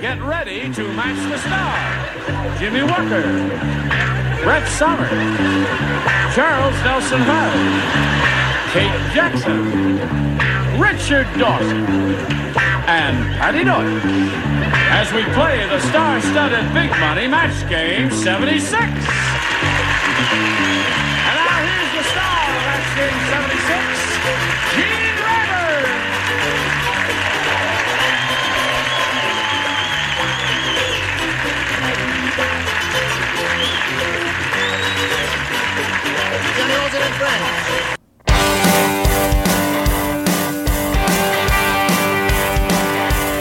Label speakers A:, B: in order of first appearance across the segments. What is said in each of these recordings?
A: Get ready to match the star. Jimmy Walker, Brett Summer, Charles Nelson Hurd, Kate Jackson, Richard Dawson, and Patty Doyle as we play the star-studded Big Money Match Game 76. And now here's the star of Match Game 76, Gene Rivers.
B: Johnny Olsen and friends.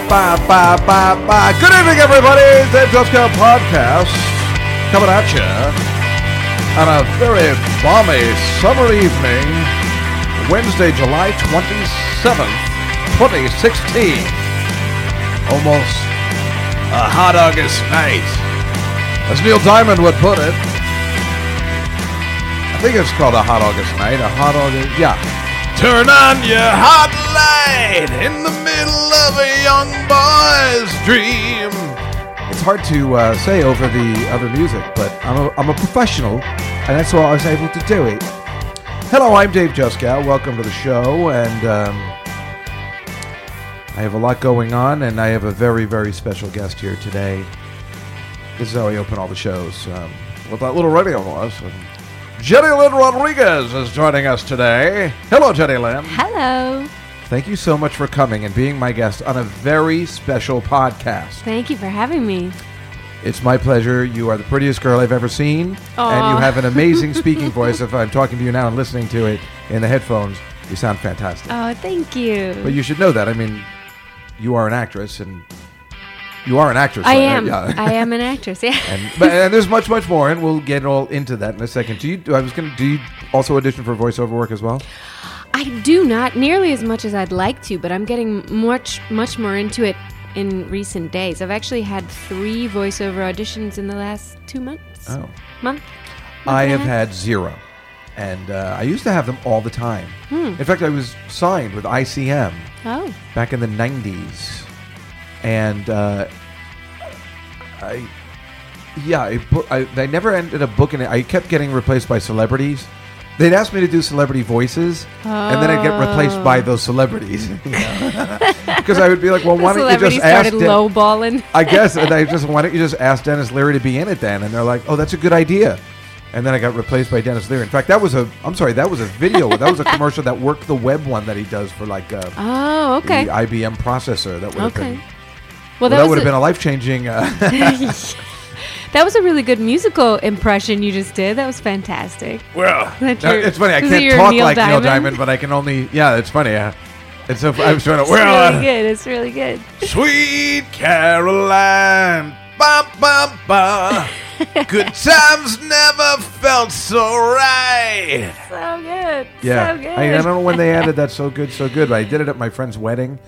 C: Ba, ba, ba, ba. Good evening, everybody. It's the Dubscout Podcast coming at you on a very balmy summer evening, Wednesday, July 27th, 2016. Almost a hot August night, as Neil Diamond would put it. I think it's called a hot August night. A hot August, yeah. Turn on your hot light in the middle of a young boy's dream. It's hard to uh, say over the other music, but I'm a, I'm a professional, and that's why I was able to do it. Hello, I'm Dave Juskow. Welcome to the show, and um, I have a lot going on, and I have a very, very special guest here today. This is how we open all the shows um, with that little radio voice. And Jenny Lynn Rodriguez is joining us today. Hello, Jenny Lynn.
D: Hello.
C: Thank you so much for coming and being my guest on a very special podcast.
D: Thank you for having me.
C: It's my pleasure. You are the prettiest girl I've ever seen, and you
D: Aw.
C: have an amazing speaking voice. If I'm talking to you now and listening to it in the headphones, you sound fantastic.
D: Oh, thank you.
C: but you should know that. I mean, you are an actress, and you are an actress.
D: I
C: right?
D: am.
C: Yeah.
D: I am an actress. Yeah.
C: And, but, and there's much, much more, and we'll get all into that in a second. Do you? I was gonna. Do you also audition for voiceover work as well?
D: I do not nearly as much as I'd like to, but I'm getting much much more into it in recent days. I've actually had 3 voiceover auditions in the last 2 months.
C: Oh.
D: Month.
C: I
D: Okay.
C: have had zero, and uh, I used to have them all the time.
D: Hmm.
C: In fact, I was signed with ICM
D: Oh.
C: back in the '90s, and uh, I, yeah, I, bu- I, I never ended up booking it. I kept getting replaced by celebrities. They'd ask me to do celebrity voices, and then I'd get replaced by those celebrities. Because I would be like, "Well, why
D: Oh. the
C: don't you
D: celebrity
C: just ask?"
D: started
C: Dan-
D: lowballing.
C: I guess, and I just why don't you just ask Dennis Leary to be in it then? And they're like, oh, that's a good idea. And then I got replaced by Dennis Leary. In fact, that was a I'm sorry, that was a video, that was a commercial that worked the web one that he does for like uh,
D: Oh, okay.
C: the IBM processor. That would have
D: okay.
C: been well, that,
D: was
C: would have
D: a-
C: been a life changing. Uh,
D: That was a really good musical impression you just did. That was fantastic.
C: well,
D: That your-
C: it's funny. I
D: was it
C: can't
D: your
C: talk
D: Neil
C: like Neil
D: Diamond?
C: Diamond, but I can only yeah. It's funny. Uh, it's so I was trying to
D: It's
C: well,
D: really
C: uh,
D: good. It's really good.
C: Sweet Caroline. Ba, ba, ba. Good times never felt so right.
D: So good.
C: Yeah.
D: So good.
C: I, I don't know when they added that so good, so good, but I did it at my friend's wedding.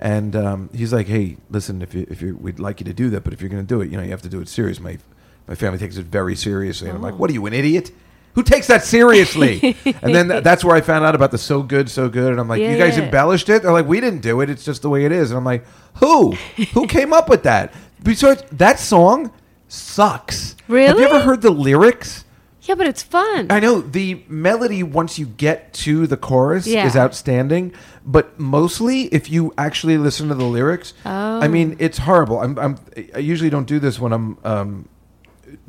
C: And um, he's like, hey, listen, if you, if you, we'd like you to do that, but if you're going to do it, you know, you have to do it serious. My, my family takes it very seriously. And I'm like, what are you, an idiot? Who takes that seriously? and then th- that's where I found out about the so good, so good. And I'm like, you guys
D: Yeah.
C: embellished it? They're like, we didn't do it. It's just the way it is. And I'm like, who? Who came up with that? Besides, that song sucks. Have
D: Really?
C: you ever heard the lyrics?
D: Yeah, but it's fun.
C: I know the melody once you get to the chorus
D: Yeah.
C: is outstanding, but mostly if you actually listen to the lyrics,
D: Oh.
C: I mean it's horrible. I'm, I'm I usually don't do this when I'm um,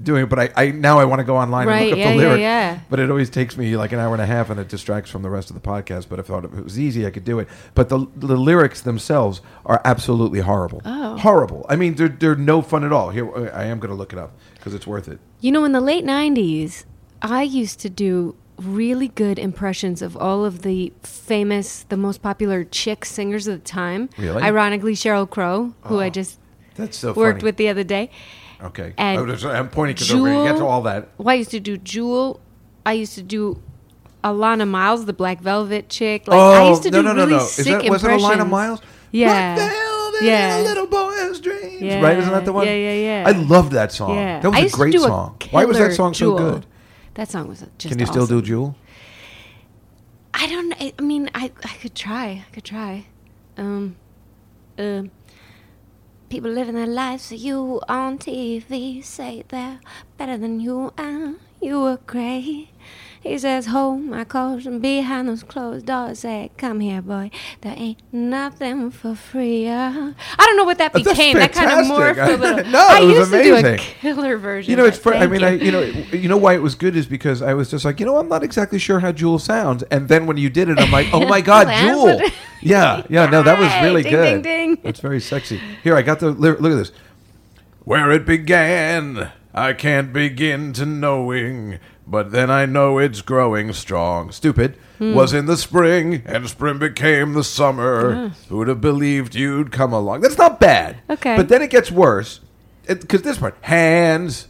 C: doing it, but I, I now I want to go online and
D: Right,
C: look up
D: yeah,
C: the
D: yeah,
C: lyric.
D: yeah.
C: But it always takes me like an hour and a half, and it distracts from the rest of the podcast. But I thought if it was easy, I could do it. But the the lyrics themselves are absolutely horrible.
D: Oh.
C: Horrible. I mean, they're they're no fun at all. Here I am going to look it up because it's worth it.
D: You know, in the late 90s, I used to do really good impressions of all of the famous, the most popular chick singers of the time.
C: Really?
D: Ironically, Cheryl Crow, who I just
C: That's so
D: worked
C: funny.
D: with the other day.
C: Okay.
D: And
C: I'm, just, I'm pointing because we're going to get to
D: Jewel-
C: all that.
D: Well, I used to do Jewel. I used to do Alana Miles, the Black Velvet chick. Like,
C: Oh,
D: I used to do really sick
C: was it
D: impressions.
C: Alina Miles?
D: Yeah.
C: Black velvet
D: Yeah.
C: in a little boy's dreams.
D: Yeah.
C: Right? Isn't that the one?
D: Yeah, yeah, yeah.
C: I love that song.
D: Yeah.
C: That was
D: I used
C: a
D: to
C: great
D: do
C: song. Why was that
D: killer
C: song
D: Jewel.
C: so good?
D: That song was just
C: Can you still
D: awesome.
C: do Jewel?
D: I don't. I, I mean, I I could try. I could try. Um, uh, um, people living their lives for you on TV say they're better than you are. You were great. He says, hold my caution behind those closed doors. Say, come here, boy. There ain't nothing for free. uh." I don't know what that
C: Uh, that's
D: became. That kind of
C: fantastic.
D: morphed a little.
C: No,
D: I
C: it was
D: used to do a
C: amazing.
D: killer version.
C: You know, it's.
D: but
C: Fr- I
D: thank
C: mean,
D: you.
C: I. You know, you know why it was good is because I was just like, you know, I'm not exactly sure how Jewel sounds, and then when you did it, I'm like, oh my God,
D: That's
C: Jewel.
D: what-
C: Yeah, yeah. No, that was
D: Yay,
C: really
D: ding,
C: good.
D: ding, ding.
C: That's very sexy. Here, I got the. ly- Look at this. Where it began, I can't begin to knowing, but then I know it's growing strong. Stupid.
D: Hmm.
C: Was in the spring, and spring became the summer. Who'd have believed you'd come along? That's not bad.
D: Ah. Okay.
C: But then it gets worse. Because this part hands,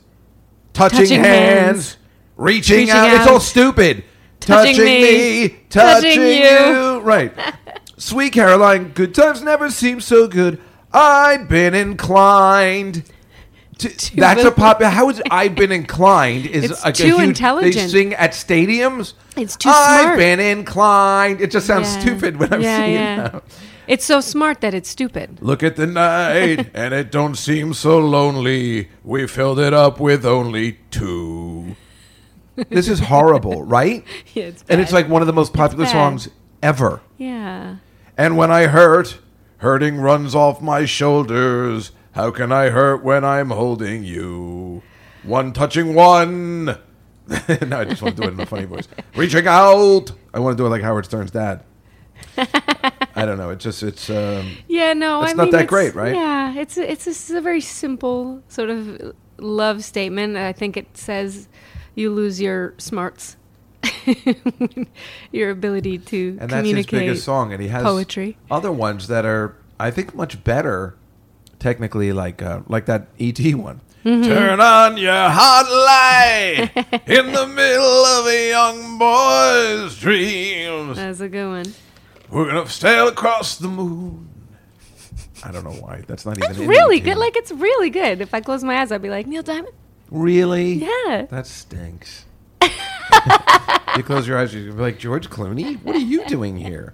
C: touching,
D: Touching
C: hands,
D: hands.
C: reaching,
D: Reaching
C: out. It's all
D: out.
C: stupid.
D: Touching
C: me,
D: me.
C: touching,
D: Touching
C: you.
D: you.
C: Right. Sweet Caroline, good times never seem so good. I'd been inclined. To, that's a pop. How is I've been inclined? Is
D: It's
C: like a
D: too
C: huge- They
D: intelligent.
C: sing at stadiums.
D: It's too
C: I've
D: smart.
C: been inclined. It just sounds
D: Yeah.
C: stupid when I'm
D: Yeah,
C: singing.
D: yeah.
C: now.
D: It's so smart that it's stupid.
C: Look at the night, and it don't seem so lonely. We filled it up with only two. This is horrible, right?
D: Yeah, it's
C: And it's
D: bad.
C: like one of the most popular
D: bad.
C: songs ever.
D: Yeah.
C: And when I hurt, hurting runs off my shoulders. How can I hurt when I'm holding you? One touching one. no, I just want to do it in a funny voice. Reaching out. I want to do it like Howard Stern's dad. I don't know. It just it's um,
D: Yeah, no,
C: It's
D: I
C: not
D: mean,
C: that great, right?
D: Yeah, it's a- it's a, it's a very simple sort of love statement. I think it says you lose your smarts, your ability to
C: and that's his
D: communicate.
C: biggest song. And he has
D: poetry.
C: Other ones that are I think much better, technically, like uh, like that ET one.
D: Mm-hmm.
C: Turn on your hot light in the middle of a young boy's dreams.
D: That's a good one.
C: We're gonna sail across the moon. I don't know why. That's not even
D: It's
C: in E
D: really
C: E.T..
D: good. Like it's really good. If I close my eyes, I'd be like Neil Diamond.
C: really.
D: Yeah.
C: That stinks. you close your eyes, you're gonna be like George Clooney. What are you doing here?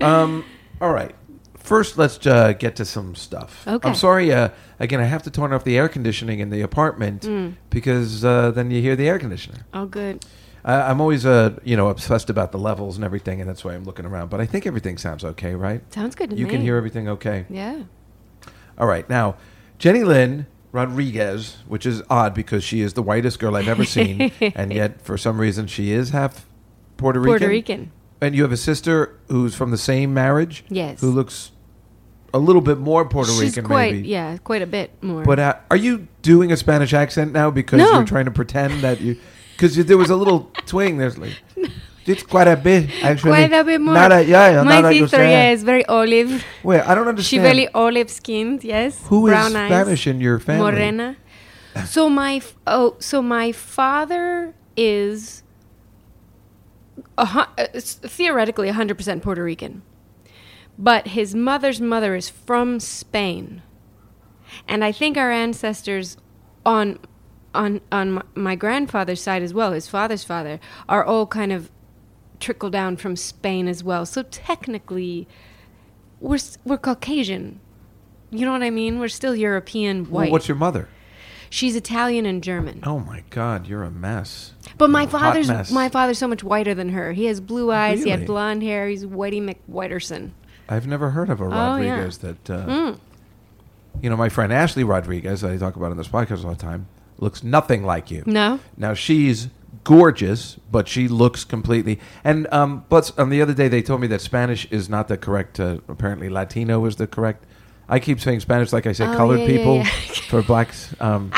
C: Um, all right. First, let's uh, get to some stuff.
D: Okay.
C: I'm sorry. Uh, again, I have to turn off the air conditioning in the apartment
D: Mm.
C: because uh, then you hear the air conditioner.
D: Oh, good.
C: I, I'm always, uh, you know, obsessed about the levels and everything, and that's why I'm looking around. But I think everything sounds okay, right?
D: Sounds good to
C: You
D: me.
C: can hear everything okay.
D: Yeah.
C: All right, now Jenny Lynn Rodriguez, which is odd because she is the whitest girl I've ever seen, and yet for some reason she is half Puerto Rican.
D: Puerto Rican.
C: And you have a sister who's from the same marriage.
D: Yes.
C: Who looks a little bit more Puerto
D: She's
C: Rican,
D: quite
C: maybe.
D: yeah, quite a bit more.
C: But uh, are you doing a Spanish accent now because
D: No.
C: you're trying to pretend that you? Because there was a little twang. There's like. It's quite a bit, actually.
D: quite a bit more.
C: Not a- yeah, yeah,
D: my
C: not a- you
D: sister,
C: say-
D: yeah, is very olive.
C: Wait, I don't
D: She
C: understand.
D: very olive skinned, yes.
C: Who is
D: brown
C: Spanish
D: eyes,
C: in your family?
D: Morena. So my f- oh, so my father is a, hu- uh, s- theoretically 100% Puerto Rican. But his mother's mother is from Spain. And I think our ancestors on on on m- my grandfather's side as well, his father's father, are all kind of trickle down from Spain as well. So technically we're s- we're Caucasian. You know what I mean? We're still European
C: Well,
D: white.
C: what's your mother?
D: She's Italian and German.
C: Oh my God, you're a mess.
D: But my
C: You're a hot mess.
D: father's my father's so much whiter than her. He has blue eyes. He
C: Really?
D: had blonde hair. He's Whitey McWhiterson.
C: I've never heard of a
D: Oh, yeah. Hmm.
C: Rodriguez that. Uh, You know, my friend Ashley Rodriguez, that I talk about on this podcast all the time, looks nothing like you.
D: No,
C: Now she's gorgeous, but she looks completely. And um, but on the other day they told me that Spanish is not the correct. Uh, apparently, Latino is the correct. I keep saying Spanish like I said,
D: Oh,
C: colored
D: yeah, yeah,
C: people
D: yeah.
C: for blacks. Um,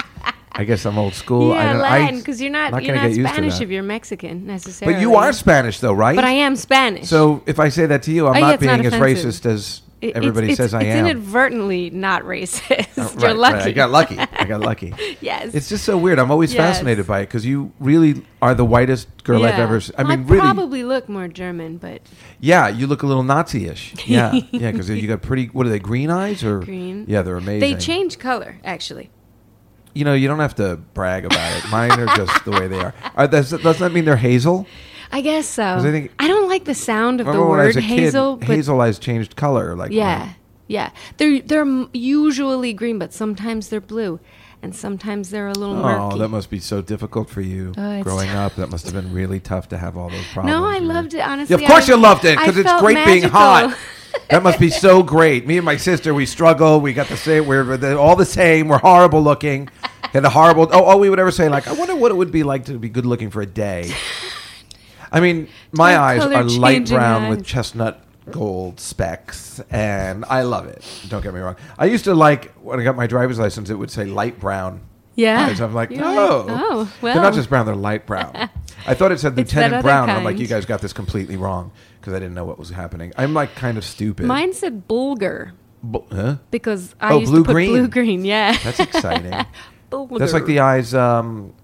C: I guess I'm old school. I
D: yeah,
C: don't, I-
D: Latin, because you're not, you're
C: gonna
D: not
C: get used to
D: Spanish
C: that.
D: if you're Mexican necessarily.
C: But you are Spanish, though, right?
D: But I am Spanish.
C: So if I say that to you, I'm
D: Oh, yeah,
C: not
D: it's not
C: being as
D: offensive.
C: racist as
D: It- it's-
C: everybody
D: it's-
C: says I
D: it's
C: am.
D: inadvertently not racist.
C: Oh,
D: you're
C: right,
D: lucky.
C: right. I got lucky. I got lucky.
D: yes.
C: It's just so weird. I'm always
D: Yes.
C: fascinated by it because you really are the whitest girl I've
D: Yeah.
C: ever. s- I
D: Well,
C: mean, really,
D: probably look more German, but
C: yeah. You look a little Nazi-ish. Yeah, yeah. Because you got pretty. What are they? Green eyes or
D: Green.
C: Yeah, they're amazing.
D: they change color actually.
C: You know, you don't have to brag about it. Mine are just the way they are. are does, does that mean they're hazel?
D: I guess so.
C: 'Cause I think-
D: I don't like the sound of the
C: Remember when I
D: word
C: was a
D: hazel,
C: kid,
D: but
C: hazel eyes changed color. Like
D: Yeah.
C: when
D: Yeah, they're they're m- usually green, but sometimes they're blue, and sometimes they're a little murky.
C: Oh, that must be so difficult for you
D: Uh, it's-
C: growing up. That must have been really tough to have all those problems.
D: no, I
C: you know?
D: loved it honestly.
C: Of course,
D: I-
C: you loved it
D: I
C: because it's
D: felt
C: great being hot.
D: magical.
C: that must be so great. Me and my sister, we struggle. We got the same. We're we're the- all the same. We're horrible looking. And the horrible. Oh, all we would ever say like, I wonder what it would be like to be good looking for a day. I mean, my
D: Like
C: eyes are light
D: color-changing
C: brown
D: eyes.
C: with chestnut gold specks, and I love it. Don't get me wrong. I used to like when I got my driver's license. It would say light brown.
D: Yeah.
C: eyes. I'm like,
D: You're like,
C: oh,
D: oh,
C: they're
D: well.
C: not just brown; they're light brown. I thought it said
D: It's that
C: Lieutenant
D: other
C: Brown. and I'm like,
D: kind.
C: you guys got this completely wrong because I didn't know what was happening. I'm like kind of stupid.
D: Mine said bulgur
C: Bu- huh?
D: because I
C: Oh,
D: used to put
C: blue-green.
D: blue green. Yeah,
C: That's exciting.
D: bulgur.
C: That's like the eyes um,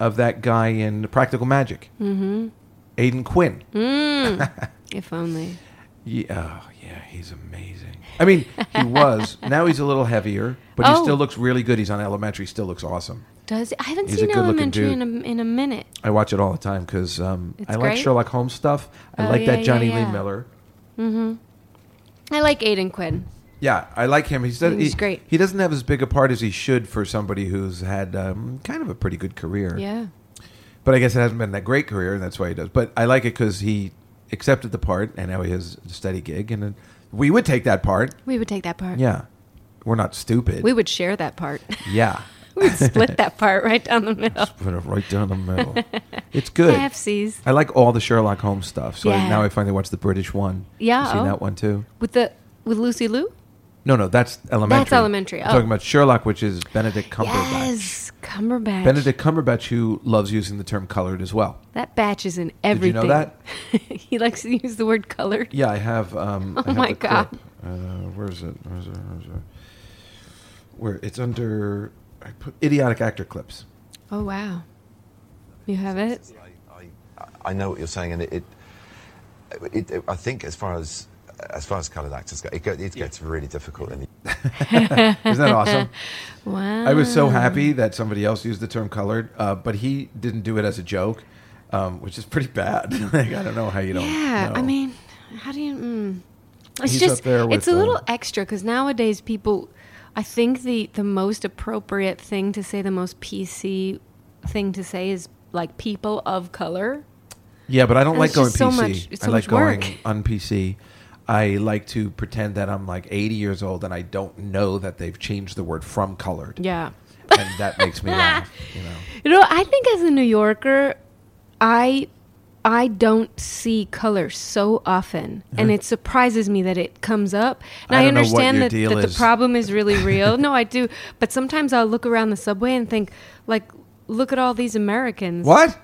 C: of that guy in Practical Magic. Mm-hmm. Aiden Quinn.
D: Mm. if only.
C: Yeah, oh, yeah, he's amazing. I mean, he was. now he's a little heavier, but he
D: Oh.
C: still looks really good. He's on Elementary. Still looks awesome.
D: Does I haven't
C: He's a
D: seen
C: good-looking
D: Elementary
C: dude.
D: in a, in a minute.
C: I watch it all the time because um,
D: It's
C: I like
D: great.
C: Sherlock Holmes stuff. I
D: Oh,
C: like
D: yeah,
C: that Johnny
D: yeah, yeah.
C: Lee Miller.
D: I like Aiden Quinn.
C: Yeah, I like him. He's,
D: He's
C: he,
D: great.
C: He doesn't have as big a part as he should for somebody who's had um, kind of a pretty good career.
D: Yeah.
C: But I guess it hasn't been that great career, and that's why he does. But I like it because he accepted the part, and now he has a steady gig. And then we would take that part.
D: We would take that part.
C: Yeah, we're not stupid.
D: We would share that part.
C: yeah,
D: We'd split that part right down the middle.
C: put it right down the middle. it's good.
D: KFCs
C: I like all the Sherlock Holmes stuff. So I-
D: Yeah.
C: now I finally watch the British one.
D: Yeah,
C: you seen
D: oh.
C: that one too?
D: with the with Lucy Liu.
C: No, no, that's elementary.
D: elementary,
C: I'm
D: oh.
C: talking about Sherlock, which is Benedict Cumberbatch.
D: Yes, Cumberbatch.
C: Benedict Cumberbatch, who loves using the term colored as well.
D: That batch is in
C: you
D: everything.
C: know that?
D: he likes to use the word colored.
C: Yeah, I have. Um, I
D: Oh
C: have
D: my
C: the clip.
D: God.
C: Uh, where is it? Where is it? Where is it? Where it's under. I put idiotic actor clips.
D: Oh wow, you have it.
E: I, I, I know what you're saying, and it, it, it, I think as far as as far as coloured actors go, it, go, it gets really difficult. And
C: Isn't that awesome?
D: Wow.
C: I was so happy that somebody else used the term colored, uh, but he didn't do it as a joke, um, which is pretty bad. like, I don't know how you don't.
D: Yeah, I
C: know.
D: mean, how do you? Mm. It's
C: He's
D: just
C: up there with,
D: it's a
C: uh,
D: little extra because nowadays people, I think the the most appropriate thing to say, the most PC thing to say is like people of color.
C: Yeah, but I don't
D: And
C: like
D: it's
C: going
D: just so
C: PC.
D: much- it's so
C: I like
D: much work.
C: going on PC. I like to pretend that I'm like 80 years old and I don't know that they've changed the word from colored.
D: Yeah.
C: And that makes me laugh, you know.
D: You know, I think as a New Yorker, I I don't see color so often, and it surprises me that it comes up. And
C: I
D: I,
C: don't know what
D: understand
C: your
D: that,
C: deal
D: that the
C: is.
D: problem is really real. no, I do, but sometimes I'll look around the subway and think, like, look at all these Americans.
C: What?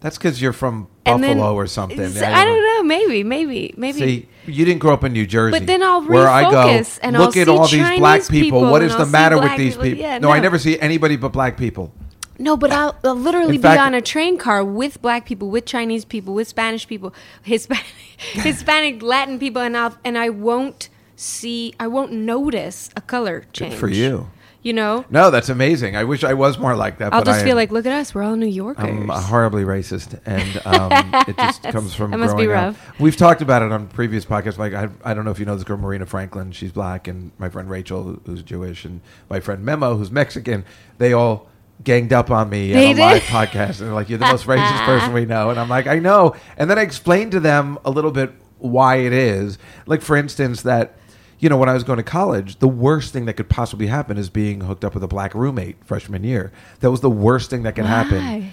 C: That's because you're from
D: And
C: Buffalo
D: then-
C: or something.
D: S-
C: Yeah,
D: I don't know. Maybe, maybe, maybe.
C: See, you didn't grow up in New Jersey.
D: then I'll
C: where I go,
D: refocus and I'll
C: look at
D: see
C: all these
D: Chinese
C: black people.
D: people
C: What
D: and
C: is the
D: I'll see
C: matter with
D: black
C: these
D: people.
C: people?
D: Yeah,
C: no, I
D: no.
C: never see anybody but black people.
D: No, but I'll, I'll literally
C: In fact-
D: be on a train car with black people, with Chinese people, with Spanish people, Hispanic, Hispanic, Latin people, and I'll and I won't see, I won't notice a color change
C: for you.
D: You know,
C: No, that's amazing. I wish I was more like that.
D: I'll
C: but
D: just
C: I
D: feel
C: am- Um,
D: like, look at us, we're all New Yorkers.
C: I'm horribly racist, and um, it just comes from.
D: That must be
C: growing
D: rough.
C: Up. We've talked about it on previous podcasts. Like I, I don't know if you know this girl Marina Franklin. She's black, and my friend Rachel, who's Jewish, and my friend Memo, who's Mexican. They all ganged up on me
D: They
C: at a
D: did?
C: live podcast, and they're like, "You're the most racist person we know," and I'm like, "I know." And then I explained to them a little bit why it is. Like for instance, that. You know, when I was going to college, the worst thing that could possibly happen is being hooked up with a black roommate freshman year. That was the worst thing that could happen.
D: Why?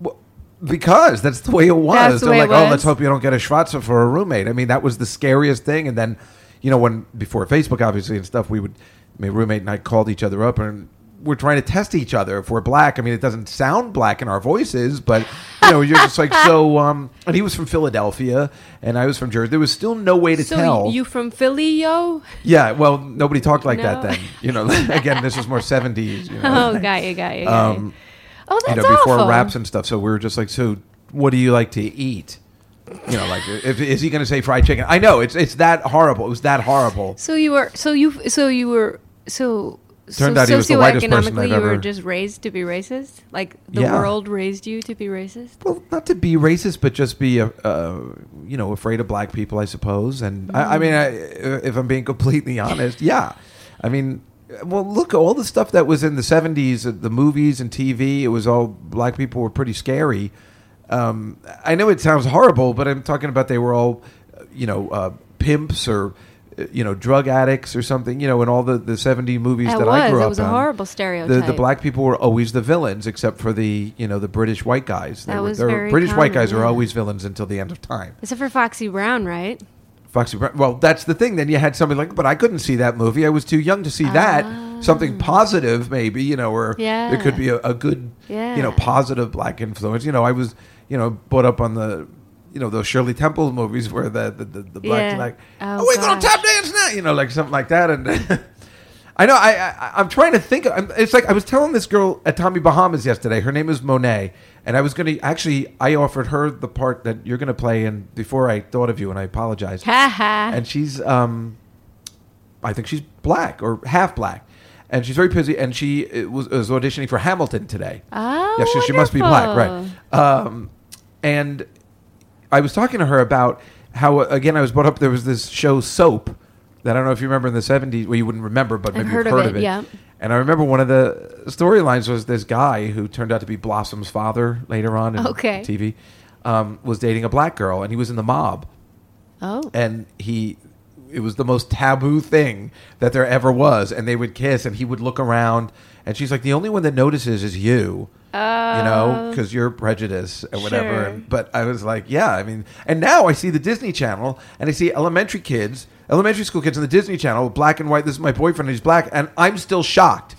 C: Well, because that's the way it was.
D: That's the
C: They're
D: way
C: like,
D: it
C: oh,
D: was.
C: let's hope you don't get a schwatzer for a roommate. I mean, that was the scariest thing. And then, you know, when before Facebook, obviously, and stuff, we would, my roommate and I called each other up and we're trying to test each other if we're black. I mean, it doesn't sound black in our voices, but, you know, you're just like, so, um, and he was from Philadelphia and I was from Jersey. There was still no way to
D: so
C: tell.
D: you from Philly, yo?
C: yeah, well, nobody talked like that
D: No.
C: then. You know, again, this was more 70s. You know,
D: Oh, got you, got you, got you.
C: Um,
D: Oh, that's
C: you know, before
D: awful.
C: raps and stuff. So we were just like, so what do you like to eat? You know, like, if, is he going to say fried chicken? I know it's it's that horrible. It was that horrible.
D: So you were so you so you were so
C: Turned out he was the whitest person
D: socioeconomically
C: I've
D: you were
C: ever-
D: just raised to be racist? Like the
C: Yeah.
D: world raised you to be racist?
C: Well, not to be racist, but just be, uh, uh, you know, afraid of black people, I suppose. And I, I mean, I, uh, if I'm being completely honest, yeah. I mean, well, look, all the stuff that was in the 70s, uh, the movies and TV, it was all black people were pretty scary. Um, I know it sounds horrible, but I'm talking about they were all, uh, you know, uh, pimps or, uh, you know, drug addicts or something, you know, in all the, the 70 movies
D: That
C: that, I
D: was.
C: grew
D: That
C: up
D: was a
C: on, The,
D: horrible
C: the
D: stereotype.
C: black black people were always the villains, except for the you know the British white guys. They
D: That
C: were,
D: was
C: they were-
D: very
C: British white
D: common,
C: guys are
D: yeah.
C: always villains until the end of time.
D: Except for Foxy Brown, right?
C: Foxy Brown. Well, that's the thing. Then you had somebody like, but I couldn't see that movie. I was too young to see that. Something positive, maybe you know, or
D: Ah. Yeah.
C: there could be a, a good,
D: Yeah.
C: you know, positive black influence. You know, I was, you know, brought up on the, you know, those Shirley Temple movies where the the, the, the blacks
D: Yeah.
C: like,
D: Oh,
C: oh, we're gonna
D: gosh.
C: tap dance now, you know, like something like that. And I know I, I I'm trying to think. of- I'm, it's like I was telling this girl at Tommy Bahamas yesterday. Her name is Monet, and I was gonna actually I offered her the part that you're gonna play. And before I thought of you, and I apologize
D: Ha ha.
C: and she's um i think she's black or half black and she's very busy and she uh, was, was auditioning for hamilton today
D: Oh,
C: yeah she, she must be black right
D: wonderful.
C: um and i was talking to her about how uh, again i was brought up there was this show soap that i don't know if you remember in the 70s well you wouldn't remember but maybe
D: heard
C: you've
D: of
C: heard
D: it,
C: of it
D: yeah.
C: and i remember one of the storylines was this guy who turned out to be blossom's father later on in
D: Okay.
C: tv um, was dating a black girl and he was in the mob
D: Oh.
C: and he it was the most taboo thing that there ever was and they would kiss and he would look around and she's like the only one that notices is you you know because you're prejudiced or whatever
D: Sure.
C: and, but i was like yeah i mean and now i see the disney channel and i see elementary kids elementary school kids on the disney channel black and white this is my boyfriend he's black and i'm still shocked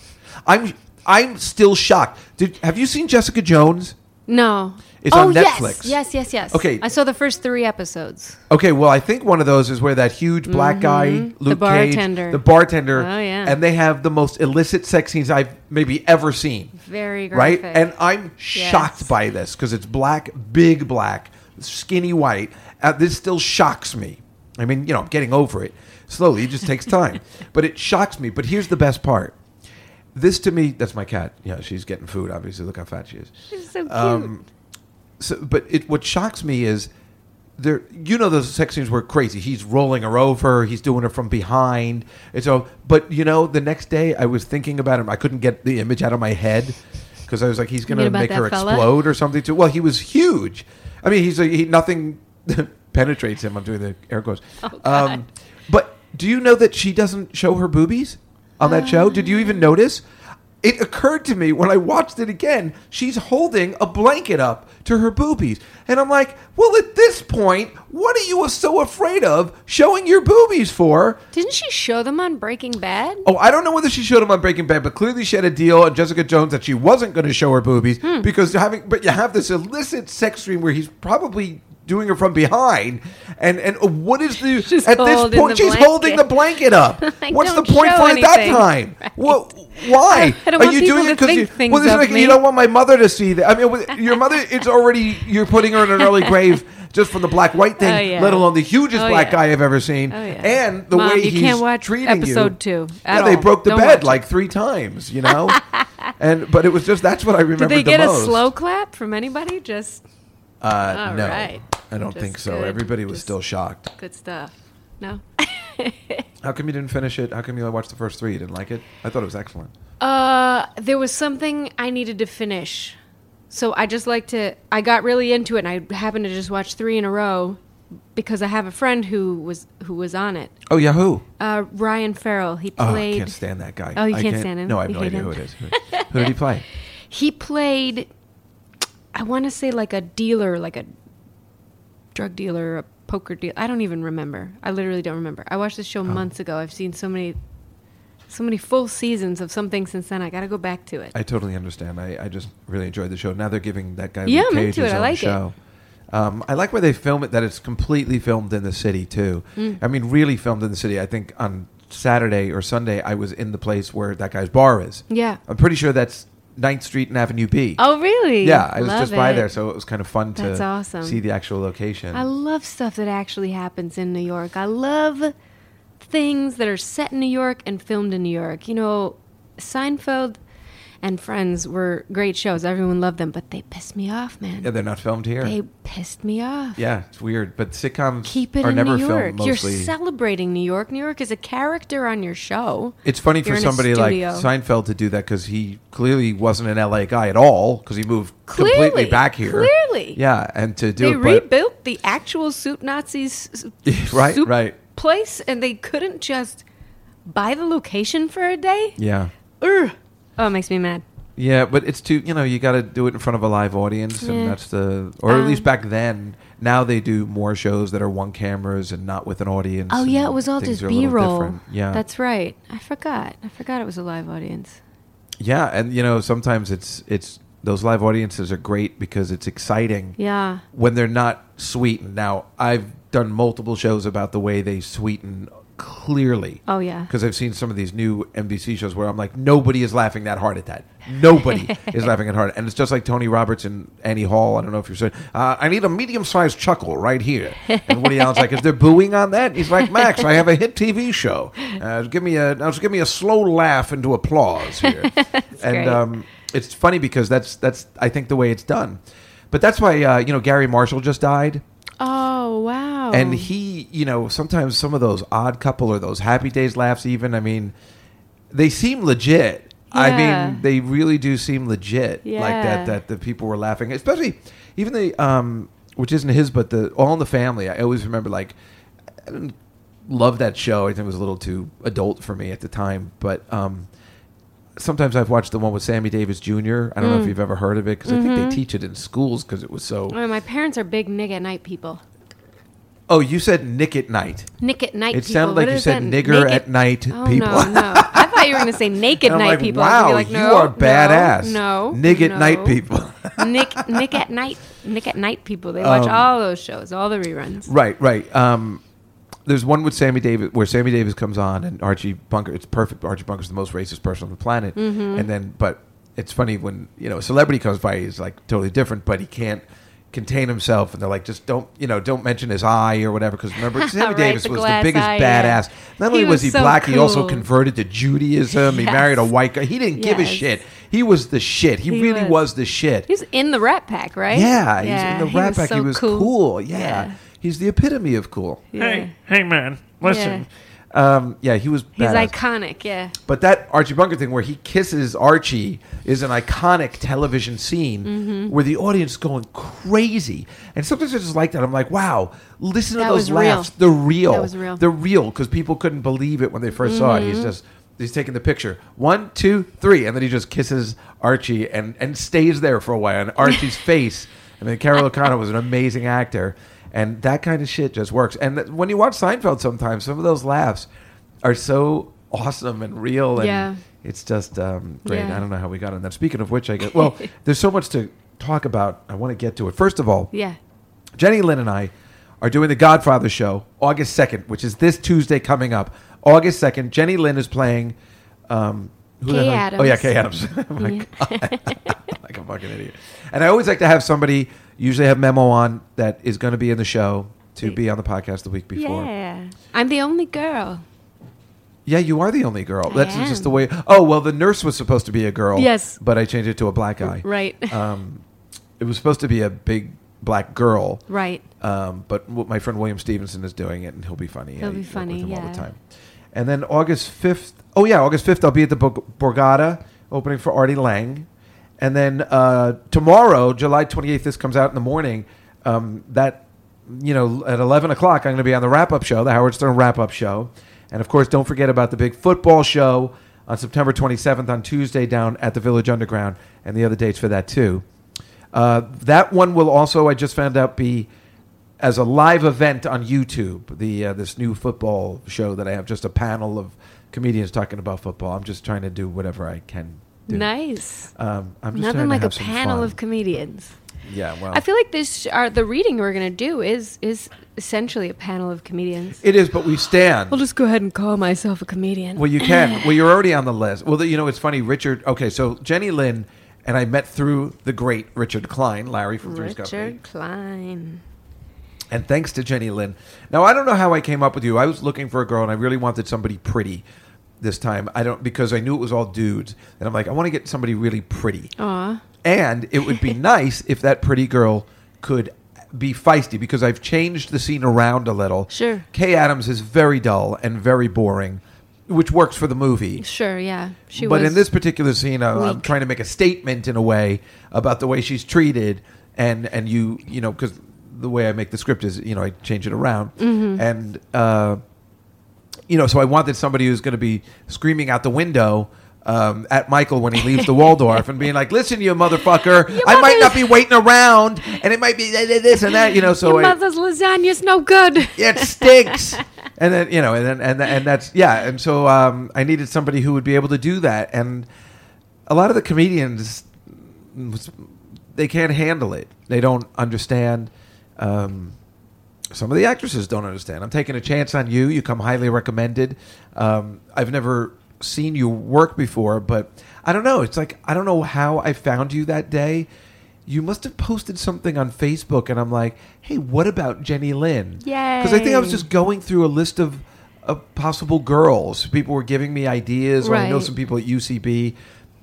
C: i'm i'm still shocked Did, have you seen jessica jones
D: No.
C: It's
D: oh,
C: on
D: yes.
C: Netflix.
D: Yes, yes, yes.
C: Okay.
D: I saw the first three episodes.
C: Okay, well, I think one of those is where that huge black guy, Luke
D: Mm-hmm. bartender.
C: Cage, the bartender,
D: Oh, yeah.
C: and they have the most illicit sex scenes I've maybe ever seen.
D: Very
C: right,
D: graphic.
C: and I'm shocked
D: Yes.
C: by this because it's black, big black, skinny white. Uh, this still shocks me. I mean, you know, I'm getting over it slowly. It just takes time, but it shocks me. But here's the best part. This to me, that's my cat. Yeah, she's getting food. Obviously, look how fat she is
D: It's so cute.
C: Um, so, but it what shocks me is there you know those sex scenes were crazy he's rolling her over he's doing her from behind and so but you know the next day i was thinking about him i couldn't get the image out of my head because i was like he's gonna
D: about
C: make
D: that
C: her
D: fella?
C: explode or something too well he was huge i mean he's a, he nothing penetrates him i'm doing the air quotes um, but do you know that she doesn't show her boobies on that show did you even notice it occurred to me when I watched it again, she's holding a blanket up to her boobies. And I'm like, well, at this point, what are you so afraid of showing your boobies for?
D: Didn't she show them on Breaking Bad?
C: Oh, I don't know whether she showed him on Breaking Bad, but clearly she had a deal on Jessica Jones that she wasn't going to show her boobies
D: Hmm.
C: because having, but you have this illicit sex stream where he's probably doing her from behind, and and what is the
D: She's
C: at this
D: holding
C: point
D: the
C: she's holding the blanket up?
D: Like,
C: What's the
D: don't
C: point
D: show
C: for it that
D: anything.
C: time?
D: Right.
C: Well, why
D: I don't
C: are
D: want
C: you
D: people
C: doing
D: to
C: it because
D: think
C: you?
D: things
C: well, this is
D: of
C: like, you
D: me.
C: don't want my mother to see that. I mean, with- your mother, it's already you're putting her in an early grave. Just from the black white thing,
D: Oh, yeah.
C: let alone the hugest
D: Oh,
C: black
D: yeah.
C: guy I've ever seen,
D: Oh, yeah.
C: and the
D: Mom,
C: way
D: you
C: he's
D: can't watch
C: treating you.
D: episode two
C: Yeah,
D: at
C: they
D: all.
C: broke the
D: Don't watch
C: bed
D: it.
C: like three times, you know. and but it was just that's what I remember.
D: Did they get
C: the
D: a
C: most.
D: slow clap from anybody? Just
C: Uh,
D: All
C: no,
D: right.
C: I don't
D: Just
C: think so.
D: good.
C: Everybody was
D: Just-
C: still shocked.
D: good stuff. No.
C: How come you didn't finish it? How come you only watched the first three? You didn't like it? I thought it was excellent.
D: Uh, there was something I needed to finish. So I just like to. I got really into it, and I happened to just watch three in a row because I have a friend who was who was on it.
C: Oh, Yahoo!
D: Uh, Ryan Farrell. He
C: Oh,
D: played.
C: I can't stand that guy.
D: Oh, you
C: I
D: can't stand him?
C: No, I have
D: You
C: no
D: hate
C: idea
D: him?
C: who it is. Who, who did he play?
D: He played. I want to say like a dealer, like a drug dealer, a poker dealer. I don't even remember. I literally don't remember. I watched this
C: Oh.
D: show months ago. I've seen so many, so many full seasons of something since then. I got to go back to it.
C: I totally understand. I, I just really enjoyed the show. Now they're giving that guy
D: Yeah,
C: Luke
D: I'm
C: Cage
D: into
C: his
D: it. I
C: own
D: like it.
C: show. Um, I like where they film it that it's completely filmed in the city too.
D: Mm.
C: I mean, really filmed in the city. I think on Saturday or Sunday I was in the place where that guy's bar is.
D: Yeah.
C: I'm pretty sure that's 9th Street and Avenue B.
D: oh really?
C: yeah, I was
D: Love
C: just by
D: it.
C: there, so it was kind of fun
D: That's
C: to
D: awesome.
C: see the actual location.
D: I love stuff that actually happens in New York. I love things that are set in New York and filmed in New York. You know, Seinfeld and Friends were great shows. Everyone loved them, but they pissed me off, man.
C: Yeah, they're not filmed here.
D: They pissed me off.
C: yeah, it's weird. But sitcoms
D: Keep it
C: are
D: in
C: never
D: New York.
C: filmed
D: You're
C: mostly.
D: celebrating New York. New York is a character on your show.
C: It's funny
D: You're
C: for
D: in a
C: somebody like
D: studio.
C: Seinfeld to do that because he clearly wasn't an LA guy at all because he moved
D: Clearly,
C: completely back here.
D: clearly.
C: yeah, and to do
D: they
C: it, but
D: rebuilt the actual soup Nazis s-
C: Right,
D: soup
C: right.
D: place, and they couldn't just buy the location for a day.
C: yeah,
D: Ugh. Oh, it makes me mad.
C: yeah, but it's too you know you got to do it in front of a live audience,
D: Yeah. Um,
C: and that's the or at least back then. Now they do more shows that are one cameras and not with an audience.
D: Oh yeah,
C: and
D: it was all
C: things
D: just
C: are a little
D: B roll.
C: different. Yeah,
D: that's right. I forgot. I forgot it was a live audience.
C: yeah, and you know sometimes it's it's those live audiences are great because it's exciting.
D: Yeah.
C: when they're not sweetened. Now, I've done multiple shows about the way they sweeten clearly.
D: Oh, yeah.
C: Because I've seen some of these new NBC shows where I'm like, nobody is laughing that hard at that. Nobody is laughing at hard. And it's just like Tony Roberts and Annie Hall. I don't know if you're saying, uh, I need a medium sized chuckle right here. And Woody Allen's like, is there booing on that? He's like, Max, I have a hit TV show. Uh, give me a, now just give me a slow laugh into applause here.
D: great.
C: and, um, it's funny because that's that's I think the way it's done, but that's why uh, you know Gary Marshall just died,
D: Oh wow.
C: and he you know sometimes some of those odd couple or those happy days laughs even I mean, they seem legit. I
D: Yeah.
C: mean, they really do seem legit like
D: Yeah.
C: that. That the people were laughing, especially even the um, which isn't his, but the All in the Family. I always remember like love that show. I think it was a little too adult for me at the time, but um, sometimes I've watched the one with Sammy Davis Jr. I don't know
D: Mm.
C: if you've ever heard of it because I
D: Mm-hmm.
C: think they teach it in schools because it was so.
D: Oh, my parents are big Nick at night people.
C: Oh, you said Nick at Night.
D: Nick at night.
C: It
D: people.
C: sounded like
D: What
C: you
D: is
C: said
D: that?
C: nigger
D: Naked-
C: at night
D: Oh,
C: people.
D: No, no. I thought you were going to say naked
C: And I'm
D: night
C: like,
D: people. I was
C: wow,
D: gonna be like, no,
C: you are
D: no,
C: badass.
D: No,
C: Nick at
D: no.
C: Night people.
D: Nick, Nick at night, Nick at night people. They
C: Um,
D: watch all those shows, all the reruns.
C: Right, right. Um, there's one with Sammy Davis where Sammy Davis comes on and Archie Bunker. It's perfect. Archie Bunker's the most racist person on the planet,
D: Mm-hmm.
C: and then but it's funny when you know a celebrity comes by, he's like totally different, but he can't contain himself, and they're like, just don't you know, don't mention his eye or whatever, because remember Sammy
D: Right,
C: Davis
D: the
C: was the
D: glass
C: biggest
D: eye,
C: badass.
D: yeah.
C: Not
D: He
C: only was,
D: was
C: he
D: so
C: black, he also
D: cool.
C: converted to Judaism. He
D: Yes.
C: married a white guy. He didn't give a
D: Yes.
C: shit. He was the shit. He,
D: He
C: really was.
D: was.
C: the shit.
D: He was in the Rat Pack, right?
C: Yeah, he was in the rap act.
D: so
C: he was cool. Yeah. he's the epitome of cool.
D: Yeah.
F: Hey, hey, man, listen.
D: Yeah.
C: Um, yeah, he was.
D: He's
C: badass.
D: iconic, yeah.
C: But that Archie Bunker thing, where he kisses Archie, is an iconic television scene
D: Mm-hmm.
C: where the audience is going crazy. And sometimes it's just like that. I'm like, wow, listen
D: That
C: to those
D: was real.
C: laughs. They're real.
D: That was real.
C: They're real because people couldn't believe it when they 1st saw it. He's
D: Mm-hmm.
C: just he's taking the picture. One, two, three, and then he just kisses Archie and and stays there for a while on Archie's face. I mean, Carol O'Connor was an amazing actor, and that kind of shit just works. And th- when you watch Seinfeld, sometimes some of those laughs are so awesome and real and
D: Yeah.
C: it's just um, great.
D: Yeah.
C: I don't know how we got on that. Speaking of which, I guess well, there's so much to talk about. I want to get to it. First of all,
D: Yeah.
C: Jenny Lynn and I are doing the Godfather show August 2nd, which is this Tuesday coming up. August 2nd, Jenny Lynn is playing. Um, who the
D: Kay
C: hell-
D: Adams.
C: Oh, yeah, Kay Adams. I'm like, like a fucking idiot. And I always like to have somebody, usually have Memo on, that is going to be in the show to be on the podcast the week before.
D: Yeah. I'm the only girl.
C: Yeah, you are the only girl.
D: I
C: That's
D: am.
C: just the way. Oh well, the nurse was supposed to be a girl.
D: Yes.
C: but I changed it to a black guy.
D: Right.
C: Um, it was supposed to be a big black girl.
D: Right.
C: Um, but w- my friend William Stevenson is doing it, and he'll be funny.
D: He'll
C: I work
D: be
C: with
D: funny,
C: him all
D: yeah.
C: the time. And then August fifth. Oh yeah, August fifth. I'll be at the Bo- Borgata opening for Artie Lang. And then uh, tomorrow, July twenty eighth. This comes out in the morning. Um, that you know at eleven o'clock, I'm going to be on the wrap up show, the Howard Stern wrap up show. And of course, don't forget about the big football show on September 27th on Tuesday down at the Village Underground, and the other dates for that too. Uh, that one will also, I just found out, be as a live event on YouTube. The uh, this new football show that I have, just a panel of comedians talking about football. I'm just trying to do whatever I can. do.
D: Nice.
C: Um, I'm just trying
D: Nothing
C: to
D: like a
C: have some
D: panel
C: fun.
D: of comedians.
C: yeah. Well,
D: I feel like this our, the reading we're going to do is is essentially a panel of comedians.
C: it is, but we stand.
D: I'll just go ahead and call myself a comedian.
C: Well, you can. well, you're already on the list. Well, you know, it's funny, Richard. Okay, so Jenny Lynn and I met through the great Richard Klein, Larry from Three's Company.
D: Richard Klein.
C: And thanks to Jenny Lynn. Now, I don't know how I came up with you. I was looking for a girl and I really wanted somebody pretty. this time. I don't because I knew it was all dudes, and I'm like, I want to get somebody really pretty.
D: Oh.
C: And it would be nice if that pretty girl could be feisty because I've changed the scene around a little.
D: Sure.
C: Kay Adams is very dull and very boring, which works for the movie.
D: Sure, yeah. She
C: but
D: was
C: in this particular scene, I, I'm
D: weak.
C: trying to make a statement in a way about the way she's treated, and and you you know because the way I make the script is you know I change it around,
D: Mm-hmm.
C: and uh, you know so I wanted somebody who's going to be screaming out the window. Um, at Michael when he leaves the Waldorf and being like, "Listen, you motherfucker! I might not be
D: mother's-
C: waiting around, and it might be th- th- this and that, you know." So
D: Your
C: I-
D: mother's lasagna's no good.
C: it stinks. and then you know, and then and and that's yeah. And so um, I needed somebody who would be able to do that. And a lot of the comedians, they can't handle it. They don't understand. Um, some of the actresses don't understand. I'm taking a chance on you. You come highly recommended. Um, I've never seen you work before, but I don't know. It's like I don't know how I found you that day. You must have posted something on Facebook, and I'm like, "Hey, what about Jenny Lynn?" because I think I was
D: Yay.
C: just going through a list of, of possible girls. People were giving me ideas. Or I know
D: Right.
C: some people at UCB.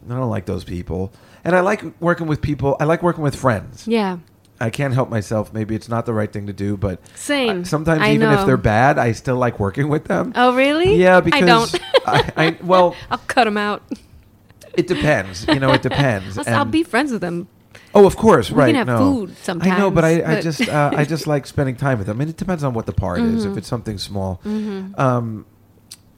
C: I don't like those people, and I like working with people. I like working with friends.
D: Yeah.
C: I can't help myself. Maybe it's not the right thing to do, but
D: Same.
C: I- sometimes
D: I
C: even if
D: know.
C: they're bad, I still like working with them.
D: Oh, really?
C: Yeah,
D: I
C: because
D: don't.
C: I, I- well,
D: I'll cut them out.
C: it depends. You know, it depends.
D: I'll, I'll
C: And-
D: be friends with them.
C: Oh, of course, right?
D: can have
C: no.
D: food
C: I know, but I,
D: sometimes,
C: I
D: but-
C: just uh, I just like spending time with them. I mean, it depends on what the part is.
D: Mm-hmm.
C: If it's something small, um,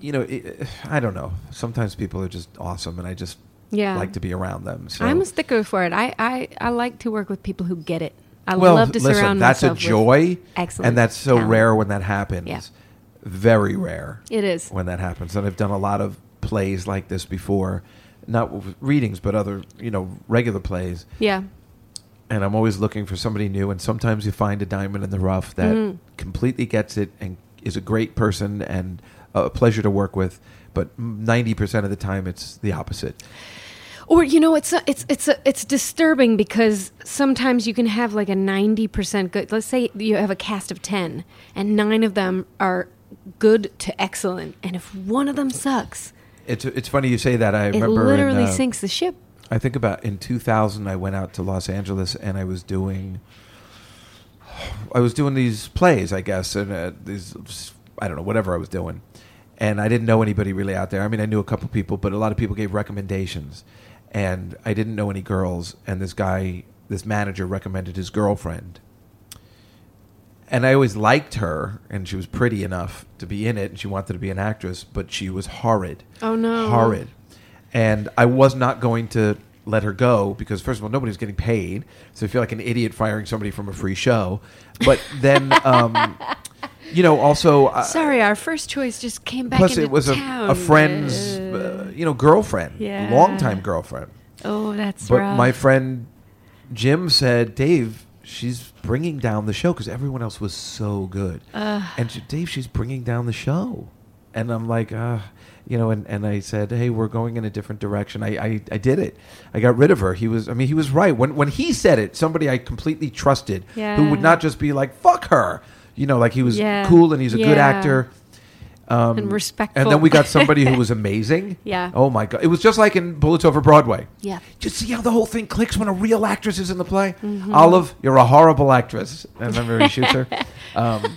C: you know, it, I don't know. Sometimes people are just awesome, and I just
D: Yeah.
C: like to be around them. So
D: I'm a sticker for it. I, I, I like to work with people who get it. I
C: well,
D: love to
C: listen,
D: surround
C: that's
D: myself.
C: a joy,
D: With excellent.
C: and that's so
D: talent.
C: rare when that happens.
D: Yeah.
C: Very rare.
D: It is.
C: when that happens, and I've done a lot of plays like this before, not with readings, but other you know regular plays.
D: Yeah.
C: and I'm always looking for somebody new. And sometimes you find a diamond in the rough that
D: Mm-hmm.
C: completely gets it and is a great person and a pleasure to work with. But 90% of the time, it's the opposite.
D: Or you know, it's a, it's it's a, it's disturbing because sometimes you can have like a ninety percent good. Let's say you have a cast of ten, and nine of them are good to excellent, and if one of them sucks,
C: It's, it's funny you say that. I
D: it
C: remember. in,
D: literally
C: uh,
D: sinks the ship.
C: I think about in 2000, I went out to Los Angeles and I was doing, I was doing these plays, I guess, and uh, these, I don't know, whatever I was doing, and I didn't know anybody really out there. I mean, I knew a couple people, but a lot of people gave recommendations, and I didn't know any girls. And this guy, this manager, recommended his girlfriend, and I always liked her, and she was pretty enough to be in it, and she wanted to be an actress, but she was horrid.
D: Oh, no.
C: horrid! And I was not going to let her go because, first of all, nobody's getting paid, so I feel like an idiot firing somebody from a free show. But then, um, you know, also, uh,
D: Sorry, our first choice just came back.
C: plus
D: into
C: it was a,
D: town.
C: a friend's,
D: Uh,
C: uh, you know, girlfriend,
D: Yeah.
C: longtime girlfriend.
D: oh, that's
C: But
D: rough.
C: my friend Jim said, Dave, she's bringing down the show because everyone else was so good. and she, Dave, she's bringing down the show. And I'm like, uh, you know, and, and I said, hey, we're going in a different direction. I, I, I did it. I got rid of her. He was, I mean, he was right. When, when he said it, somebody I completely trusted who would
D: Yeah.
C: not just be like, fuck her. You know, like he was
D: Yeah.
C: cool and he's a good
D: Yeah.
C: actor. Um,
D: And
C: And
D: respectful.
C: then we got somebody who was amazing.
D: Yeah.
C: Oh my god! It was just like in Bullets Over Broadway.
D: Yeah.
C: Just see how the whole thing clicks when a real actress is in the play. Olive, you're a horrible actress. I remember he shoots her. Um,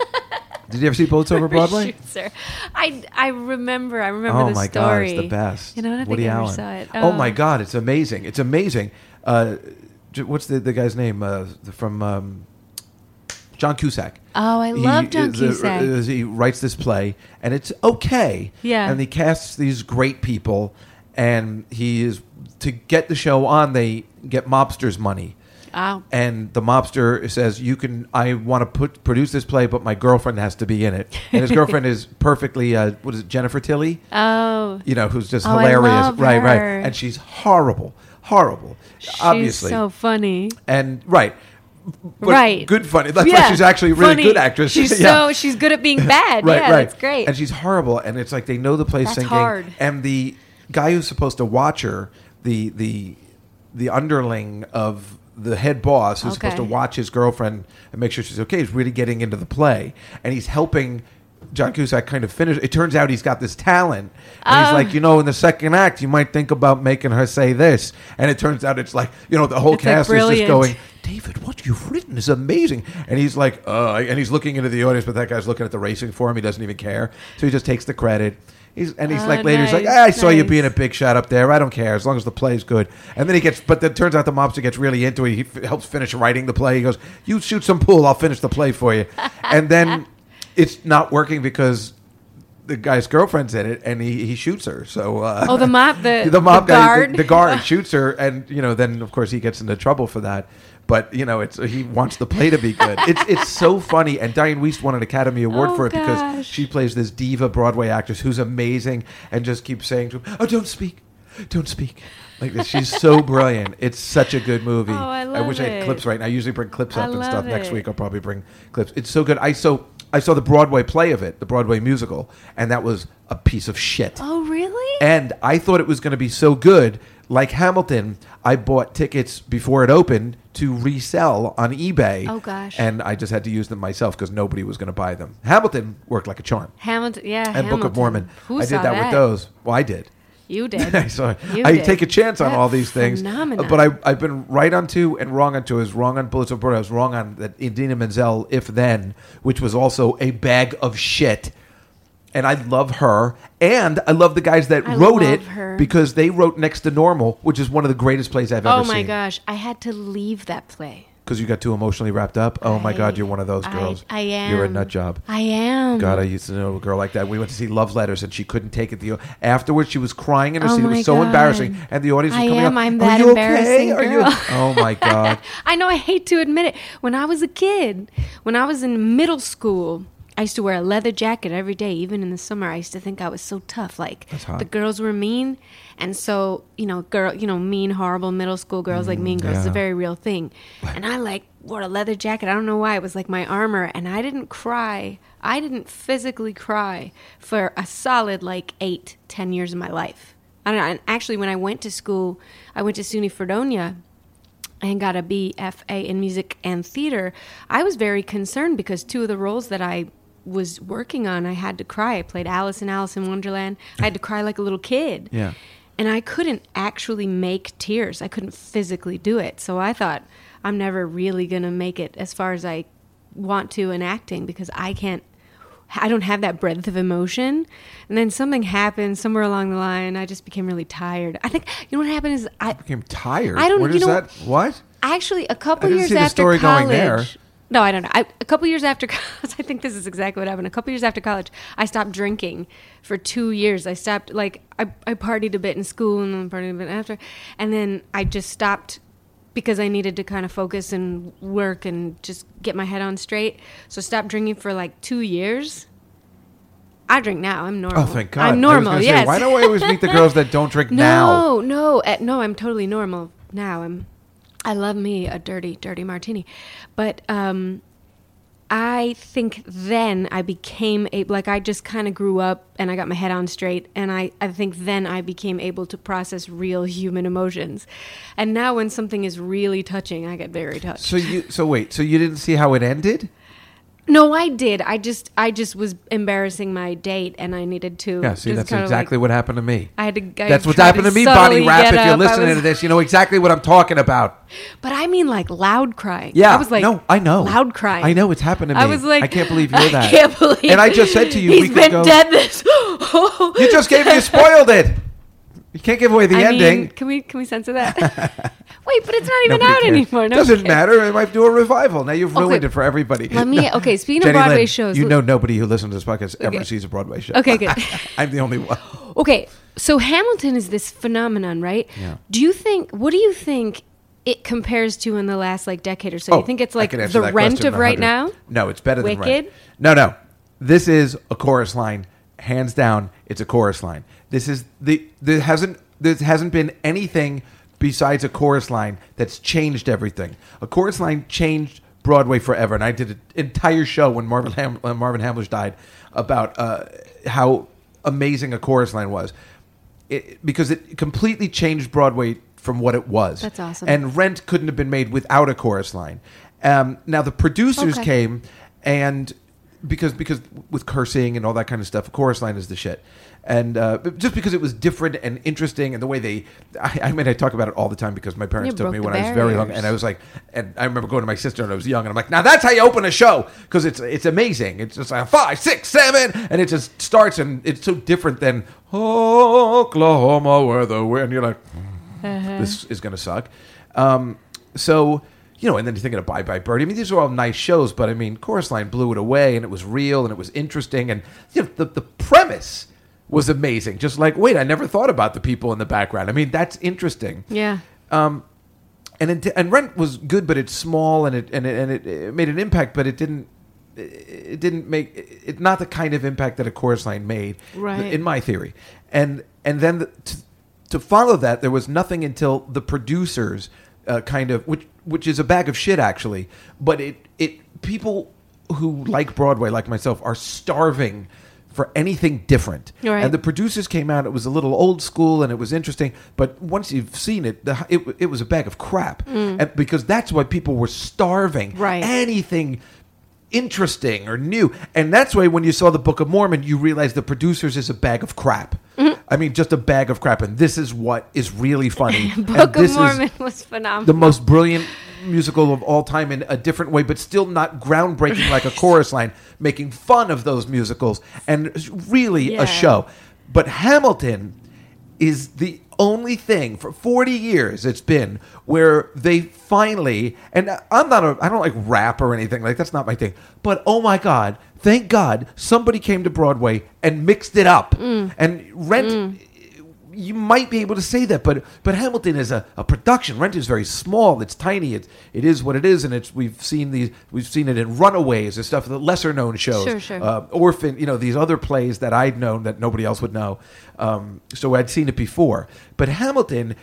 C: did you ever see Bullets Over Broadway?
D: Shoot, sir. I I remember. I remember
C: Oh
D: the
C: my god,
D: story.
C: it's the best.
D: You know, I don't
C: Woody
D: think I
C: Allen.
D: ever saw it.
C: Oh. my god, it's amazing. It's amazing. Uh, j- what's the, the guy's name uh, from um, John Cusack?
D: Oh, I love John
C: is the-
D: Cusack.
C: is- he writes this play, and it's okay.
D: Yeah.
C: and he casts these great people, and he is to get the show on. They get mobsters' money.
D: Oh.
C: And the mobster says, "You can. I want to put produce this play, but my girlfriend has to be in it." And his girlfriend is perfectly. Uh, what is it, Jennifer Tilly?
D: Oh.
C: you know, who's just
D: Oh, I
C: hilarious.
D: love
C: right, right.
D: her.
C: And she's horrible, horrible, obviously.
D: She's so funny.
C: and right. But
D: Right.
C: Good funny. That's why
D: Yeah,
C: she's actually a really
D: funny.
C: good actress.
D: She's
C: Yeah.
D: so she's good at being bad.
C: right,
D: yeah,
C: right.
D: that's great.
C: And she's horrible. And it's like they know the place
D: That's
C: sinking.
D: hard.
C: And the guy who's supposed to watch her, the the the underling of the head boss who's supposed to
D: Okay.
C: watch his girlfriend and make sure she's okay, is really getting into the play. And he's helping John Cusack kind of finished. It turns out he's got this talent, and he's
D: Oh.
C: like, you know, in the second act, you might think about making her say this, and it turns out it's like, you know, the whole
D: It's, like,
C: cast is just
D: brilliant.
C: going, David, what you've written is amazing, and he's like, uh, and he's looking into the audience, but that guy's looking at the racing for him. He doesn't even care, so he just takes the credit. He's, and he's
D: Oh,
C: like later, he's like,
D: nice,
C: "Ah, I saw you
D: nice.
C: being a big shot up there. I don't care as long as the play's good. And then he gets, but it turns out the mobster gets really into it. He f- helps finish writing the play. He goes, "You shoot some pool, I'll finish the play for you." and then it's not working because the guy's girlfriend's in it, and he, he shoots her. So uh,
D: Oh, the mob- the- the
C: guy,
D: guard?
C: the, the guard shoots her, and you know, then of course he gets into trouble for that. But you know, it's he wants the play to be good. It's it's so funny, and Diane Weist won an Academy Award
D: Oh,
C: for it because
D: gosh.
C: she plays this diva Broadway actress who's amazing and just keeps saying to him, "Oh, don't speak, don't speak." Like this, she's so brilliant. It's such a good movie.
D: Oh, I
C: I wish
D: love
C: I had
D: it.
C: clips right now. I usually bring clips
D: I
C: up and
D: love
C: stuff. Next
D: it.
C: week I'll probably bring clips. It's so good. I so I saw the Broadway play of it, the Broadway musical, and that was a piece of shit.
D: Oh, really?
C: And I thought it was going to be so good. Like Hamilton, I bought tickets before it opened to resell on eBay.
D: Oh, gosh.
C: And I just had to use them myself because nobody was going to buy them. Hamilton worked like a charm.
D: Hamilton, yeah.
C: And Book of
D: Hamilton.
C: Mormon.
D: Who
C: I did
D: saw
C: that, with those. Well, I did.
D: You did.
C: I saw.
D: You
C: I
D: did.
C: take a chance on
D: That
C: all these things.
D: phenomenon.
C: But I, I've been right on two and wrong on two. I was wrong on Bullets of Bird. I was wrong on that Idina Menzel, If Then, which was also a bag of shit. And I love her. And I love the guys that
D: I
C: wrote
D: love
C: it
D: her.
C: because they wrote Next to Normal, which is one of the greatest plays I've ever
D: oh
C: seen.
D: my gosh, I had to leave that play.
C: Because you got too emotionally wrapped up. Oh my God,
D: I-
C: you're one of those
D: I-
C: girls.
D: I, am.
C: You're a nut job.
D: I am.
C: God, I used to know a girl like that. We went to see Love Letters, and she couldn't take it. The afterwards, she was crying in her
D: Oh
C: seat. It
D: my
C: was so
D: God.
C: embarrassing, and the audience was
D: I
C: coming
D: am.
C: up.
D: I'm
C: "Are
D: that
C: you okay?
D: embarrassing
C: Are you?
D: girl."
C: Oh my God!
D: I know I hate to admit it. When I was a kid, when I was in middle school, I used to wear a leather jacket every day, even in the summer. I used to think I was so tough. Like
C: hot.
D: the girls were mean, and so you know, girl, you know, mean, horrible middle school girls like mean girls is
C: yeah.
D: a very real thing. And I like wore a leather jacket. I don't know why it was like my armor, and I didn't cry. I didn't physically cry for a solid like eight, ten years of my life. I don't know. And actually, when I went to school, I went to SUNY Fredonia and got a BFA in music and theater, I was very concerned because two of the roles that I was working on, I had to cry. I played Alice in Alice in Wonderland. I had to cry like a little kid.
C: Yeah.
D: And I couldn't actually make tears. I couldn't physically do it. So I thought, I'm never really going to make it as far as I want to in acting because I can't I don't have that breadth of emotion. And then something happened somewhere along the line. I just became really tired. I think you know what happened is I
C: I'm tired.
D: I don't-
C: Where
D: you
C: does
D: know-
C: that? What?
D: Actually, a
C: I
D: couple
C: didn't
D: years
C: see the
D: after
C: story going
D: college.
C: there.
D: No, I don't know. I, a couple years after college, I think this is exactly what happened. A couple years after college, I stopped drinking for two years. I stopped like I, I partied a bit in school and then partied a bit after, and then I just stopped because I needed to kind of focus and work and just get my head on straight. So I stopped drinking for like two years. I drink now. I'm normal.
C: Oh, thank God!
D: I'm
C: I was
D: normal.
C: gonna say,
D: yes.
C: why do I always meet the girls that don't drink now?
D: No, no, uh, no. I'm totally normal now. I'm. I love me a dirty, dirty martini, but um, I think then I became a like I just kind of grew up and I got my head on straight, and I I think then I became able to process real human emotions, and now when something is really touching, I get very touched.
C: So you. So wait. So you didn't see how it ended?
D: No, I did. I just I just was embarrassing my date, and I needed to.
C: Yeah. See,
D: just
C: that's
D: kinda, like-
C: exactly what happened to me.
D: I had to. I
C: that's what
D: tried
C: happened to me,
D: subtly
C: Bonnie Rap.
D: get
C: If you're
D: up. I
C: listening
D: was-
C: to this, you know exactly what I'm talking about.
D: But I mean, like loud crying.
C: Yeah,
D: I was like,
C: no, I know,
D: loud crying.
C: I know it's happened to me.
D: I was like,
C: I can't believe you're
D: I
C: that.
D: can't believe.
C: And I just said to you,
D: he's
C: we could
D: been
C: go-
D: dead this. you
C: You just gave me you spoiled it. You can't give away the
D: I
C: ending.
D: Mean, can we can we censor that? Wait, but it's not even
C: Nobody
D: out
C: cares.
D: anymore. No, I'm
C: Doesn't
D: kidding.
C: matter. I might do a revival. Now you've ruined
D: Okay.
C: it for everybody.
D: Let me. Okay, speaking
C: Jenny
D: of Broadway
C: Lynn,
D: shows,
C: You
D: l-
C: know nobody who listens to this podcast ever
D: Okay.
C: sees a Broadway show.
D: Okay, good.
C: I'm the only one.
D: Okay, so Hamilton is this phenomenon, right?
C: Yeah.
D: Do you think? What do you think it compares to in the last like decade or so?
C: Oh,
D: you think it's
C: I
D: like
C: can answer
D: the
C: that
D: rent
C: question
D: of
C: 100.
D: right now?
C: No, it's better than rent.
D: Wicked?
C: No, no. This is a chorus line, hands down. It's a chorus line. This is the there hasn't there hasn't been anything besides a chorus line that's changed everything. A chorus line changed Broadway forever, and I did an entire show when Marvin Ham, uh, Marvin Hamlish died about uh, how amazing a chorus line was. It, because it completely changed Broadway from what it was.
D: That's awesome.
C: And Rent couldn't have been made without a chorus line. Um, now the producers
D: Okay.
C: came and because because with cursing and all that kind of stuff, chorus line is the shit. And uh, but just because it was different and interesting, and the way they, I, I mean, I talk about it all the time because my parents
D: You
C: took me when
D: broke the
C: I was very young,
D: barriers.
C: and I was like, and I remember going to my sister and I was young, and I'm like, now that's how you open a show because it's it's amazing. It's just like five, six, seven, and it just starts, and it's so different than Oklahoma where the wind. You're like,
D: Uh-huh.
C: this is going to suck. Um, so, you know, and then you're thinking of Bye Bye Birdie. I mean, these are all nice shows, but I mean, Chorus Line blew it away, and it was real, and it was interesting, and you know, the the premise was amazing. Just like, wait, I never thought about the people in the background. I mean, that's interesting
D: Yeah.
C: and it, and rent was good, but it's small and it and it, and it, it made an impact, but it didn't it didn't make it not the kind of impact that a chorus line made
D: Right.
C: in my theory and and then the, to, to follow that there was nothing until the producers uh, kind of which which is a bag of shit actually but it it people who like broadway like myself are starving for anything different
D: Right.
C: and the producers came out. It was a little old school and it was interesting. But once you've seen it, the, it, it was a bag of crap And- because that's why people were starving.
D: Right.
C: Anything interesting or new. And that's why when you saw the Book of Mormon, you realized the producers is a bag of crap.
D: Mm-hmm.
C: I mean, just a bag of crap. And this is what is really funny. And
D: Book
C: this is-
D: of Mormon was
C: the
D: phenomenal.
C: most brilliant musical of all time in a different way, but still not groundbreaking like a chorus line, making fun of those musicals and it's really
D: Yeah.
C: a show. But Hamilton is the only thing for 40 years it's been where they finally and I'm not a I don't like rap or anything like that's not my thing but oh my god thank god somebody came to Broadway and mixed it up and rent you might be able to say that, but but Hamilton is a, a production. Rent is very small. It's tiny. It's it is what it is, and it's we've seen these we've seen it in Runaways and stuff, the lesser known shows,
D: Sure, sure.
C: Uh, Orphan, you know these other plays that I'd known that nobody else would know. Um, so I'd seen it before, but Hamilton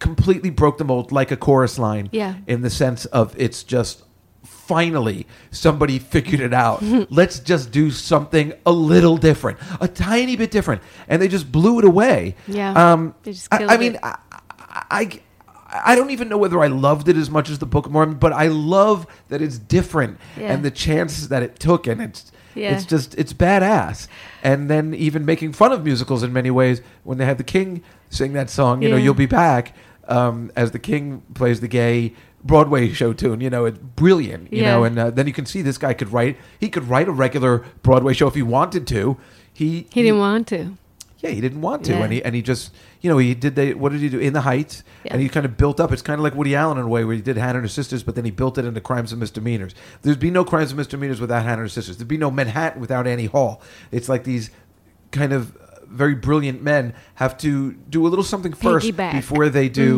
C: completely broke the mold like a chorus line,
D: Yeah.
C: in the sense of it's just finally somebody figured it out. Let's just do something a little different, a tiny bit different, and they just blew it away.
D: Yeah.
C: Um,
D: They just
C: I,
D: killed
C: I mean,
D: it.
C: I, I, I don't even know whether I loved it as much as the Book of Mormon, but I love that it's different
D: Yeah.
C: and the chances that it took, and it's
D: Yeah.
C: it's just it's badass. And then even making fun of musicals in many ways when they had the King sing that song, you know,
D: Yeah.
C: you'll be back um, as the King plays the gay. Broadway show tune, you know, it's brilliant, you
D: Yeah.
C: know, and uh, then you can see this guy could write. He could write a regular Broadway show if he wanted to. He
D: He didn't want to.
C: yeah, he didn't want to,
D: Yeah.
C: and he and he just you know he did the what did he do in the Heights,
D: Yeah.
C: and he kind of built up. It's kind of like Woody Allen in a way, where he did Hannah and her sisters, but then he built it into Crimes and Misdemeanors. There'd be no Crimes and Misdemeanors without Hannah and her sisters. There'd be no Manhattan without Annie Hall. It's like these kind of uh, very brilliant men have to do a little something first
D: Piggyback. Mm-hmm.
C: before they do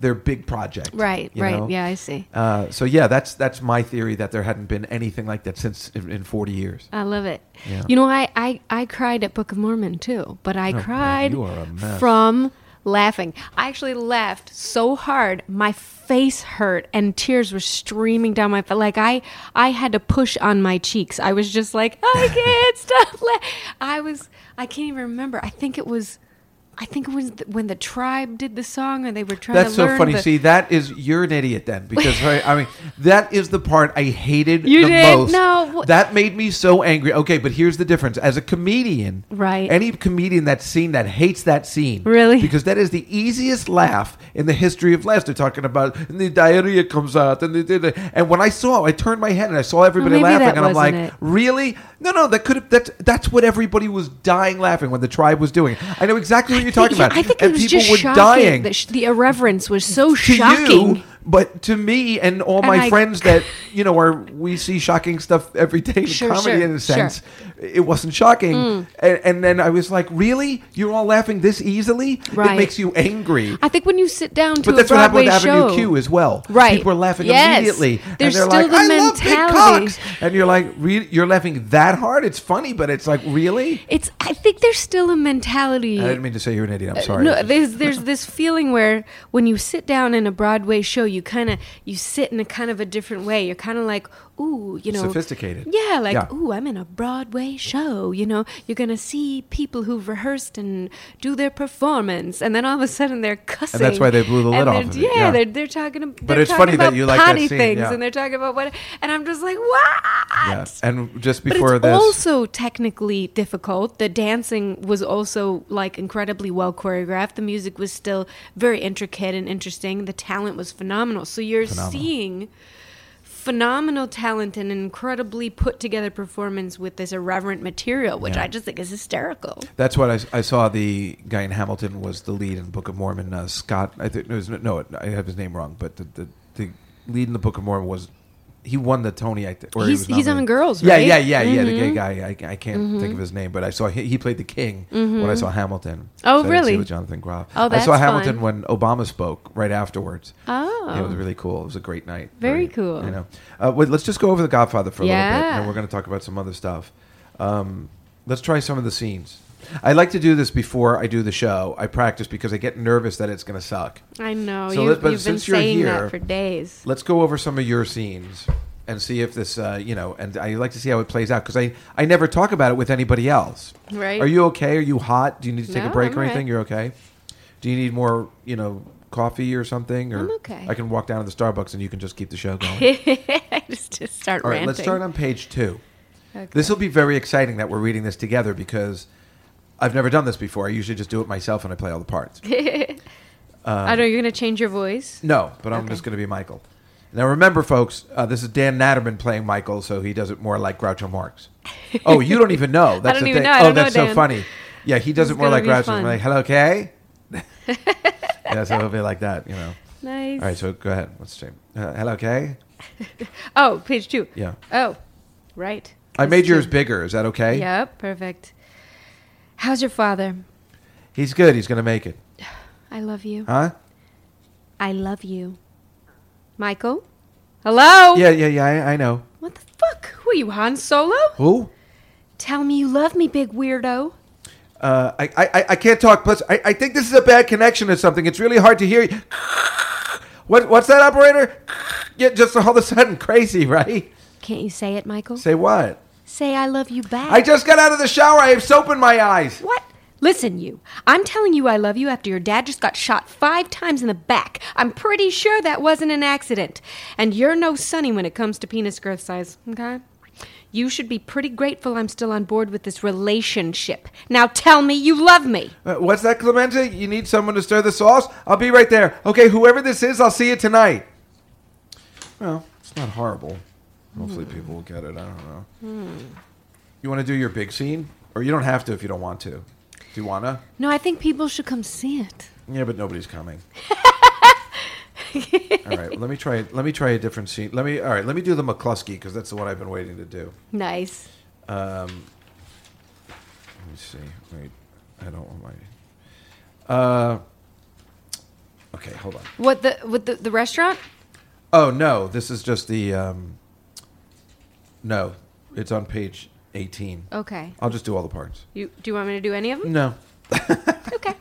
C: their big project.
D: Right,
C: you
D: right.
C: know?
D: Yeah, I see.
C: Uh, so yeah, that's that's my theory that there hadn't been anything like that since in, in forty years.
D: I love it.
C: Yeah. Oh,
D: You know, I, I, I cried at Book of Mormon too, but I
C: God,
D: cried
C: you are a mess.
D: from laughing. I actually laughed so hard, my face hurt and tears were streaming down my face. Like I, I had to push on my cheeks. I was just like, "Oh, I can't stop laughing. I was, I can't even remember. I think it was, I think it was th- when the tribe did the song and they were trying
C: That's
D: to
C: so
D: learn
C: funny.
D: the-
C: See, that is you're an idiot then because I, I mean that is the part I hated
D: You
C: the
D: did?
C: most.
D: No, wh-
C: that made me so angry. Okay, but here's the difference: as a comedian,
D: Right.
C: Any comedian that's seen that hates that scene,
D: Really?
C: because that is the easiest laugh in the history of laughs. They're talking about and the diarrhea comes out, and the, the, the- and when I saw, I turned my head and I saw everybody
D: maybe
C: laughing,
D: that
C: and I'm like,
D: wasn't it.
C: really? No, no, that could have that's that's what everybody was dying laughing when the tribe was doing. it. I know exactly what you're talking
D: Yeah,
C: about.
D: I think
C: and
D: it was
C: people
D: just
C: were
D: shocking.
C: dying
D: The, sh- the irreverence was so
C: to
D: shocking.
C: you, but to me and all my
D: And I-
C: friends that you know are we see shocking stuff every day in
D: Sure,
C: comedy
D: sure,
C: in a
D: sure. Mm.
C: sense. It wasn't shocking, and, and then I was like, "Really? You're all laughing this easily?
D: Right.
C: It makes you angry."
D: I think when you sit down to
C: but that's
D: a
C: what happened
D: Broadway
C: with Avenue
D: show,
C: Q as well.
D: Right.
C: people are laughing
D: Yes.
C: immediately,
D: There's
C: and
D: still
C: they're like,
D: the
C: "I love big
D: mentality.
C: cocks," and you're like, "Re- "You're laughing that hard? It's funny, but it's like really."
D: It's. I think there's still a mentality.
C: I didn't mean to say you're an idiot. I'm sorry.
D: Uh, No, there's there's this feeling where when you sit down in a Broadway show, you kind of you sit in a kind of a different way. You're kind of like, ooh, you know,
C: Sophisticated.
D: Yeah, like
C: Yeah.
D: ooh, I'm in a Broadway show. You know, you're gonna see people who've rehearsed and do their performance, and then all of a sudden they're cussing.
C: why they blew the lid
D: and
C: off
D: they're-
C: of it,
D: Yeah,
C: yeah.
D: they're they're talking. ab- They're
C: But it's
D: talking
C: funny that
D: about
C: you like that
D: potty
C: scene,
D: things,
C: yeah.
D: and they're talking about what, and I'm just like, what?
C: Yeah. And just
D: But
C: before
D: it's
C: this,
D: also technically difficult. The dancing was also like incredibly well choreographed. The music was still very intricate and interesting. The talent was phenomenal. So you're
C: Phenomenal.
D: seeing phenomenal talent and incredibly put together performance with this irreverent material, which
C: Yeah.
D: I just think is hysterical.
C: That's what I, s- I saw. The guy in Hamilton was the lead in Book of Mormon. Uh, Scott, I think it was no, I have his name wrong, but the, the the lead in the Book of Mormon was he won the Tony. I think. or he
D: He's-
C: was
D: he's on
C: nominated.
D: Girls,
C: Yeah,
D: right? Mm-hmm.
C: yeah, yeah, yeah. The gay guy. I, I can't think of his name, but I saw he, he played the king when I saw Hamilton. So I
D: Oh,
C: didn't see
D: really?
C: With Jonathan Groff.
D: Oh,
C: I saw
D: that's
C: Hamilton
D: fun.
C: when Obama spoke right afterwards.
D: Oh.
C: Yeah, it was really cool. It was a great night.
D: Very cool.
C: I know. Uh, wait, let's just go over the Godfather for a little bit,
D: Yeah.
C: and then we're going to talk about some other stuff. Um, let's try some of the scenes. I like to do this before I do the show. I practice because I get nervous that it's going to suck.
D: I know.
C: So
D: you,
C: let- but
D: you've been
C: since you're
D: saying
C: here-
D: that for days.
C: Let's go over some of your scenes and see if this, uh, you know, and I like to see how it plays out because I, I never talk about it with anybody else.
D: Right.
C: Are you okay? Are you hot? Do you need to take a
D: No,
C: break
D: I'm
C: or
D: all
C: anything?
D: right.
C: You're okay? Do you need more, you know, coffee or something? Or
D: I'm okay.
C: I can walk down to the Starbucks and you can just keep the show going.
D: I just, just start
C: All right,
D: ranting.
C: let's start on page two.
D: Okay.
C: This will be very exciting that we're reading this together because I've never done this before. I usually just do it myself and I play all the parts.
D: I know you're going to change your voice.
C: No, but I'm
D: Okay.
C: just going to be Michael. Now, remember, folks, uh, this is Dan Natterman playing Michael, so he does it more like Groucho Marx. Oh, you don't even know. That's
D: don't
C: the
D: even
C: thing.
D: know. I
C: oh,
D: don't know,
C: that's so
D: Dan.
C: funny. Yeah, he does
D: This
C: it
D: is
C: more
D: gonna
C: like
D: be
C: Groucho.
D: fun.
C: Like, hello, Kay? yeah, so it'll be like that, you know.
D: Nice.
C: All right, so go ahead. Let's stream. Uh, hello, Kay?
D: Oh, page two.
C: Yeah.
D: Oh, right.
C: I
D: This
C: made
D: is
C: yours
D: two.
C: bigger. Is that okay?
D: Yep, perfect. How's your father?
C: He's good. He's going to make it.
D: I love you.
C: Huh?
D: I love you. Michael? Hello?
C: Yeah, yeah, yeah. I, I know.
D: What the fuck? Who are you, Han Solo?
C: Who?
D: Tell me you love me, big weirdo.
C: Uh, I, I, I- I can't talk. Plus, I, I think this is a bad connection or something. It's really hard to hear you. What, what's that, operator? Yeah, just all of a sudden, crazy, right?
D: Can't you say it, Michael?
C: Say what?
D: Say I love you back.
C: I just got out of the shower. I have soap in my eyes.
D: What? Listen, you. I'm telling you I love you after your dad just got shot five times in the back. I'm pretty sure that wasn't an accident. And you're no sunny when it comes to penis growth size, okay? You should be pretty grateful I'm still on board with this relationship. Now tell me you love me.
C: Uh, What's that, Clemente? You need someone to stir the sauce? I'll be right there. Okay, whoever this is, I'll see you tonight. Well, it's not horrible. Hopefully, people will get it. I don't know. You want to do your big scene? Or you don't have to if you don't want to. Do you want to?
D: No, I think people should come see it.
C: Yeah, but nobody's coming. all right, let me try. Let me try a different scene. Let me. All right, let me do the McCluskey because that's the one I've been waiting to do.
D: Nice.
C: Let me see. Wait, I don't want my. Uh, okay, hold on.
D: What the with the, the restaurant?
C: Oh no, this is just the. Um, no, it's on page eighteen.
D: Okay.
C: I'll just do all the parts.
D: You do you want me to do any of them?
C: No.
D: Okay.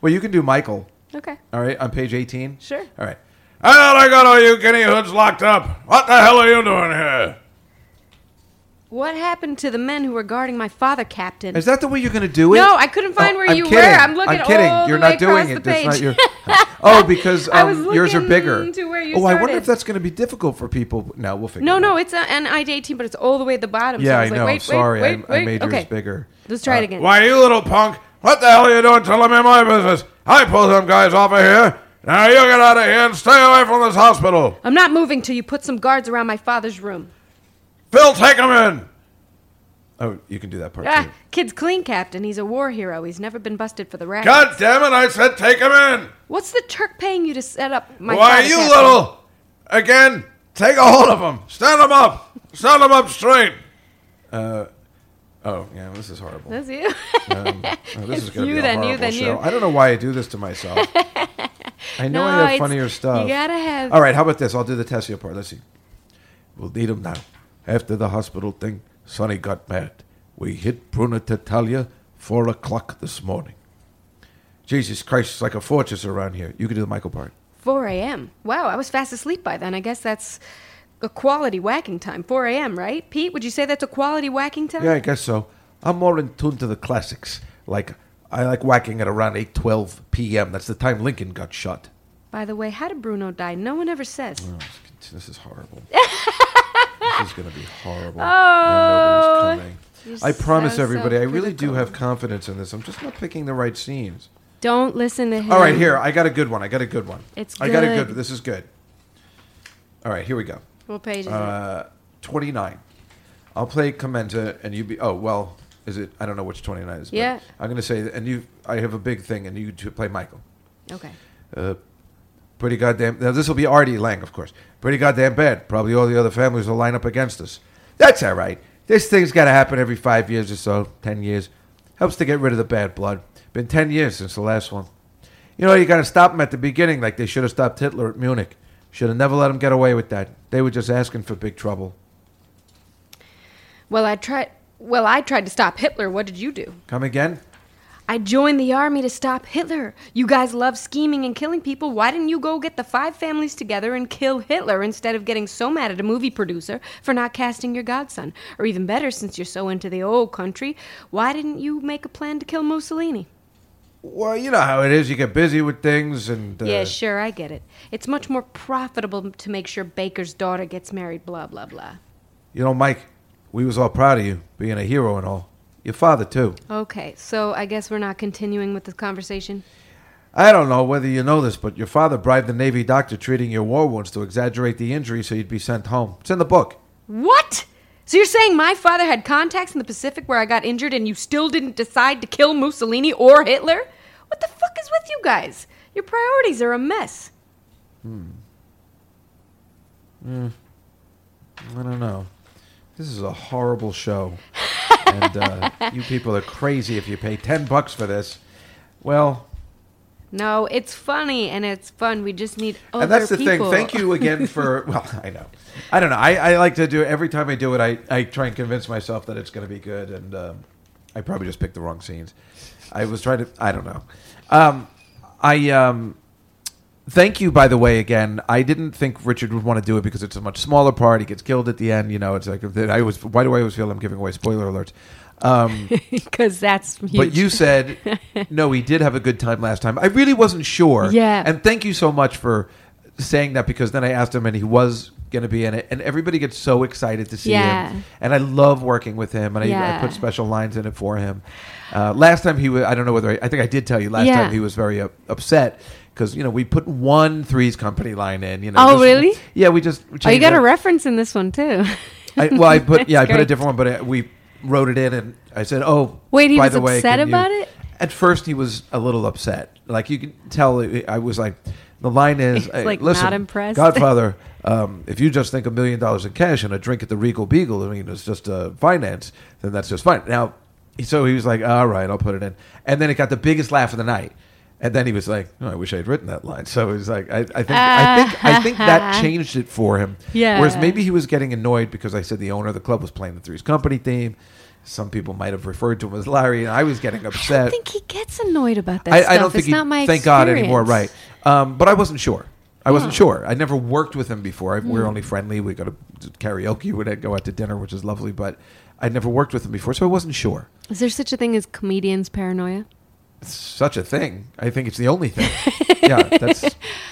C: Well, you can do Michael.
D: Okay.
C: All right, on page eighteen.
D: Sure.
C: All right.
G: Well, I got all you guinea hoods locked up. What the hell are you doing here?
D: What happened to the men who were guarding my father, Captain?
C: Is that the way you're going to do it? Oh,
D: No, I couldn't find where
C: I'm
D: you
C: kidding.
D: were. I'm looking
C: kidding.
D: all the
C: you're
D: way
C: not doing
D: across
C: it.
D: the
C: That's not
D: page.
C: your. Oh, because um,
D: I was
C: yours are
D: looking
C: bigger.
D: to where you
C: oh, I wonder if
D: started.
C: that's going to be difficult for people. No, we'll figure.
D: No,
C: it
D: no,
C: out.
D: it's a, an ID 18, but it's all the way at the bottom. so
C: yeah,
D: I
C: I
D: was
C: know.
D: Like, wait,
C: I'm sorry.
D: Wait, wait,
C: I, I
D: wait.
C: made yours
D: okay.
C: bigger. Uh,
D: Let's try it again.
G: Why, you little punk? What the hell are you doing telling me my business? I pulled them guys off of here. Now you get out of here and stay away from this hospital.
D: I'm not moving till you put some guards around my father's room.
G: Phil, take them in.
C: Oh, you can do that part
D: Ah,
C: too.
D: kid's clean, Captain. He's a war hero. He's never been busted for the racket.
G: God damn it, I said take them in.
D: What's the Turk paying you to set up my
G: Why,
D: father,
G: you
D: Captain?
G: little. Again, take a hold of them. Stand them up. Stand them up straight.
C: Uh, Oh, yeah, this is horrible.
D: That's you.
C: Oh, this is
D: It's
C: going to
D: you
C: be a
D: then, you
C: horrible
D: then, you.
C: show. I don't know why I do this to myself. I know
D: No,
C: I have
D: it's-
C: funnier stuff.
D: you gotta have-
C: All right, how about this? I'll do the Tessio part. Let's see. We'll need him now. After the hospital thing, Sonny got mad. We hit Bruna Tatalia four o'clock this morning. Jesus Christ, it's like a fortress around here. You can do the Michael part.
D: 4 a.m. Wow, I was fast asleep by then. I guess that's a quality whacking time, 4 a.m., right? Pete, would you say that's a quality whacking time?
C: Yeah, I guess so. I'm more in tune to the classics. Like, I like whacking at around 8, 12 p.m. That's the time Lincoln got shot.
D: By the way, how did Bruno die? No one ever says.
C: This is horrible. this is going to be horrible. I know what's coming.
D: You're
C: I promise
D: so, so
C: everybody, I really do
D: critical.
C: have confidence in this. I'm just not picking the right scenes.
D: Don't listen to him.
C: All right, here. I got a good one. I got a good one.
D: It's
C: I got a
D: good.
C: good This is good. All right, here we go.
D: What page is
C: Uh, 29. I'll play Commenta and you be. Oh, well, is it? I don't know which 29 is. but
D: Yeah.
C: I'm going to say, and you. I have a big thing, and you two play Michael.
D: it? Okay.
C: Uh, pretty goddamn. Now this will be Artie Lang, of course. Pretty goddamn bad. Probably all the other families will line up against us. That's all right. This thing's got to happen every five years or so, ten years. Helps to get rid of the bad blood. Been ten years since the last one. You know, you got to stop them at the beginning, like they should have stopped Hitler at Munich. Should have never let him get away with that. They were just asking for big trouble.
D: Well, I tried. Well, I tried to stop Hitler. What did you do?
C: Come again?
D: I joined the army to stop Hitler. You guys love scheming and killing people. Why didn't you go get the five families together and kill Hitler instead of getting so mad at a movie producer for not casting your godson? Or even better, since you're so into the old country, why didn't you make a plan to kill Mussolini?
C: Well, you know how it is. You get busy with things, and uh,
D: yeah, sure, I get it. It's much more profitable to make sure Baker's daughter gets married, blah, blah, blah.
C: you know, Mike, we was all proud of you being a hero and all. Your father too.
D: Okay, so I guess we're not continuing with the conversation.
C: I don't know whether you know this, but your father bribed the Navy doctor treating your war wounds to exaggerate the injury so you'd be sent home. It's in the book.
D: What? So you're saying my father had contacts in the Pacific where I got injured and you still didn't decide to kill Mussolini or Hitler? What the fuck is with you guys? Your priorities are a mess.
C: I don't know. This is a horrible show. and uh, you people are crazy if you pay 10 bucks for this. Well,
D: No, it's funny and it's fun. We just need other
C: and that's the
D: people.
C: thing. Thank you again for. Well, I know. I don't know. I, I like to do every time I do it. I, I try and convince myself that it's going to be good, and um, I probably just picked the wrong scenes. I was trying to. I don't know. Um, I um, thank you by the way again. I didn't think Richard would want to do it because it's a much smaller part. He gets killed at the end. You know, it's like I always. Why do I always feel I'm giving away spoiler alerts? Um,
D: Because that's huge.
C: but you said no, he did have a good time last time. I really wasn't sure.
D: Yeah.
C: And thank you so much for saying that because then I asked him and he was going to be in it, and everybody gets so excited to see
D: Yeah.
C: him. And I love working with him, and I,
D: Yeah.
C: I put special lines in it for him. Uh, last time he was, I don't know whether I, I think I did tell you last
D: Yeah.
C: time he was very up, upset. Because you know we put one Threes Company line in, you know.
D: Oh,
C: just-
D: really?
C: Yeah, we just.
D: Oh, you
C: changed
D: got a
C: it.
D: reference in this one, too.
C: I, well, I put yeah, I put a
D: great.
C: different one, but I, we wrote it in, and I said, "Oh,
D: Wait, he
C: by
D: was
C: the way,
D: upset
C: can you-
D: about it?
C: At first, he was a little upset. Like you can tell, I was like, the line is,
D: He's,
C: hey,
D: like,
C: listen,
D: not impressed."
C: Godfather. Um, if you just think a million dollars in cash and a drink at the Regal Beagle, I mean, it's just uh, finance, then that's just fine." Now, so he was like, "All right, I'll put it in," and then it got the biggest laugh of the night. And then he was like, oh, "I wish I had written that line." So he was like, "I, I think, I think, I think that changed it for him."
D: Yeah.
C: Whereas maybe Maybe he was getting annoyed because I said the owner of the club was playing the Three's Company theme. Some people might have referred to him as Larry, and I was getting
D: I
C: upset.
D: don't think he gets annoyed about that
C: Uh, I,
D: stuff.
C: I don't
D: it's
C: think he,
D: not my
C: thank God
D: experience. Oh.
C: anymore, right? Um, but I wasn't sure. I wasn't sure. I never worked with him before. I,
D: Hmm.
C: We're only friendly. We go to karaoke. We go out to dinner, which is lovely. But I'd never worked with him before, so I wasn't sure.
D: Is there such a thing as comedians' paranoia?
C: such a thing. I think it's the only thing. yeah, that's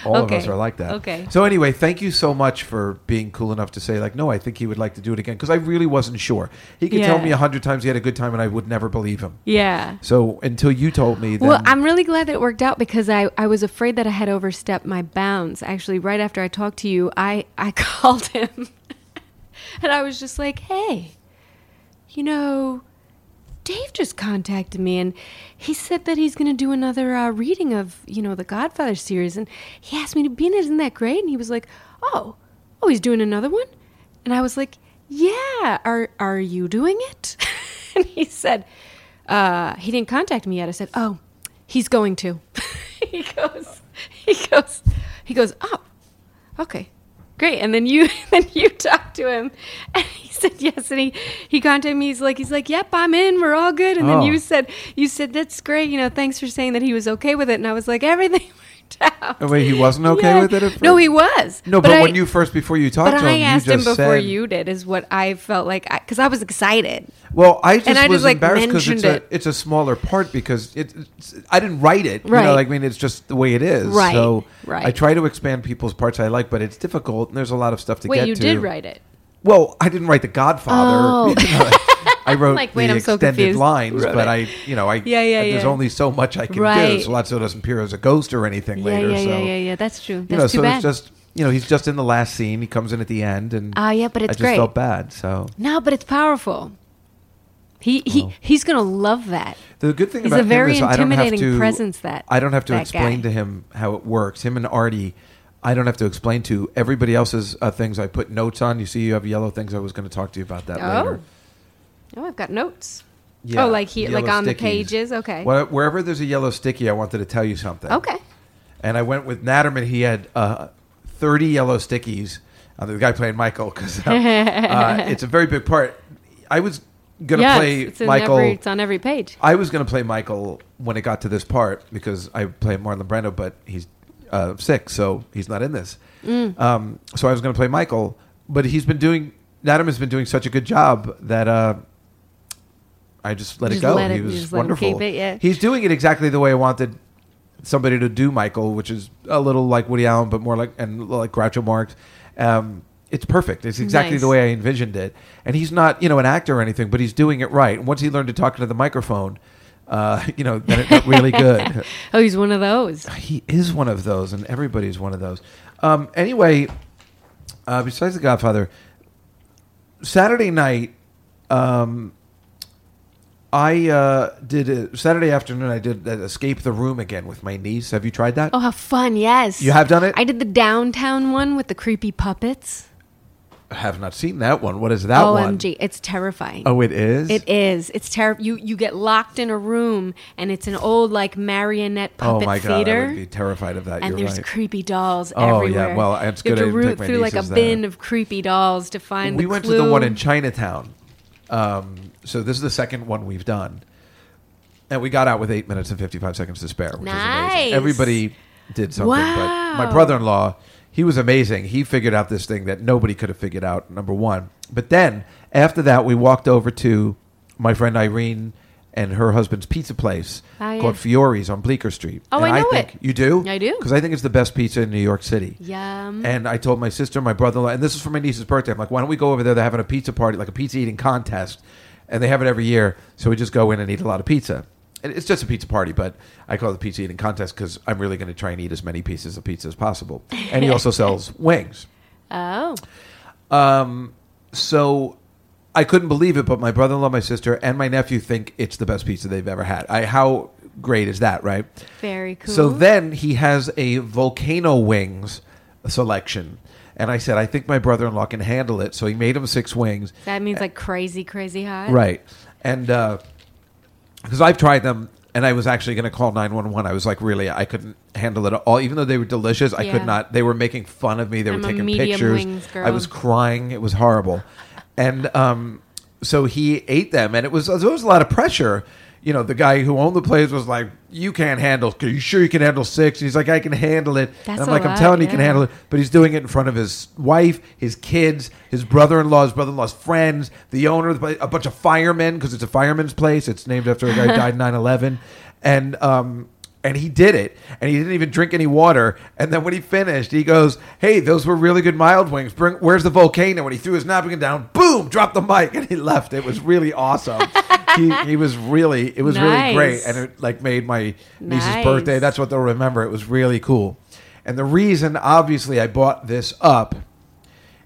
C: all of us
D: Okay.
C: are like that.
D: Okay.
C: So anyway, thank you so much for being cool enough to say like, no, I think he would like to do it again because I really wasn't sure. He could tell
D: Yeah.
C: me a hundred times he had a good time and I would never believe him.
D: Yeah.
C: So until you told me, then,
D: Well, I'm really glad that it worked out because I, I was afraid that I had overstepped my bounds. Actually, right after I talked to you, I, I called him and I was just like, hey, you know, Dave just contacted me and he said that he's going to do another uh, reading of, you know, the Godfather series. And he asked me to be in it. Isn't that great? And he was like, oh, oh, he's doing another one? And I was like, yeah, are, are you doing it? and he said, uh, he didn't contact me yet. I said, oh, he's going to. he goes, he goes, he goes, oh, okay great and then you then you talked to him and he said yes and he he contacted me he's like he's like yep i'm in we're all good
C: Oh.
D: and then you said you said that's great you know thanks for saying that he was okay with it and i was like everything freaked out.
C: Wait, he wasn't okay
D: Yeah.
C: with it? at
D: No,
C: first?
D: he was.
C: No, but,
D: I-
C: when you first, before you talked
D: But
C: to him,
D: I
C: you
D: asked him
C: just
D: before
C: said-
D: you did, is what I felt like, because I, was excited.
C: Well, I just
D: I just,
C: was
D: like,
C: embarrassed because it's
D: mentioned
C: a
D: it.
C: it's a smaller part because it it's, I didn't write it. You
D: Right.
C: know, like, I mean, it's just the way it is.
D: Right,
C: So
D: right.
C: I try to expand people's parts I like, but it's difficult, and there's a lot of stuff to
D: Wait,
C: get
D: you
C: to.
D: did write it.
C: Well, I didn't write the Godfather. I wrote
D: Like, wait,
C: the
D: Oh. I'm so
C: extended
D: confused.
C: lines,
D: Wrote
C: but I,
D: it.
C: you know, I
D: Yeah, yeah,
C: There's
D: yeah.
C: only so much I can do.
D: Right.
C: So Lazzo doesn't appear as a ghost or anything
D: Yeah,
C: later.
D: yeah,
C: so
D: yeah, yeah, yeah. That's true. That's
C: you know,
D: too
C: so
D: bad.
C: it's just you know he's just in the last scene. He comes in at the end, and
D: Ah, yeah, but
C: I
D: it's
C: just
D: great.
C: felt bad. So
D: no, but it's powerful. He he
C: Oh.
D: he's gonna love that.
C: The good thing
D: He's
C: about
D: a very
C: him is I don't have
D: intimidating
C: to-
D: presence, that-
C: I don't have to
D: that
C: explain
D: guy.
C: to him how it works. Him and Artie, I don't have to explain to everybody else's uh, things. I put notes on. You see, you have yellow things. I was going to talk to you about that
D: Oh.
C: later.
D: Oh, I've got notes.
C: Yeah,
D: oh, like here, like
C: yellow
D: on the
C: stickies.
D: pages. Okay.
C: Where- wherever there's a yellow sticky, I wanted to tell you something.
D: Okay.
C: And I went with Natterman. He had uh, 30 yellow stickies. Uh, the guy playing Michael, because uh, uh, it's a very big part. I was going to
D: Yes,
C: play
D: it's in
C: Michael.
D: Every, it's on every page.
C: I was going to play Michael when it got to this part because I play Marlon Brando, but he's uh, sick, so he's not in this.
D: Mm.
C: Um, so I was going to play Michael, but he's been doing. Adam has been doing such a good job that uh, I just let
D: Just
C: it go.
D: let
C: he
D: it-
C: was
D: just let him
C: wonderful.
D: keep it, yeah.
C: He's doing it exactly the way I wanted somebody to do Michael, which is a little like Woody Allen, but more like and like Groucho Marx. Um, it's perfect. It's exactly
D: Nice.
C: the way I envisioned it. And he's not, you know, an actor or anything, but he's doing it right. And once he learned to talk to the microphone, uh, you know, then it got really good.
D: Oh, he's one of those.
C: he is one of those, and everybody's one of those. Um, anyway, uh, besides The Godfather, Saturday night, um, I uh, did a, Saturday afternoon. I did that Escape the Room again with my niece. Have you tried that?
D: Oh, how fun! Yes,
C: You have done it?
D: I did the downtown one with the creepy puppets.
C: I have not seen that one. What is that one?
D: Omg, it's terrifying.
C: Oh, it is.
D: It is. It's terrible. You you get locked in a room, and it's an old like marionette
C: Oh
D: puppet
C: my god,
D: theater.
C: I would be terrified of that.
D: and
C: You're
D: there's
C: right.
D: creepy dolls
C: Oh, yeah.
D: everywhere.
C: Well, it's
D: you
C: good I
D: have to
C: didn't take
D: root
C: my
D: through like a
C: nieces there.
D: bin of creepy dolls to find.
C: we
D: the
C: went
D: clue.
C: to the one in Chinatown. Um, so this is the second one we've done, and we got out with eight minutes and fifty-five seconds to spare, which is
D: Nice.
C: amazing. Everybody did something, but my
D: Wow.
C: brother-in-law, he was amazing. He figured out this thing that nobody could have figured out. Number one, but then after that, we walked over to my friend Irene and her husband's pizza place
D: Oh, yeah.
C: called Fiori's on Bleecker Street.
D: Oh,
C: and
D: I know
C: think,
D: it.
C: You do?
D: I do.
C: Because I think it's the best pizza in New York City.
D: Yum.
C: And I told my sister, my brother in law, and this is for my niece's birthday. I'm like, why don't we go over there? They're having a pizza party, like a pizza eating contest. And they have it every year. So we just go in and eat a lot of pizza. And it's just a pizza party, but I call it the pizza eating contest because I'm really going to try and eat as many pieces of pizza as possible. And he also sells wings.
D: oh,
C: So I couldn't believe it, but my brother in law, my sister, and my nephew think it's the best pizza they've ever had. I, how great is that, right?
D: very cool.
C: So then he has a volcano wings selection. And I said, I think my brother in law can handle it. So he made him six wings.
D: that means like crazy, crazy hot.
C: Eh. Right. And because I've tried them and I was actually going to call 911. I was like, really, I couldn't handle it at all. Even though they were delicious, I
D: Yeah.
C: could not. They were making fun of me. They
D: I'm
C: were
D: a
C: taking
D: medium
C: pictures.
D: wings girl.
C: I was crying. It was horrible. and um, so he ate them and it was, there was a lot of pressure. You know, the guy who owned the place was like, you can't handle, are you sure you can handle six? And he's like, I can handle it. and
D: That's
C: I'm
D: a
C: like, I'm
D: lot,
C: telling you, you can
D: yeah.
C: handle it but he's doing it in front of his wife, his kids, his brother-in-law, his brother-in-law's friends, the owner, a bunch of firemen because it's a fireman's place. It's named after a guy who died in 9/11, and um, and he did it, and he didn't even drink any water. And then when he finished, he goes, "Hey, those were really good mild wings. Bring, where's the volcano?" And he threw his napkin down, boom, dropped the mic, and he left. It was really awesome. he, he was really, it was really
D: Nice.
C: great, and it like made my niece's
D: Nice.
C: birthday. That's what they'll remember. It was really cool. And the reason, obviously, I bought this up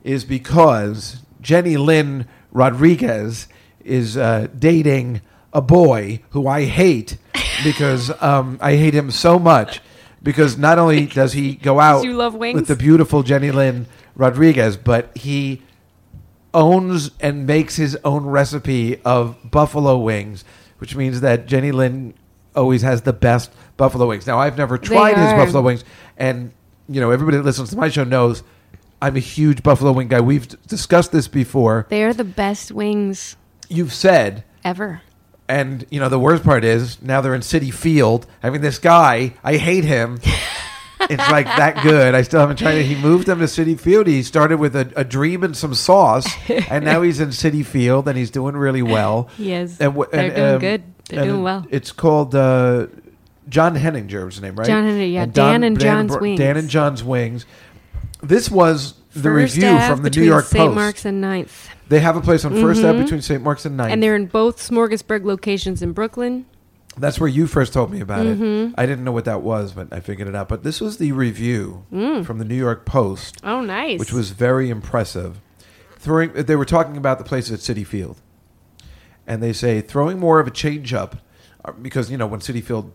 C: is because Jenny Lynn Rodriguez is uh, dating a boy who I hate because um, I hate him so much. Because not only does he go out
D: you love wings?
C: with the beautiful Jenny Lynn Rodriguez, but he owns and makes his own recipe of buffalo wings, which means that Jenny Lynn always has the best buffalo wings. Now, I've never tried his
D: are.
C: buffalo wings, and you know everybody that listens to my show knows I'm a huge buffalo wing guy. We've d- discussed this before.
D: They are the best wings
C: You've said.
D: ever.
C: And you know the worst part is now they're in City Field. I mean, this guy, I hate him. It's like that good. I still haven't tried it. He moved them to City Field. He started with a, a dream and some sauce, and now he's in City Field and he's doing really well.
D: He is.
C: And, wh-
D: They're
C: and,
D: doing
C: um,
D: good. They're
C: and
D: doing well.
C: It's called uh, John Henninger was the name, right?
D: John Henninger, yeah. Dan and John's
C: Br-
D: Wings.
C: Dan and John's Wings. This was the
D: First
C: review
D: Ave
C: from the New
D: between
C: York
D: St.
C: Post.
D: Mark's and Ninth,
C: They have a place on First Ave between St. Mark's and 9th.
D: and they're in both Smorgasburg locations in Brooklyn.
C: That's where you first told me about
D: Mm-hmm.
C: it. I didn't know what that was, but I figured it out. But this was the review
D: Mm.
C: from the New York Post,
D: Oh, nice.
C: which was very impressive. Throwing, they were talking about the places at City Field, and they say throwing more of a change up uh, because you know when City Field,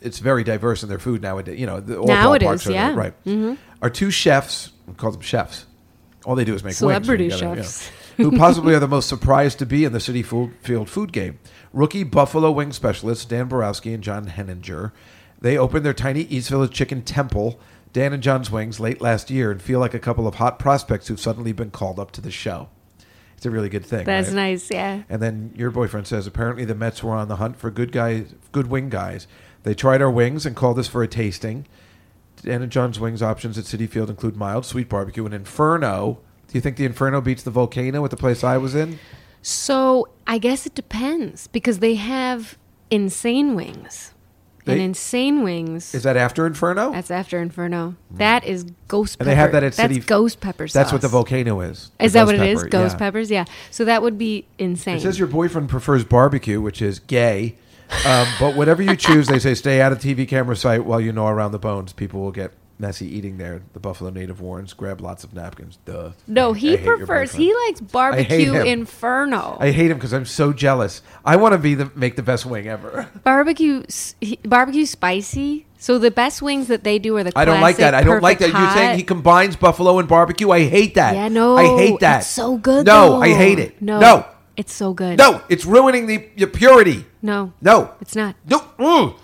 C: it's very diverse in their food nowadays. You know, the, all
D: Now it
C: ballparks
D: is,
C: are
D: yeah. Mm-hmm.
C: right. Are two chefs? We call them chefs. All they do is make
D: Celebrity
C: wings together, yeah
D: chefs.
C: who possibly are the most surprised to be in the City Fu- Field food game. Rookie Buffalo Wing specialists Dan Borowski and John Henninger. They opened their tiny East Village Chicken Temple, Dan and John's Wings, late last year and feel like a couple of hot prospects who've suddenly been called up to the show. It's a really good thing.
D: That's
C: right?
D: nice. Yeah.
C: And then your boyfriend says apparently the Mets were on the hunt for good guys, good wing guys. They tried our wings and called us for a tasting. Dan and John's wings options at City Field include mild, sweet barbecue, and Inferno. Do you think the Inferno beats the volcano at the place I was in?
D: So I guess it depends because they have insane wings, and
C: They-
D: insane wings.
C: Is that after Inferno?
D: That's after Inferno. That is ghost.
C: and
D: Pepper.
C: they have that at
D: That's
C: City.
D: ghost pepper sauce.
C: That's what the volcano is.
D: Is
C: The
D: that
C: ghost
D: what it is?
C: pepper,
D: Ghost
C: yeah.
D: peppers. Yeah. So that would be insane.
C: It says your boyfriend prefers barbecue, which is gay. Um, but whatever you choose, they say stay out of TV camera sight while you gnaw around the bones. People will get messy eating there. The Buffalo native warns grab lots of napkins. Duh.
D: no,
C: I- I
D: he
C: hate your
D: prefers.
C: boyfriend.
D: He likes barbecue
C: him.
D: Inferno.
C: I hate him because I'm so jealous. I want to be the make the best wing ever.
D: barbecue s- he- barbecue spicy. So the best wings that they do are the.
C: I don't like
D: classic
C: that. I don't like that.
D: perfect
C: You're saying
D: hot.
C: he combines buffalo and barbecue. I hate that.
D: Yeah, no.
C: I hate that.
D: It's so good.
C: No,
D: though.
C: I hate it.
D: No,
C: no,
D: it's so good.
C: no. It's ruining the your purity.
D: no,
C: No,
D: It's not.
C: no. Mm. Ooh.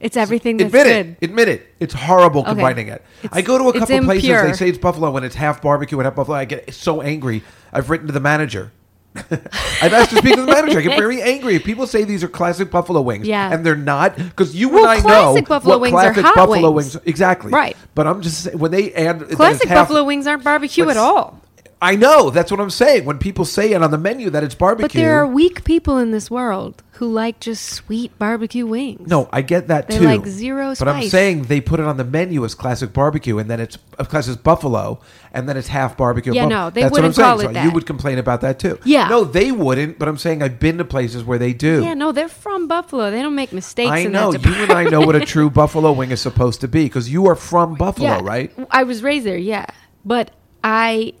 D: It's everything that's
C: Admit
D: good.
C: it. Admit it. It's horrible
D: Okay.
C: combining it. I
D: It's-
C: go to a
D: it's
C: couple places.
D: impure.
C: They say it's buffalo when it's half barbecue and half buffalo. I get so angry. I've written to the manager. I've asked to speak to the manager. I get very angry if people say these are classic buffalo wings.
D: Yeah.
C: and they're not because you
D: Well,
C: and I know
D: classic buffalo
C: what
D: wings are
C: classic
D: hot
C: buffalo
D: wings.
C: exactly
D: Right.
C: But I'm just saying, when they add that it's
D: Classic
C: half-
D: buffalo wings aren't barbecue
C: But
D: at
C: s-
D: all.
C: I know that's what I'm saying. When people say it on the menu that it's barbecue,
D: But there are weak people in this world who like just sweet barbecue wings.
C: No, I get that
D: They
C: too.
D: like zero
C: But I'm
D: spice.
C: saying they put it on the menu as classic barbecue, and then it's of course it's buffalo, and then it's half barbecue.
D: Yeah,
C: buff-
D: no, they
C: That's what I'm
D: wouldn't
C: saying.
D: call it
C: so You
D: that.
C: would complain about that too.
D: Yeah.
C: No, they wouldn't. But I'm saying I've been to places where they do.
D: Yeah, no, they're from Buffalo. They don't make mistakes.
C: I
D: in
C: know
D: That
C: you and I know what a true buffalo wing is supposed to be because you are from Buffalo,
D: department. yeah.
C: right?
D: I was raised there. Yeah, but I,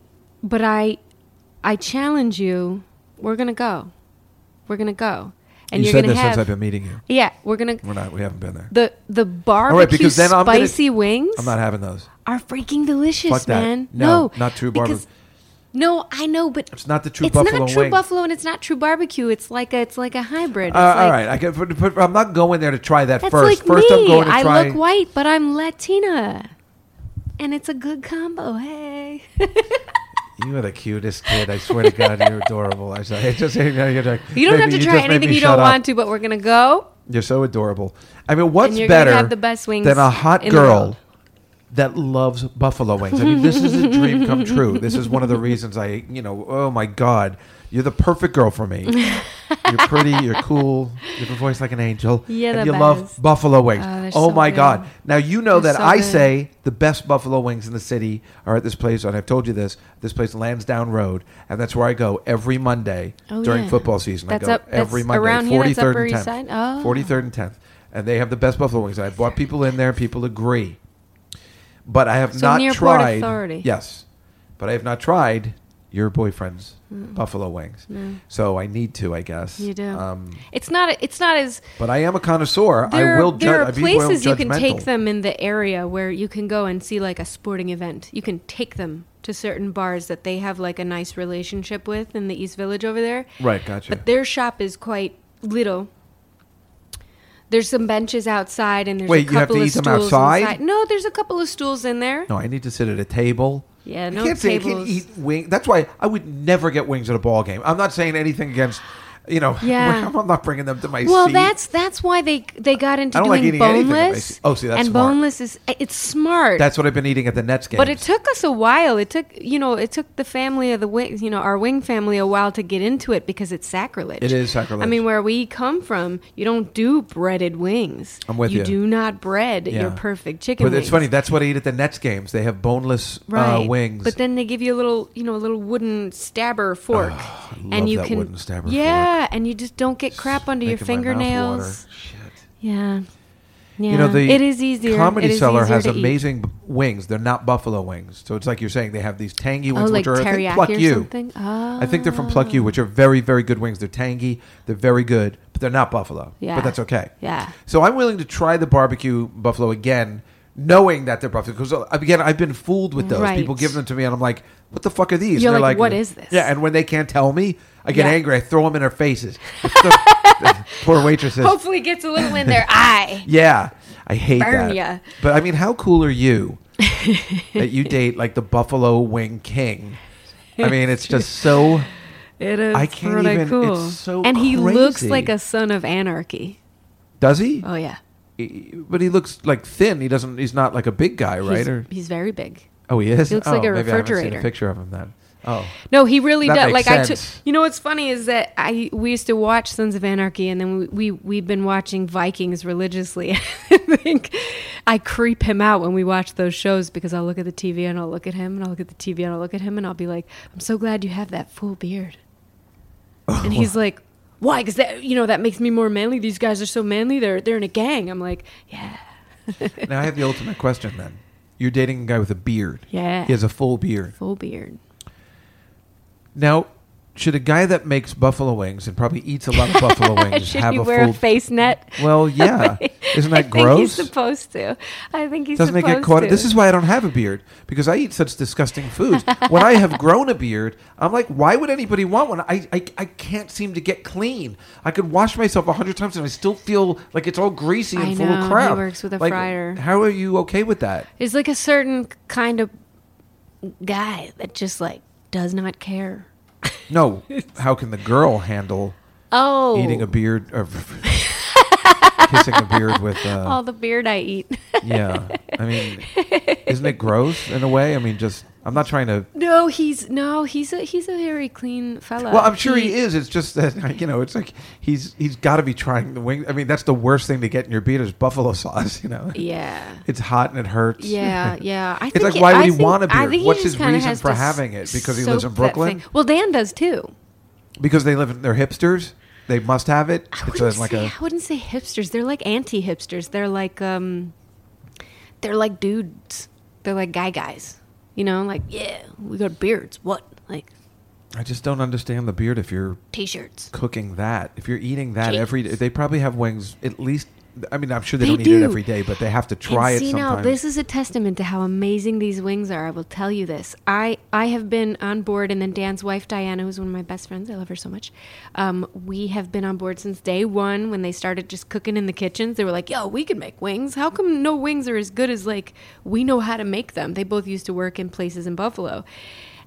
D: but I, I challenge you. We're gonna go. We're gonna go. And
C: you
D: are
C: said
D: gonna
C: this
D: have.
C: since I've been meeting you.
D: yeah, we're gonna
C: We're not. We haven't been there.
D: the the barbecue
C: because then I'm gonna-
D: spicy wings.
C: I'm not having those.
D: are freaking delicious,
C: Fuck that.
D: man.
C: No, not true
D: because-
C: barbecue.
D: No, I know, but
C: It's not the true
D: it's
C: buffalo
D: not true
C: wing.
D: buffalo, and it's not true barbecue. It's like a it's like a hybrid. It's
C: Uh,
D: like,
C: all right, I can, but, but I'm not going there to try that
D: That's
C: first.
D: like
C: first,
D: me.
C: I'm going to
D: I
C: try.
D: look white, but I'm Latina, and it's a good combo. Hey,
C: You are the cutest kid. I swear to God, you're adorable. I said, I just, you know, you're like,
D: you don't
C: maybe
D: have to try
C: just made
D: anything
C: me
D: you don't
C: shut up.
D: want to, but we're gonna go.
C: You're so adorable. I mean, what's
D: And you're gonna
C: better
D: have the best wings
C: than a hot
D: in the
C: girl
D: world.
C: that loves buffalo wings? I mean, this is a dream come true. This is one of the reasons I, you know, oh my God, you're the perfect girl for me. You're pretty. You're cool. You have a voice like an angel.
D: You're
C: and
D: the
C: you love
D: best.
C: buffalo wings.
D: Oh,
C: Oh,
D: they're so
C: my
D: good.
C: God! Now you know
D: They're
C: that
D: so
C: I
D: good.
C: say the best buffalo wings in the city are at this place, and I've told you this. This place, Lansdowne Road, and that's where I go every Monday
D: Oh,
C: during
D: yeah.
C: football season.
D: That's
C: I go
D: up- that's
C: every Monday,
D: around here, that's
C: 43rd
D: Upper
C: and
D: East
C: 10th.
D: Side? Oh.
C: 43rd and 10th, and they have the best buffalo wings. I brought people in there, and people agree. But I have
D: So
C: not
D: near Port
C: tried.
D: Authority.
C: Yes, but I have not tried your boyfriend's buffalo wings. So I need to, I guess.
D: Mm. You do.
C: Um,
D: It's not a, it's not as
C: but I am a connoisseur.
D: there,
C: I will
D: are-
C: judge.
D: there
C: I
D: are
C: be well
D: places you can
C: judgmental.
D: take them in the area where you can go and see like a sporting event. You can take them to certain bars that they have like a nice relationship with in the East Village over there.
C: Right, gotcha.
D: But their shop is quite little. There's some benches outside, and there's
C: Wait,
D: a
C: you have to
D: couple
C: eat them
D: of stools
C: outside?
D: inside. No, there's a couple of stools in there.
C: No, I need to sit at a table.
D: Yeah,
C: I
D: no
C: can't say I
D: tables.
C: can eat wings. That's why I would never get wings at a ball game. I'm not saying anything against You know,
D: Yeah.
C: I'm not bringing them to my
D: Well,
C: seat.
D: that's that's why they they got into
C: I don't like
D: doing
C: eating anything that I see.
D: boneless.
C: Oh, see, that's
D: and
C: smart.
D: boneless is it's smart.
C: that's what I've been eating at the Nets game.
D: but it took us a while. It took you know it took the family of the wings, you know, our wing family a while to get into it because it's sacrilege.
C: It is sacrilege.
D: I mean, where we come from, you don't do breaded wings.
C: I'm with you.
D: do not bread
C: Yeah.
D: your perfect chicken.
C: But it's
D: wings.
C: funny. That's what I eat at the Nets games. They have boneless
D: right?
C: uh, wings.
D: But then they give you a little, you know, a little wooden stabber fork,
C: love
D: and you
C: that
D: can
C: wooden stabber
D: yeah, and you just don't get crap under your
C: Making my mouth
D: fingernails.
C: water. Shit.
D: Yeah, yeah.
C: You know, the
D: it is easier.
C: Comedy
D: It is
C: Cellar
D: easier
C: has
D: to eat.
C: amazing b- wings. They're not buffalo wings, so it's like you're saying they have these tangy
D: Oh,
C: wings,
D: like
C: which are I think,
D: teriyaki
C: pluck
D: or
C: you.
D: something. Oh.
C: I think they're from Pluck You, which are very, very good wings. They're tangy, they're very good, but they're not buffalo.
D: Yeah.
C: But that's okay.
D: Yeah.
C: So I'm willing to try the barbecue buffalo again, knowing that they're buffalo. Because again, I've been fooled with those.
D: Right.
C: People give them to me, and I'm like, "What the fuck are these?" and
D: You're
C: they're
D: like, "What is this?"
C: Yeah. And when they can't tell me, I get
D: Yeah.
C: angry. I throw them in their faces. The- Poor waitresses.
D: Hopefully, it gets a little in their eye.
C: Yeah, I hate
D: Burn
C: that.
D: ya.
C: But I mean, how cool are you that you date like the Buffalo Wing King? I mean, it's just so.
D: It is
C: I can't
D: pretty
C: even- it's
D: cool.
C: so
D: and he looks
C: crazy.
D: like a son of anarchy.
C: Does he?
D: Oh yeah,
C: He- But he looks like thin. He doesn't. He's not like a big guy, right?
D: He's,
C: or
D: he's very big.
C: oh, he is.
D: he looks
C: oh,
D: like
C: maybe
D: a
C: I haven't seen a
D: refrigerator.
C: picture of him then. Oh,
D: No, he really
C: That
D: does.
C: makes
D: Like I, took.
C: sense.
D: you know, what's funny is that I we used to watch Sons of Anarchy, and then we, we we've been watching Vikings religiously. I think I creep him out when we watch those shows because I'll look at the TV and I'll look at him and I'll look at the TV and I'll look at him and I'll be like, "I'm so glad you have that full beard," and he's like. Why? Because that you know that makes me more manly. These guys are so manly. They're they're in a gang. I'm like, yeah,
C: now I have the ultimate question then. You're dating a guy with a beard.
D: Yeah.
C: He has a full beard.
D: full beard.
C: Now, should a guy that makes buffalo wings and probably eats a lot of buffalo wings
D: Should
C: have
D: he
C: a
D: wear
C: full
D: a face net?
C: Well, yeah. Isn't that
D: I Think
C: gross?
D: he's supposed to. I think he's
C: Doesn't it
D: supposed
C: get caught?
D: to.
C: This is why I don't have a beard because I eat such disgusting foods. when I have grown a beard, I'm like, why would anybody want one? I, I, I can't seem to get clean. I could wash myself a hundred times and I still feel like it's all greasy and
D: I
C: full
D: know.
C: of
D: He
C: crap.
D: works with a
C: Like,
D: fryer.
C: How are you okay with that?
D: There's like a certain kind of guy that just like does not care.
C: No. how can the girl handle
D: Oh,
C: eating a beard or kissing a beard with? Uh,
D: all the beard I eat.
C: yeah. I mean, isn't it gross in a way? I mean, just I'm not trying to.
D: no, he's no, he's a he's a very clean fella.
C: Well, I'm sure he, is. It's just that like, you know, it's like he's he's got to be trying the wing. I mean, that's the worst thing to get in your beat is buffalo sauce. You know,
D: Yeah.
C: it's hot and it hurts.
D: Yeah, yeah. I
C: It's like,
D: he-
C: why would
D: I
C: he
D: think-
C: want a
D: I
C: beard?
D: think he
C: What's
D: just
C: his
D: kinda
C: reason
D: has
C: for
D: to
C: having it? Because he lives in
D: soak that
C: Brooklyn?
D: thing- Well, Dan does too.
C: because they live in they're hipsters. They must have it.
D: I
C: It's
D: wouldn't,
C: a,
D: say,
C: like a
D: I wouldn't say hipsters. They're like anti-hipsters. They're like um, they're like dudes. They're like guy guys. You know, like yeah, we got beards. What like
C: I just don't understand the beard if you're
D: t-shirts?
C: cooking that. If you're eating that
D: Jeez.
C: every day, they probably have wings at least. I mean, I'm sure they,
D: They
C: don't eat it
D: do.
C: every day, but they have to try
D: and
C: it
D: see
C: sometimes.
D: now, this is a testament to how amazing these wings are. I will tell you this. I I have been on board, and then Dan's wife Diana, who's one of my best friends, I love her so much. Um, we have been on board since day one when they started just cooking in the kitchens. They were like, "Yo, we can make wings. How come no wings are as good as like we know how to make them?" They both used to work in places in Buffalo,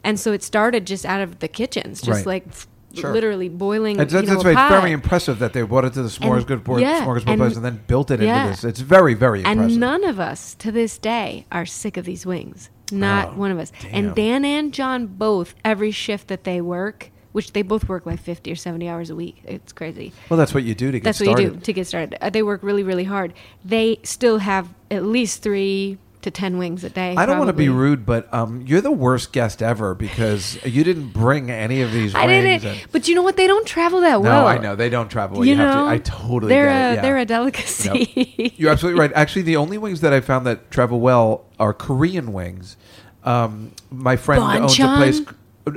D: and so it started just out of the kitchens, just
C: Right.
D: like. f-
C: Sure.
D: Literally boiling.
C: It's,
D: you know,
C: that's
D: a
C: very,
D: pot.
C: very impressive that they brought it to the
D: And-
C: smorgasbord, board,
D: yeah,
C: smorgasbord
D: and-
C: place and then built it
D: yeah.
C: into this. It's very, very impressive.
D: And none of us to this day are sick of these wings. Not
C: Oh,
D: one of us.
C: damn.
D: And Dan and John both, every shift that they work, which they both work like 50 or 70 hours a week. It's crazy.
C: well, that's what you do to get
D: That's
C: started.
D: what you do to get started. Uh, They work really, really hard. They still have at least three to 10 wings a day.
C: I don't want to be
D: probably.
C: rude, but um, you're the worst guest ever because you didn't bring any of these
D: I
C: rings.
D: didn't.
C: and-
D: But you know what? They don't travel that
C: no,
D: well.
C: I know they don't travel.
D: you
C: You, have
D: know,
C: to. I totally
D: they're
C: get
D: a,
C: it. Yeah.
D: They're a delicacy.
C: You're absolutely right. Actually, the only wings that I found that travel well are Korean wings. Um, my friend owns a
D: Bonchon?
C: place.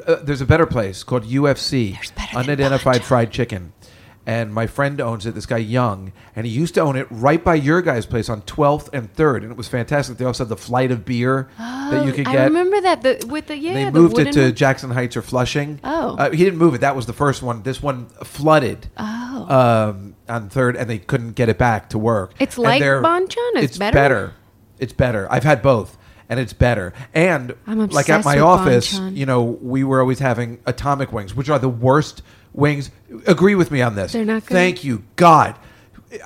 C: Uh, there's a better place called UFC,
D: better than
C: Unidentified
D: Bonchon.
C: Fried Chicken. And my friend owns it, this guy Young, and he used to own it right by your guy's place on 12th and 3rd, and it was fantastic. They also had the flight of beer that you could
D: Oh, I
C: get.
D: remember that the, with the yeah.
C: They
D: the
C: moved it
D: wooden
C: to
D: one.
C: Jackson Heights or Flushing.
D: Oh.
C: Uh, he didn't move it. That was the first one. This one flooded. Oh. Um, on third, and they couldn't get it back to work.
D: It's
C: And
D: like
C: they're-
D: Bonchon? It's better?
C: It's better. I've had both, and it's better. And
D: I'm
C: like at
D: obsessed
C: my
D: with
C: office,
D: Bonchon.
C: you know, we were always having atomic wings, which are the worst wings. Agree with me on this.
D: They're not good.
C: Thank you, God.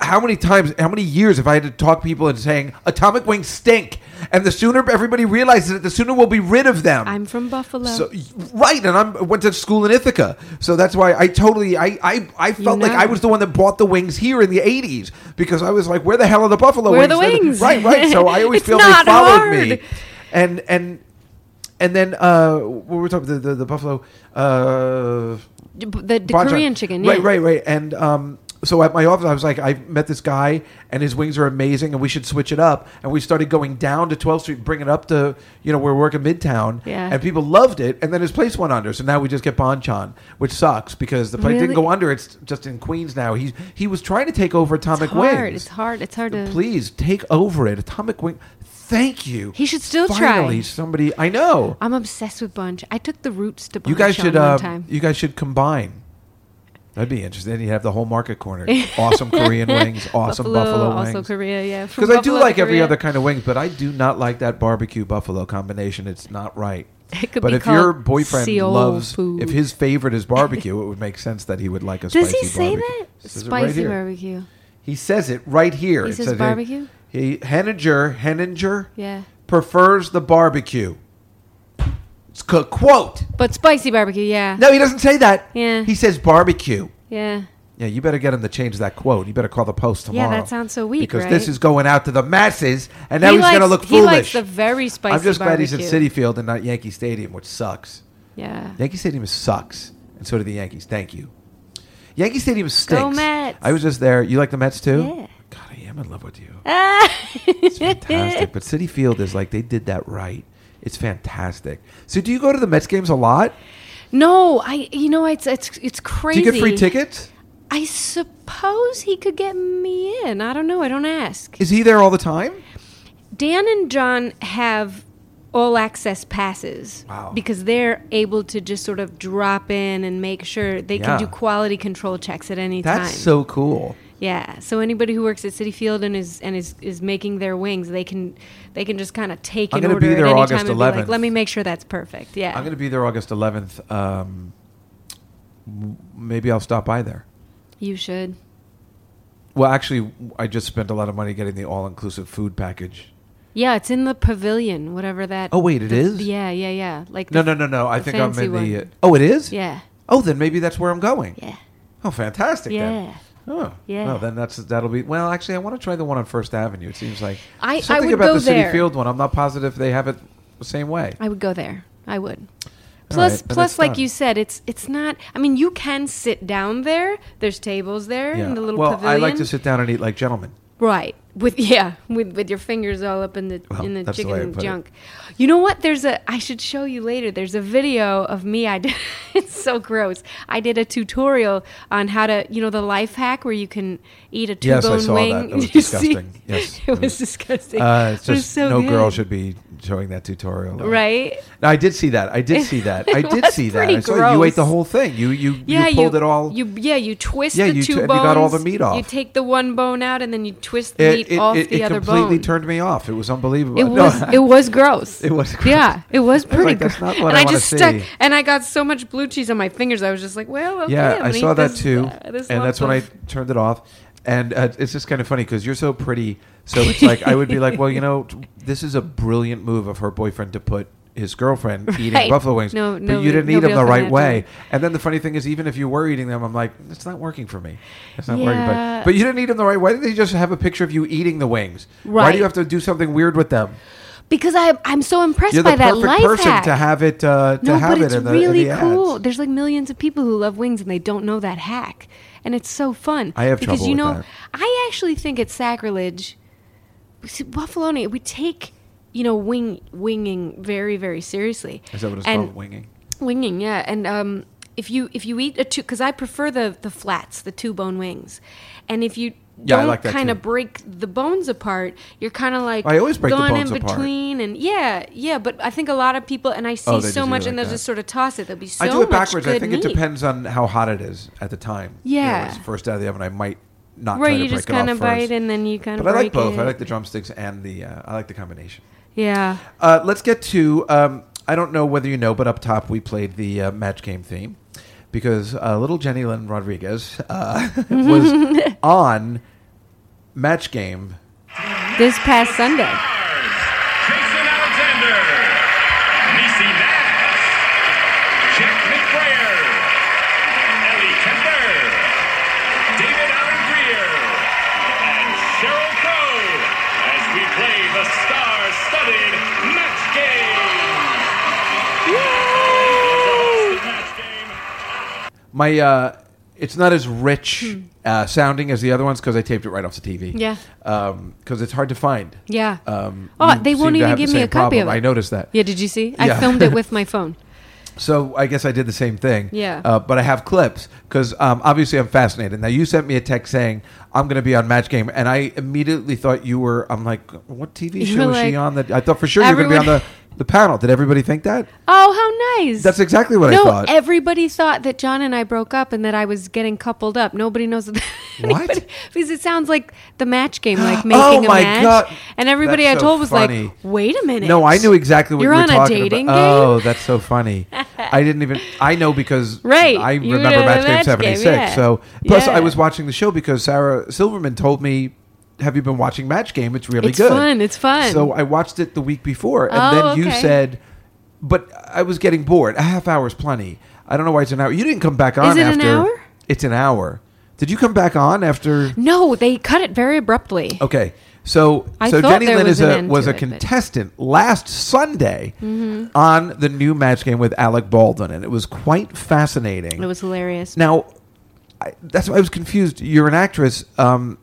C: How many times, how many years have I had to talk people into saying atomic wings stink? And the sooner everybody realizes it, the sooner we'll be rid of them.
D: I'm from Buffalo.
C: So right, and I went to school in Ithaca, so that's why I totally I I, I felt like
D: know.
C: I was the one that bought the wings here in the '80s because I was like, where the hell are the buffalo
D: Where
C: wings?
D: are the
C: They're-
D: wings?
C: Right, right. So I always
D: It's
C: feel they
D: not
C: followed me,
D: hard.
C: and and and then uh, what were we talking the the, the buffalo uh,
D: the, the
C: Bonchon.
D: Korean chicken, yeah.
C: Right, right, right. And um, so at my office, I was like, I met this guy, and his wings are amazing, and we should switch it up. And we started going down to 12th Street, bring it up to, you know, we're working Midtown.
D: Yeah.
C: And people loved it. And then his place went under. So now we just get Bonchon, which sucks because the place didn't
D: Really?
C: go under. It's just in Queens now. He, he was trying to take over
D: It's
C: Atomic
D: hard.
C: Wings.
D: It's hard. It's hard to.
C: Please take over it. Atomic Wing. Thank you.
D: He should still try.
C: Finally, somebody. I know.
D: I'm obsessed with bunch. I took the roots to bunch
C: You guys should.
D: one
C: Uh,
D: time.
C: you guys should combine. That'd be interesting. You'd have the whole market corner. Awesome Korean wings. Awesome buffalo,
D: also
C: wings.
D: Korea, yeah. From
C: Because I do
D: Buffalo to
C: like every
D: Korea.
C: other kind of wings, but I do not like that barbecue buffalo combination. It's not right.
D: It could
C: but
D: be
C: if your
D: called
C: boyfriend
D: Seoul
C: loves,
D: food.
C: if his favorite is barbecue, it would make sense that he would like a
D: Does
C: spicy
D: he say
C: barbecue.
D: that?
C: It says it right
D: Spicy
C: here.
D: barbecue.
C: He says it right here.
D: He
C: It
D: says
C: says it-
D: barbecue?
C: He Henninger Henninger
D: Yeah.
C: prefers the barbecue. It's a quote.
D: But spicy barbecue, yeah.
C: No, he doesn't say that.
D: Yeah.
C: He says barbecue.
D: Yeah.
C: Yeah, you better get him to change that quote. You better call the post
D: Yeah,
C: tomorrow.
D: that sounds so weak,
C: Because
D: right?
C: this is going out to the masses, and now he's
D: likes,
C: going to look
D: He likes
C: foolish.
D: the very spicy
C: I'm just glad he's
D: barbecue.
C: in City Field and not Yankee Stadium, which sucks.
D: Yeah.
C: Yankee Stadium sucks, and so do the Yankees. Thank you. Yankee Stadium stinks.
D: Mets.
C: I was just there. You like the Mets too?
D: Yeah.
C: God, I am in love with you.
D: it's
C: Fantastic. but City Field is like they did that right. It's fantastic. So, do you go to the Mets games a lot?
D: No, I. You know, it's it's it's
C: Do
D: crazy.
C: you get free tickets?
D: I suppose he could get me in. I don't know. I don't ask.
C: Is he there all the time?
D: Dan and John have all access passes
C: Wow.
D: because they're able to just sort of drop in and make sure they
C: Yeah.
D: can do quality control checks at any time.
C: That's so cool.
D: Yeah. So anybody who works at City Field and is and is, is making their wings, they can they can just kind of take
C: I'm
D: an
C: gonna
D: order
C: be there
D: at any
C: August
D: time and be like,
C: 11th.
D: let me make sure that's perfect. Yeah.
C: I'm going to be there August 11th. Um, m- maybe I'll stop by there.
D: you should.
C: Well, actually, I just spent a lot of money getting the all-inclusive food package.
D: Yeah, it's in the pavilion, whatever that.
C: Oh, wait, it
D: it is.
C: is?
D: Yeah, yeah, yeah. Like
C: No,
D: the-
C: no, no, no. I
D: the
C: think I'm
D: fancy
C: in the. Uh,
D: one.
C: oh, it is.
D: yeah,
C: Oh, then maybe that's where I'm going.
D: yeah,
C: Oh, fantastic. Then.
D: yeah.
C: Oh,
D: Yeah.
C: Well, then that's that'll be. Well, actually, I want to try the one on First Avenue. It seems like
D: I- I
C: something
D: would
C: about
D: go
C: the City
D: there.
C: Field one. I'm not positive they have it the same way.
D: I would go there. I would.
C: right,
D: Plus,
C: then it's
D: plus, like
C: done.
D: you said, it's it's not. I mean, you can sit down there. There's tables there in the little
C: well,
D: pavilion.
C: I like to sit down and eat like gentlemen.
D: Right. With yeah, with with your fingers all up in the
C: Well,
D: in the
C: that's the way I
D: chicken
C: put it.
D: junk. You know what? There's a I should show you later. There's a video of me I did it's so gross. I did a tutorial on how to, you know, the life hack where you can eat a two-bone
C: Yes, I saw that.
D: wing.
C: That was
D: You see?
C: disgusting. Yes,
D: It
C: it
D: was
C: was-
D: disgusting.
C: Uh, it's
D: It was
C: just
D: so
C: no girl
D: good.
C: should be showing that tutorial.
D: Right?
C: No, I did see that. I did see that. I
D: It
C: did
D: was
C: see that.
D: pretty
C: I saw you ate
D: gross.
C: the whole thing. You you
D: Yeah,
C: you pulled it all.
D: You yeah, you twist
C: Yeah,
D: the
C: you
D: two
C: t- and
D: bones.
C: you got all the meat
D: You
C: off.
D: take the one bone out and then you twist the
C: it
D: meat
C: it,
D: off
C: it,
D: the
C: it
D: other
C: completely
D: bone.
C: turned me off. It was unbelievable.
D: It
C: No.
D: was it was gross.
C: It was gross.
D: Yeah, it was
C: I was
D: pretty
C: like,
D: gross.
C: "That's not what
D: and
C: I
D: I,
C: wanna
D: just stuck
C: see."
D: and I got so much blue cheese on my fingers. I was just like, well, okay,
C: yeah,
D: I'm
C: I
D: gonna
C: saw
D: eat
C: that
D: this,
C: too,
D: uh, this
C: and
D: lump
C: that's when I
D: of-
C: turned it off. And uh, it's just kind of funny because you're so pretty, so it's like I would be like, well, you know, t- this is a brilliant move of her boyfriend to put his girlfriend eating
D: Right.
C: buffalo wings,
D: No-
C: but
D: nobody-
C: you didn't eat
D: nobody
C: them the
D: else
C: right
D: had to.
C: way. And then the funny thing is, even if you were eating them, I'm like, it's not working for me. It's not working.
D: Yeah.
C: But, but you didn't eat them the right. Why didn't they just have a picture of you eating the wings? Why do
D: Right.
C: you have to do something weird with them?
D: because I I'm so impressed
C: You're the
D: by that
C: perfect
D: life
C: person
D: hack.
C: to have it. Uh, to
D: no,
C: have
D: but
C: it
D: it's
C: in the, in
D: really
C: the ads.
D: cool. There's like millions of people who love wings and they don't know that hack, and it's so fun.
C: I have
D: because
C: trouble
D: you
C: with
D: know
C: that.
D: I actually think it's sacrilege. See, Buffaloni, we take you know wing winging very very seriously.
C: Is that what it's
D: And-
C: called? Winging.
D: Winging, yeah, and um, if you if you eat a two, because I prefer the the flats, the two bone wings, and if you
C: Yeah, I
D: don't
C: like that
D: kind
C: too.
D: of break the bones apart, you're kind of like
C: I always break the
D: gone
C: bones
D: in
C: apart.
D: between, and yeah, yeah. But I think a lot of people, and I see
C: Oh, they
D: so
C: just eat
D: much,
C: it
D: and
C: like
D: they'll
C: that.
D: just sort of toss it. There'll be so
C: I do it
D: much
C: backwards.
D: good
C: I think
D: meat.
C: it depends on how hot it is at the time. You know, when
D: Yeah.
C: it's first out of the oven, I might not
D: Where
C: try to
D: you
C: break
D: just
C: it off
D: kind of bite
C: first.
D: and then you kind of
C: But I like
D: break
C: both.
D: it.
C: I like the drumsticks and the. Uh, I like the combination.
D: yeah.
C: Uh, let's get to. Um, I don't know whether you know, but up top we played the uh, match game theme. because uh, little Jenny Lynn Rodriguez uh, was on Match Game.
D: This past Sunday.
A: Jason Alexander, Niecy Nash, Jack McBrayer, Ellie Kemper, David Allen Greer, and Cheryl Crow as we play the star-studded match game.
C: My uh, it's not as rich uh, sounding as the other ones because I taped it right off the TV.
D: Hmm. Yeah.
C: because it's hard to find.
D: Yeah.
C: Um,
D: oh,
C: you
D: they
C: seem
D: won't
C: to
D: even
C: have the
D: give me a
C: same
D: copy of
C: problem.
D: it.
C: I noticed that.
D: Yeah, did you see? I
C: Yeah.
D: filmed it with my phone.
C: So I guess I did the same thing.
D: Yeah.
C: Uh, but I have clips because um, obviously I'm fascinated. Now you sent me a text saying I'm going to be on Match Game, and I immediately thought you were. I'm like, what TV show
D: were
C: is
D: like,
C: she on? That I thought for sure you were going to be on
D: everyone-
C: the, the panel. Did everybody think that?
D: Oh, how nice.
C: That's exactly what I
D: no,
C: thought.
D: everybody thought that John and I broke up and that I was getting coupled up. Nobody knows that.
C: What? Oh
D: anybody- Because it sounds like the match game, like making a
C: my
D: match.
C: God.
D: And everybody
C: That's
D: I
C: so
D: told was
C: funny.
D: like, wait a minute.
C: No, I knew exactly what
D: You're
C: you were
D: on
C: talking
D: a dating
C: about.
D: game?
C: Oh, that's so funny. I didn't even. I know because
D: Right,
C: I
D: you
C: remember
D: know
C: Match
D: the
C: Game
D: Match Game,
C: '76.
D: yeah.
C: So plus,
D: Yeah.
C: I was watching the show because Sarah Silverman told me. Have you been watching Match Game? It's really
D: It's
C: good.
D: fun, it's fun.
C: So I watched it the week before, and
D: Oh,
C: then you
D: okay.
C: said, "But I was getting bored. A half hour's plenty. I don't know why it's an hour. You didn't come back on
D: it an
C: after.
D: hour?
C: It's an hour. Did you come back on after?
D: No, they cut it very abruptly.
C: Okay. So,
D: I
C: so
D: thought
C: Jenny
D: there
C: Lynn
D: was
C: is
D: an
C: a
D: end
C: was
D: to
C: a
D: it, but- Mm-hmm.
C: contestant last Sunday on the new match game with Alec Baldwin, and it was quite fascinating.
D: It was hilarious.
C: now, I, that's why I was confused. You're an actress. Um,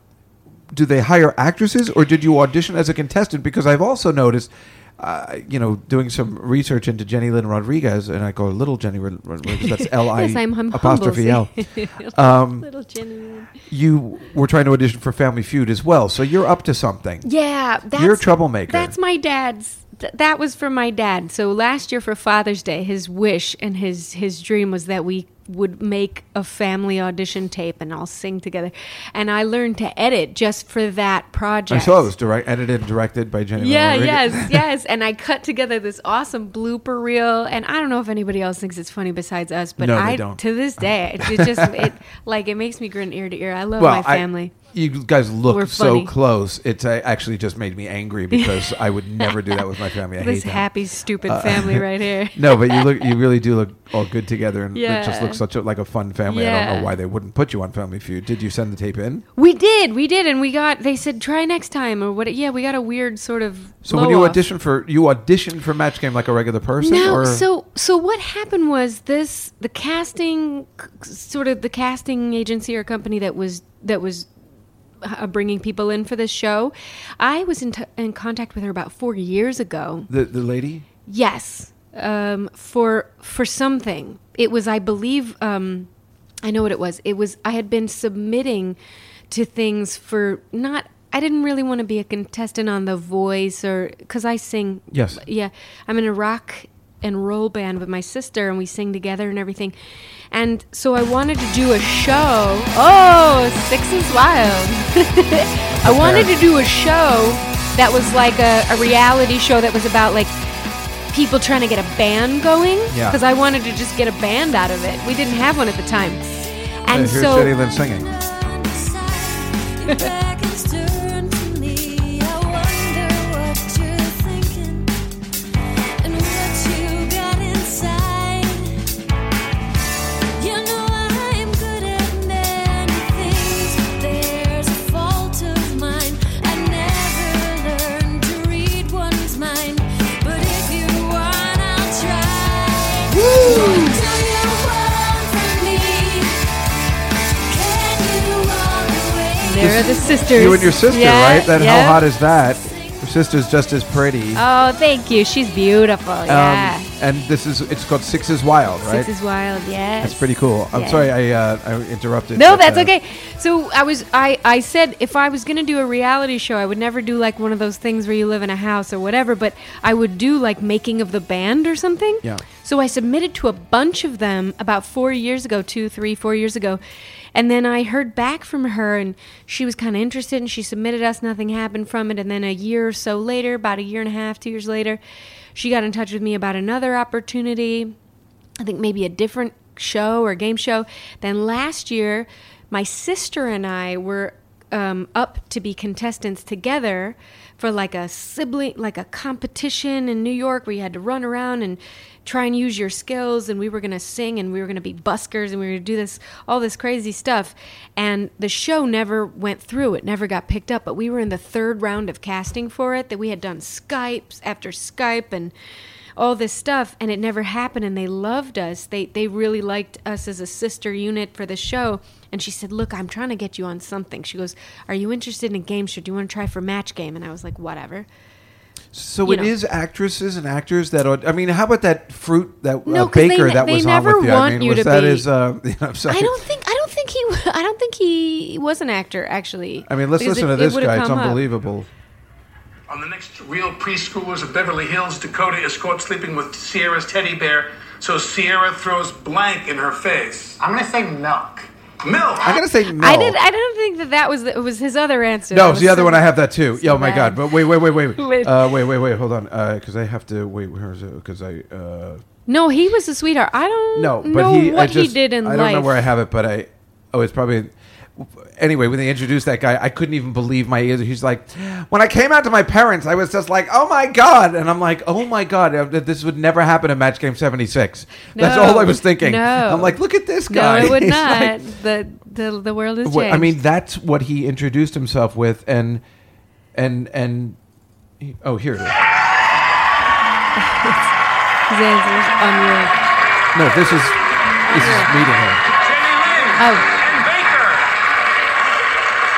C: do they hire actresses, or did you audition as a contestant? Because I've also noticed, uh, you know, doing some research into Jenny Lynn Rodriguez, and I call her Little Jenny Rod- Rodriguez. That's L I
D: yes, I'm, I'm
C: apostrophe L.
D: humble. Little Jenny.
C: You were trying to audition for Family Feud as well, so you're up to something.
D: Yeah, that's,
C: You're a troublemaker.
D: That's my dad's. th- that was for my dad. So last year for Father's Day, his wish and his his dream was that we would make a family audition tape and all sing together. And I learned to edit just for that project.
C: I saw it was direct, edited and directed by Jenny. Lynn
D: Yeah,
C: Rodriguez.
D: yes, yes. And I cut together this awesome blooper reel. And I don't know if anybody else thinks it's funny besides us, but
C: No, they
D: I
C: don't.
D: to this day it, it just it like it makes me grin ear to ear. I love my
C: I-
D: family.
C: you guys look
D: We're
C: so
D: funny.
C: close. It's uh, actually just made me angry because I would never do that with my family. I
D: this
C: hate that.
D: happy, stupid
C: Uh,
D: family right here.
C: No, but you look, you really do look all good together, and it just
D: Yeah.
C: looks such a, like a fun family. I don't
D: Yeah.
C: know why they wouldn't put you on Family Feud. Did you send the tape in?
D: We did, we did, and we got. They said try next time or what? Yeah, we got a weird sort of.
C: So when you
D: blow-off.
C: audition for you audition for Match Game like a regular person,
D: uh, No,
C: or
D: so so what happened was this: the casting, sort of the casting agency or company that was that was uh, bringing people in for this show. I was in, t- in contact with her about four years ago.
C: the the lady.
D: Yes, um, for for something. It was, I believe, um, I know what it was. It was I had been submitting to things for not. I didn't really want to be a contestant on The Voice or because I sing.
C: Yes.
D: Yeah, I'm in a rock and roll band with my sister, and we sing together and everything. And so I wanted to do a show. Oh, six is wild. I wanted to do a show that was like a, a reality show that was about like people trying to get a band going
C: Yeah.
D: because I wanted to just get a band out of it. We didn't have one at the time,
C: Uh,
D: and
C: here's
D: so
C: Jenny Lynn singing.
D: there are the sisters.
C: You and your sister,
D: Yeah,
C: right? Then
D: yeah.
C: how hot is that? Your sister's just as pretty.
D: Oh, thank you. She's beautiful.
C: Um,
D: Yeah.
C: and this is it's called Six is Wild, right?
D: Six is wild. Yes.
C: That's pretty cool. I'm
D: Yeah.
C: sorry I uh, I interrupted.
D: No,
C: but,
D: that's
C: uh,
D: okay. So I was I I said if I was going to do a reality show, I would never do like one of those things where you live in a house or whatever, but I would do like making of the band or something.
C: Yeah.
D: So I submitted to a bunch of them about four years ago, two, three, four years ago. And then I heard back from her, and she was kind of interested, and she submitted us. Nothing happened from it. And then a year or so later, about a year and a half, two years later, she got in touch with me about another opportunity. I think maybe a different show or game show. Then last year, my sister and I were um, up to be contestants together for like a sibling, like a competition in New York where you had to run around and try and use your skills. And we were going to sing and we were going to be buskers and we were going to do this, all this crazy stuff. And the show never went through, it never got picked up. But we were in the third round of casting for it that we had done Skypes after Skype and all this stuff and it never happened and they loved us they they really liked us as a sister unit for the show and she said look i'm trying to get you on something she goes are you interested in a game show do you want to try for match game and i was like whatever
C: So
D: you
C: it is
D: know.
C: actresses and actors that are. I mean, how about that fruit that uh,
D: 'cause they
C: baker
D: ne-
C: that
D: they
C: was
D: never
C: on with you?
D: want
C: I mean,
D: you
C: was
D: to
C: that
D: be-
C: his? Uh, I'm sorry.
D: i don't think i don't think he i don't think he was an actor actually
C: I mean, let's
D: because
C: listen
D: it-
C: to
D: it
C: this
D: would've
C: guy. It's
D: come up.
C: unbelievable.
H: On the next Real Preschoolers of Beverly Hills, Dakota is caught sleeping with Sierra's teddy bear, so Sierra throws blank in her face.
B: I'm gonna say milk.
H: Milk!
C: I gotta say, no.
D: I did. I don't think that that was the, it was his other answer.
C: no,
D: That
C: it's the
D: was
C: other
D: so-
C: one. I have that too.
D: so
C: oh my god!
D: bad.
C: But wait, wait, wait, wait,
D: Wait.
C: uh, wait, wait, wait. Hold on, because I have to wait. Where is it? Because I uh,
D: No, he was a sweetheart. I don't
C: no, but
D: know
C: he I
D: what
C: just-
D: he did in
C: I don't
D: life.
C: know where I have it, but I oh, it's probably. Anyway, when they introduced that guy, I couldn't even believe my ears. He's like, when I came out to my parents, I was just like, oh my god, and I'm like, oh my god, uh, this would never happen in Match Game '76. That's
D: No.
C: all I was thinking.
D: No.
C: I'm like, look at this
D: no,
C: guy.
D: it would
C: He's
D: not.
C: like-
D: the, the the world is.
C: Wh-
D: changed.
C: I mean, that's what he introduced himself with, and and and he- oh, here it is.
D: his answer's unreal.
C: No, this is this is meeting him.
H: Jenny Lynn
D: Oh.
H: and Baker.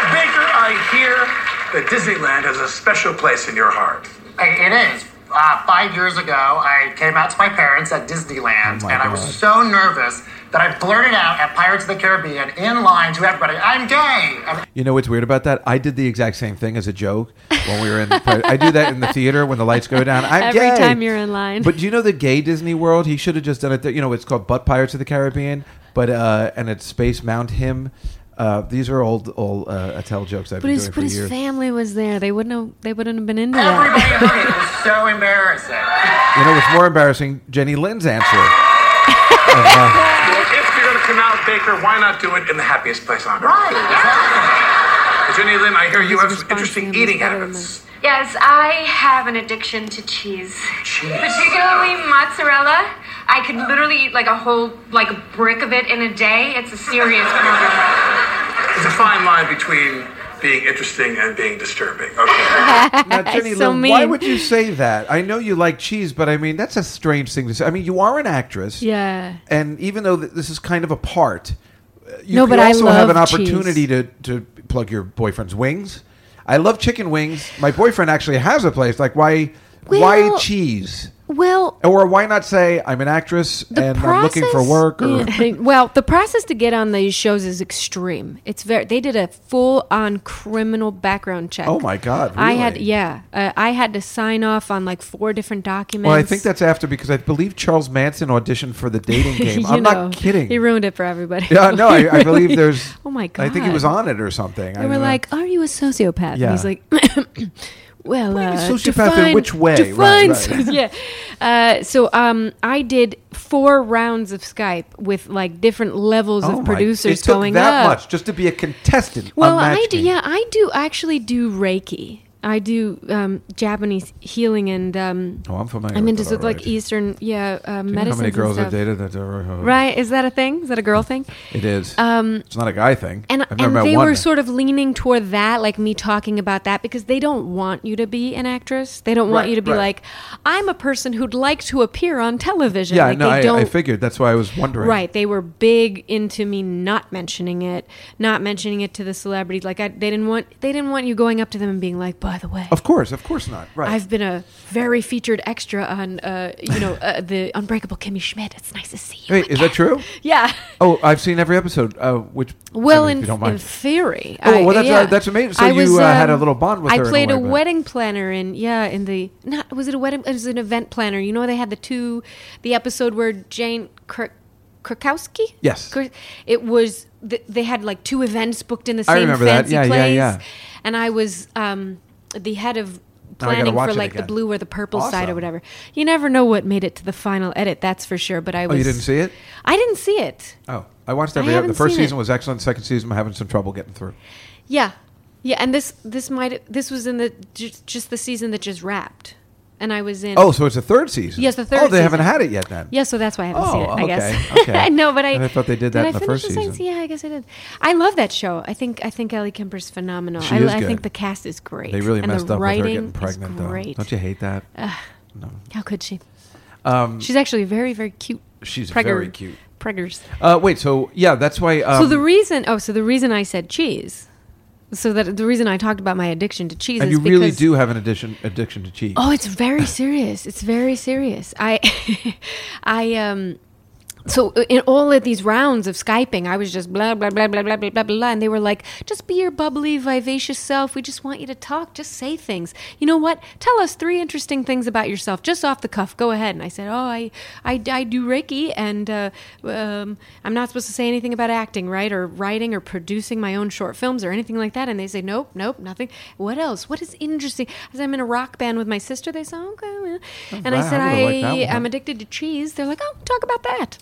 H: Baker, I hear that Disneyland has a special place in your heart.
B: I- It is. Uh, five years ago, I came out to my parents at Disneyland,
C: Oh my
B: and I
C: God.
B: was so nervous that I blurted out at Pirates of the Caribbean in line to everybody, "I'm gay." And
C: You know what's weird about that? I did the exact same thing as a joke when we were in. I do that in the theater when the lights go down. I'm
D: Every
C: gay.
D: time you're in line.
C: But do you know the gay Disney World? He should have just done it. There. You know, it's called Butt Pirates of the Caribbean, but uh, and it's Space Mount Him. Uh, these are old old uh, Attell jokes I've
D: But
C: been
D: his
C: doing for
D: but his
C: years.
D: family was there. They wouldn't have. They wouldn't have been into that.
B: everybody heard it. It was so embarrassing.
C: you know what's more embarrassing? Jenny Lynn's answer.
H: Well, if you're going to come out, Baker, why not do it in the happiest place on earth?
B: Right? Exactly.
H: Jenny Lynn, I hear you have some
D: response to
H: interesting
D: him is
H: eating
D: better than
H: habits.
I: Yes, I have an addiction to cheese, particularly mozzarella. I could literally eat like a whole like brick of it in a day. It's a serious problem.
H: It's a fine line between being interesting and being disturbing. Okay.
C: Now, Jenny
D: so
C: Lynn, why
D: mean.
C: would you say that? I know you like cheese, but I mean that's a strange thing to say. I mean, you are an actress,
D: Yeah.
C: and even though th- this is kind of a part, uh, you
D: No,
C: could
D: but I
C: also have an
D: love
C: opportunity to to plug your boyfriend's wings. I love chicken wings. My boyfriend actually has a place. Like, why why
D: Well-
C: cheese?
D: Well,
C: Or why not say I'm an actress and I'm looking for
D: process-
C: work? Or
D: Yeah. well, the process to get on these shows is extreme. It's very. They did a full-on criminal background check.
C: Oh, my God,
D: I had
C: really?
D: yeah. Uh, I had to sign off on like four different documents.
C: well, I think that's after because I believe Charles Manson auditioned for the dating game.
D: You
C: I'm
D: know,
C: not kidding.
D: He ruined it for everybody.
C: Yeah, no, I, I believe
D: Really.
C: there's.
D: Oh my god!
C: I think he was on it or something. I
D: They were
C: don't know.
D: like, "Are you a sociopath?"
C: Yeah.
D: And he's like, "Well,
C: Well,
D: uh,
C: you're a sociopath in
D: define-
C: which way?" Right,
D: define
C: right.
D: soci- yeah. Uh, so um, I did four rounds of Skype with like different levels
C: Oh
D: of
C: my-
D: producers
C: it took
D: going
C: that
D: up.
C: much just to be a contestant.
D: Well,
C: on Match
D: I do.
C: Game.
D: Yeah, I do actually do Reiki. I do um, Japanese healing and um,
C: Oh, I'm familiar.
D: I'm
C: with
D: into
C: that
D: sort of like
C: already.
D: Eastern, yeah, uh,
C: Do you know
D: medicine.
C: How many girls
D: and
C: I've
D: stuff.
C: dated? That, uh,
D: Right? Is that a thing? Is that a girl thing?
C: It is. Um, it's not a guy thing.
D: and
C: I've never
D: and
C: met
D: they
C: one.
D: were sort of leaning toward that, like me talking about that, because they don't want you to be an actress. They don't want
C: Right,
D: you to be
C: right.
D: like, I'm a person who'd like to appear on television.
C: yeah,
D: like
C: no,
D: they
C: I,
D: don't.
C: I figured. That's why I was wondering.
D: Right, they were big into me not mentioning it, not mentioning it to the celebrities. Like I, they didn't want they didn't want you going up to them and being like, "By the way,
C: Of course, of course not. Right.
D: I've been a very featured extra on, uh, you know, uh, the Unbreakable Kimmy Schmidt. It's nice to see you."
C: Wait, is that
D: again."
C: true?
D: Yeah.
C: Oh, I've seen every episode. Uh, which
D: Well,
C: I mean, if
D: in,
C: you don't mind.
D: in theory.
C: Oh, well,
D: I-
C: that's, uh,
D: yeah.
C: that's amazing. So
D: I
C: you,
D: was,
C: uh, had a
D: um,
C: little bond with
D: I
C: her in a
D: played
C: way,
D: a
C: but-
D: wedding planner in yeah in the not was it a wedding? It was an event planner. You know they had the two, the episode where Jane Krak- Krakowski.
C: Yes.
D: Kr- It was th- they had like two events booked in the
C: I
D: same
C: remember that.
D: fancy
C: Yeah, yeah,
D: place,
C: yeah.
D: and I was um, the head of
C: Now I gotta
D: planning
C: watch
D: for
C: it
D: like the
C: again.
D: blue or the purple side or
C: Awesome.
D: whatever. You never know what made it to the final edit, that's for sure. But I
C: Oh,
D: was
C: you didn't see it?
D: I didn't see it.
C: Oh, I watched
D: I
C: every. episode.
D: haven't
C: the first
D: seen
C: season
D: it.
C: was excellent. Second season, I'm having some trouble getting through.
D: Yeah, yeah, and this this might this was in the ju- just the season that just wrapped, and I was in.
C: Oh, so it's the third season.
D: Yes, the
C: Oh,
D: third
C: they haven't
D: season.
C: had it yet then.
D: Yeah, so that's why I haven't
C: Oh,
D: seen it. I
C: okay,
D: guess.
C: okay.
D: I know, but I,
C: And I thought they did that in
D: I
C: the
D: finish
C: first
D: second
C: season.
D: Yeah, I guess I did. I love that show. I think I think Ellie Kemper's phenomenal.
C: She
D: I,
C: is
D: I
C: good.
D: think the cast is great.
C: They really
D: and
C: messed
D: the
C: up with her
D: writing
C: getting
D: is
C: pregnant, though.
D: Great. Uh.
C: Don't you hate that?
D: Ugh. How could she?
C: Um,
D: She's actually very very cute.
C: She's
D: Pregger-
C: very cute.
D: Preggers.
C: uh, wait, so yeah, that's why. Um,
D: so the reason oh so the reason I said cheese, so that the reason I talked about my addiction to cheese
C: and
D: is
C: you really
D: because
C: do have an addiction addiction to cheese.
D: Oh, it's very serious. It's very serious. I, I um, so in all of these rounds of skyping, I was just blah blah blah blah blah blah blah blah, and they were like, "Just be your bubbly, vivacious self. We just want you to talk. Just say things. You know what? Tell us three interesting things about yourself, just off the cuff. Go ahead." And I said, "Oh, I I, I do Reiki, and uh, um, I'm not supposed to say anything about acting, right, or writing, or producing my own short films, or anything like that." And they say, "Nope, nope, nothing. What else? What is interesting?" As I'm in a rock band with my sister, they say, "Okay," well." and I
C: wow,
D: said,
C: I
D: "I,
C: would've liked that one.
D: am addicted to cheese." They're like, "Oh, talk about that."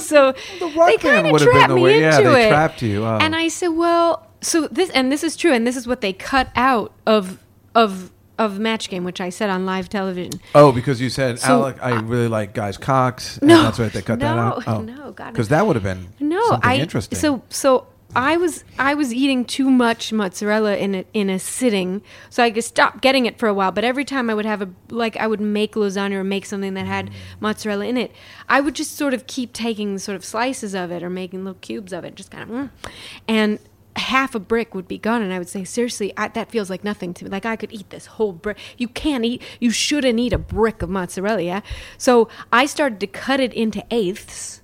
D: so
C: the rock
D: they
C: band
D: kind of
C: would've been
D: trapped
C: the
D: me
C: way-
D: into
C: yeah, they
D: it.
C: trapped you, oh.
D: And I said, "Well, so this and this is true, and this is what they cut out of of of Match Game, which I said on live television."
C: Oh, because you said
D: So, uh,
C: Alec, I really like guys' cocks,
D: No,
C: and that's why they cut that out.
D: no, no, God, no.
C: because that would have been
D: No,
C: something
D: I
C: interesting.
D: so so I was I was eating too much mozzarella in a, in a sitting, so I could stop getting it for a while. But every time I would have a like I would make lasagna or make something that
C: Mm.
D: had mozzarella in it, I would just sort of keep taking sort of slices of it or making little cubes of it, just kind of, mm. and half a brick would be gone and i would say seriously I, that feels like nothing to me like i could eat this whole brick you can't eat you shouldn't eat a brick of mozzarella yeah so i started to cut it into eighths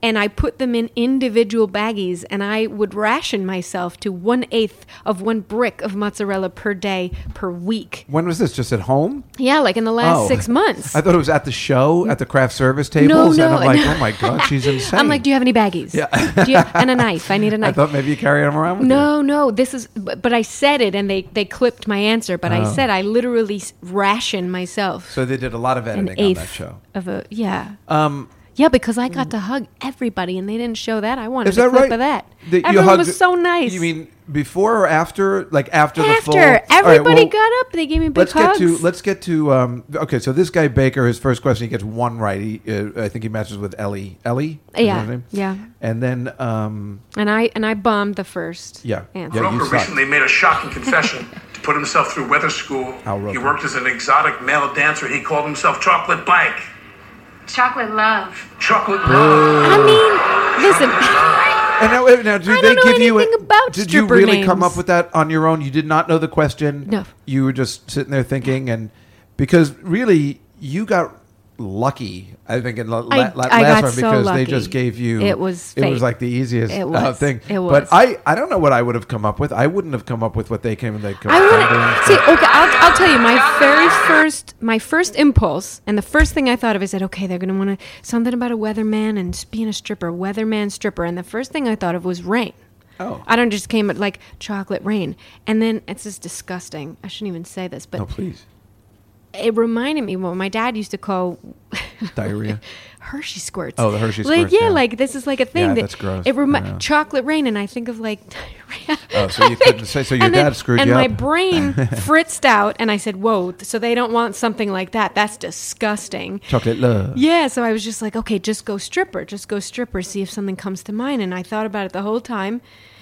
D: and I put them in individual baggies, and I would ration myself to one eighth of one brick of mozzarella per day per week.
C: when was this? Just at home?
D: Yeah, like in the last
C: Oh.
D: six months.
C: I thought it was at the show at the craft service tables, and I'm like,
D: no.
C: oh my god, she's insane.
D: I'm like, do you have any baggies? Yeah. do you and a knife. I need a
C: I
D: knife.
C: thought maybe you carry them around. With you.
D: No, no. This is, but, but I said it, and they they clipped my answer. But I
C: Oh.
D: said I literally s- ration myself
C: So they did a lot of
D: an
C: editing on
D: eighth
C: that show.
D: of a yeah.
C: Um,
D: yeah, because I got to hug everybody, and they didn't show that. I wanted
C: is that
D: a clip
C: right?
D: of that.
C: That you
D: Everyone
C: hugged-
D: was so nice.
C: You mean before or after? Like after, the full?
D: after
C: All right,
D: everybody
C: well,
D: got up, they gave me big
C: Let's
D: hugs.
C: get to let's get to um, okay. So this guy Baker, his first question, he gets one right. He, uh, I think he matches with Ellie. Ellie, Is that
D: Yeah,
C: her name?
D: yeah.
C: And then um,
D: and I and I bombed the first.
C: Yeah.
D: answer.
C: Yeah, you
H: Roker
C: suck.
H: recently made a shocking confession to put himself through weather school.
C: Al Roker.
H: He worked as an exotic male dancer. He called himself Chocolate Blank.
I: Chocolate love.
H: Chocolate
D: I mean, listen,
C: and now, uh, now do
D: I
C: they
D: don't know
C: give you a,
D: anything about
C: Did you
D: stripper
C: really come
D: names.
C: up with that on your own? You did not know the question.
D: No.
C: You were just sitting there thinking, and because really you got lucky. I think in la- la-
D: I-
C: la-
D: I
C: last
D: got
C: one
D: so
C: because they
D: lucky.
C: just gave you
D: It was
C: it was
D: fate.
C: like the easiest
D: It
C: Uh,
D: was.
C: thing.
D: It
C: But
D: was.
C: I I don't know what I would have come up with. I wouldn't have come up with what they came. They
D: I want to see. Okay, I'll, I'll tell you. My very first, my first impulse, and the first thing I thought of is that okay, they're going to want to something about a weatherman and being a stripper, weatherman stripper, and the first thing I thought of was rain.
C: Oh.
D: I don't just came at like chocolate rain, and then it's just disgusting. I shouldn't even say this, but
C: No, please.
D: it reminded me what my dad used to call
C: Diarrhea.
D: Hershey squirts.
C: Oh, the Hershey
D: like,
C: squirts, yeah.
D: Yeah, like this is like a thing.
C: Yeah,
D: that
C: that's gross.
D: It remi-
C: Yeah.
D: chocolate rain, and I think of like diarrhea.
C: Oh, so you
D: I think-
C: couldn't say- so your
D: and then-
C: dad screwed
D: and
C: you
D: my
C: up.
D: brain fritzed out, and I said, "Whoa!" So they don't want something like that. That's disgusting.
C: Chocolate love.
D: Yeah, so I was just like, okay, just go stripper, just go stripper, see if something comes to mind. And I thought about it the whole time.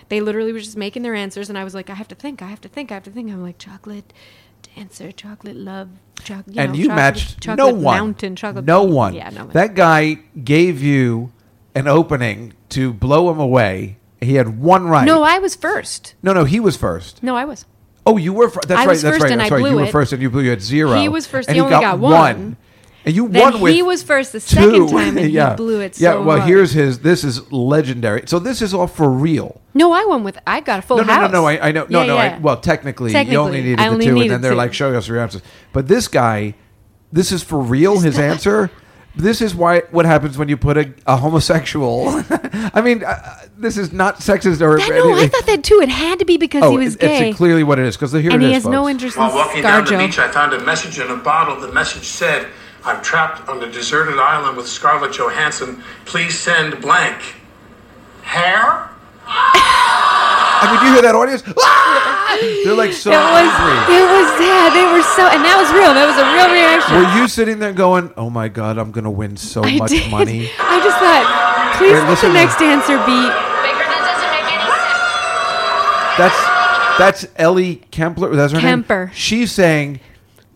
D: They literally were just making their answers, and I was like, I have to think, I have to think, I have to think. I'm like, chocolate dancer, chocolate love, chocolate.
C: and
D: know,
C: you
D: chocolate-
C: matched no
D: chocolate
C: one.
D: Mountain chocolate.
C: no one.
D: Yeah, no one.
C: That guy gave you an opening to blow him away. He had one right.
D: no, I was first.
C: no, no, he was first.
D: No, I was.
C: Oh, you were. Fr- that's
D: I
C: right.
D: was
C: that's
D: first
C: right.
D: and
C: that's
D: I
C: right. you
D: blew
C: were
D: it.
C: first, and you blew you at zero.
D: He was first,
C: And
D: he
C: you
D: only got one.
C: And you
D: Then
C: won with.
D: he was first the
C: two.
D: second time, and
C: yeah.
D: he blew it.
C: Yeah.
D: so
C: well,
D: hard.
C: here's his. This is legendary. So this is all for real.
D: No, I won with. I got a full
C: No, no, no,
D: house.
C: no. I, I know. No,
D: Yeah,
C: no.
D: yeah.
C: I, well, technically, you only
D: Technically,
C: needed
D: I
C: the
D: only
C: two, and
D: needed
C: then they're
D: two.
C: like, "Show us your answers." But this guy, this is for real. His answer. This is why what happens when you put a, a homosexual. I mean, uh, this is not sexist or.
D: I know. I thought that too. It had to be because he was
C: it- Oh, it's
D: gay,
C: clearly what it is because here
D: and
C: it
D: he
C: is,
D: has no
C: folks.
D: interest in
H: While walking down the
D: ScarJo.
H: beach, I found a message in a bottle. The message said, I'm trapped on a deserted island with Scarlett Johansson. Please send blank. Hair?
C: I mean, do you hear that audience? Ah! They're like so
D: That was
C: angry.
D: it was yeah, they were so and that was real. That was a real reaction.
C: Were you sitting there going, "Oh my god, I'm gonna win so
D: I
C: much
D: did.
C: money"?
D: I just thought, please
C: Wait,
D: let
C: listen
D: the
C: to
D: next answer be
I: Bigger that doesn't make any sense.
C: That's that's Ellie Kempler. That's her
D: Kemper.
C: name. She's saying,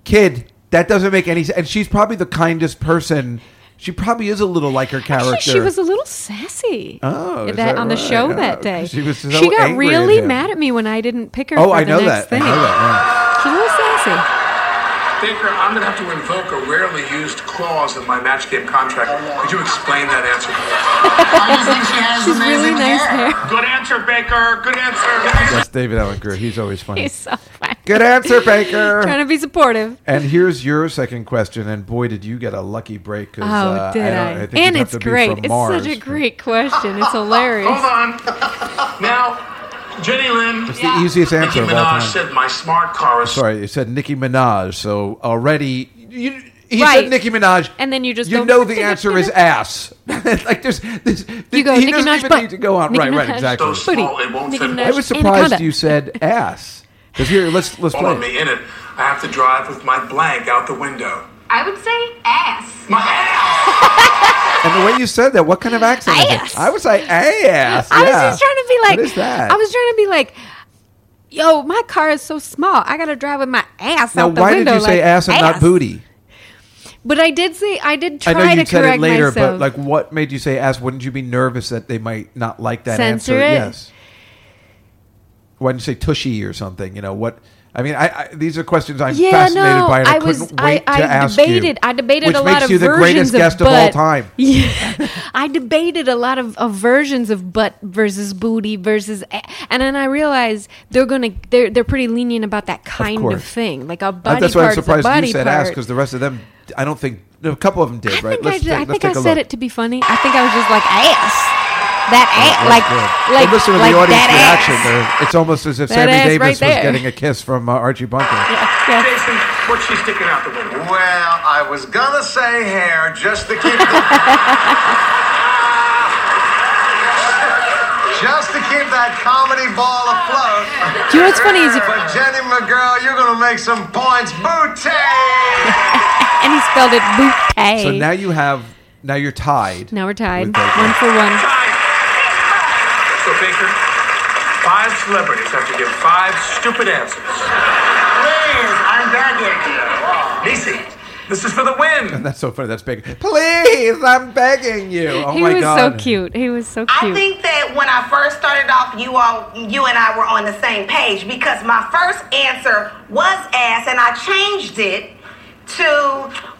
C: "Kid, that doesn't make any sense." And she's probably the kindest person. She probably is a little like her character.
D: Actually, she was a little sassy.
C: Oh, is
D: that,
C: that
D: on the
C: right?
D: show
C: Oh,
D: that day.
C: she was so
D: got
C: angry at
D: really
C: him.
D: mad at me when I didn't pick her.
C: Oh,
D: for
C: I
D: the
C: know, that.
D: next
C: I
D: Thing.
C: know that,
D: She's a little sassy.
H: Baker, I'm going to have to invoke a rarely used clause in my match game contract. Could you explain that answer?
B: I just think she has
D: She's
B: amazing
D: really nice hair.
H: Good answer, Baker. Good answer.
C: yeah. That's David Allen Greer. He's always funny.
D: She's so funny.
C: Good answer, Baker.
D: Trying to be supportive.
C: And here's your second question. And boy, did you get a lucky break. 'cause,
D: Oh,
C: uh,
D: did
C: don't-
D: I?
C: think you'd
D: and
C: have
D: it's
C: to be
D: great.
C: from
D: It's
C: Mars.
D: such a great question. It's hilarious.
H: Hold on. Now, Jenny Lynn.
C: It's the easiest answer
H: Nicki
C: of all
H: Minaj
C: time.
H: said my smart car is
C: Sorry, you said Nicki Minaj. So already, you, he
D: Right.
C: said Nicki Minaj,
D: And then you just
C: you
D: go-
C: know the answer is ass. like there's this.
D: You go,
C: he
D: Nicki
C: doesn't
D: Minaj,
C: even
D: butt.
C: need to go on.
D: Nicki
C: right,
D: Minaj,
C: right, exactly.
H: so
D: Booty.
H: small it won't
D: Nicki
H: fit.
D: Minaj.
C: I was
D: Anaconda.
C: surprised you said ass. Because here, let's let's
H: all
C: play.
H: of
C: it.
H: me in it. I have to drive with my blank out the window.
I: I would say ass.
H: My ass!
C: And the way you said that, what kind of accent? is it?
D: Ass.
C: I would say ass.
D: I was
C: yeah.
D: just trying to be like,
C: What is that?
D: I was trying to be like, yo, my car is so small. I gotta drive with my ass
C: Now,
D: out the
C: why
D: window.
C: did you say
D: like,
C: ass and not booty?
D: But I did say I did try
C: I know you
D: to
C: said
D: correct
C: it later,
D: myself.
C: but like, what made you say ass? Wouldn't you be nervous that they might not like that answer?
D: Censor it?
C: Yes. Why didn't you say tushy or something? You know what? I mean, I, I these are questions I'm
D: yeah,
C: fascinated
D: no,
C: by, and I,
D: I
C: couldn't
D: was
C: wait
D: I,
C: to
D: I
C: ask
D: debated
C: you.
D: I debated
C: which
D: a lot
C: makes
D: of
C: you the
D: versions
C: greatest guest
D: of,
C: of all
D: butt.
C: time.
D: Yeah, I debated a lot of, of versions of butt versus booty versus, a- and then I realized they're gonna they're they're pretty lenient about that kind of,
C: course.
D: thing, like a
C: Uh,
D: body
C: That's why I'm
D: part's a
C: surprised
D: body
C: you said
D: part.
C: ass because the rest of them, I don't think a couple of them did.
D: I
C: right?
D: think I, did- I
C: let's
D: think I
C: take a
D: said
C: look.
D: it to be funny. I think I was just like ass, that ass, like
C: Good.
D: like
C: Well, listen to
D: like
C: the audience
D: that
C: reaction.
D: ass.
C: There. It's almost as if
D: That
C: Sammy
D: ass
C: Davis
D: right
C: was
D: there.
C: getting a kiss from uh, Archie Bunker.
H: Jason, what's she sticking out the window?
E: Well, I was gonna say hair just to keep the, just to keep that comedy ball afloat.
D: Do you know what's funny is if,
E: But Jenny McGirl, you're gonna make some points, booty.
D: and he spelled it bouquet.
C: So now you have, now you're tied.
D: Now we're
C: with
D: tied.
C: Baker.
D: One for one.
H: So, Baker, five celebrities have to give five stupid answers.
B: Please, I'm begging.
H: Nisi, this is for the win.
C: That's so funny. That's big. Please, I'm begging you. Oh
D: he
C: my
D: was
C: god.
D: so cute. He was so
J: I
D: cute.
J: think that when I first started off, you all, you and I were on the same page because my first answer was ass, and I changed it to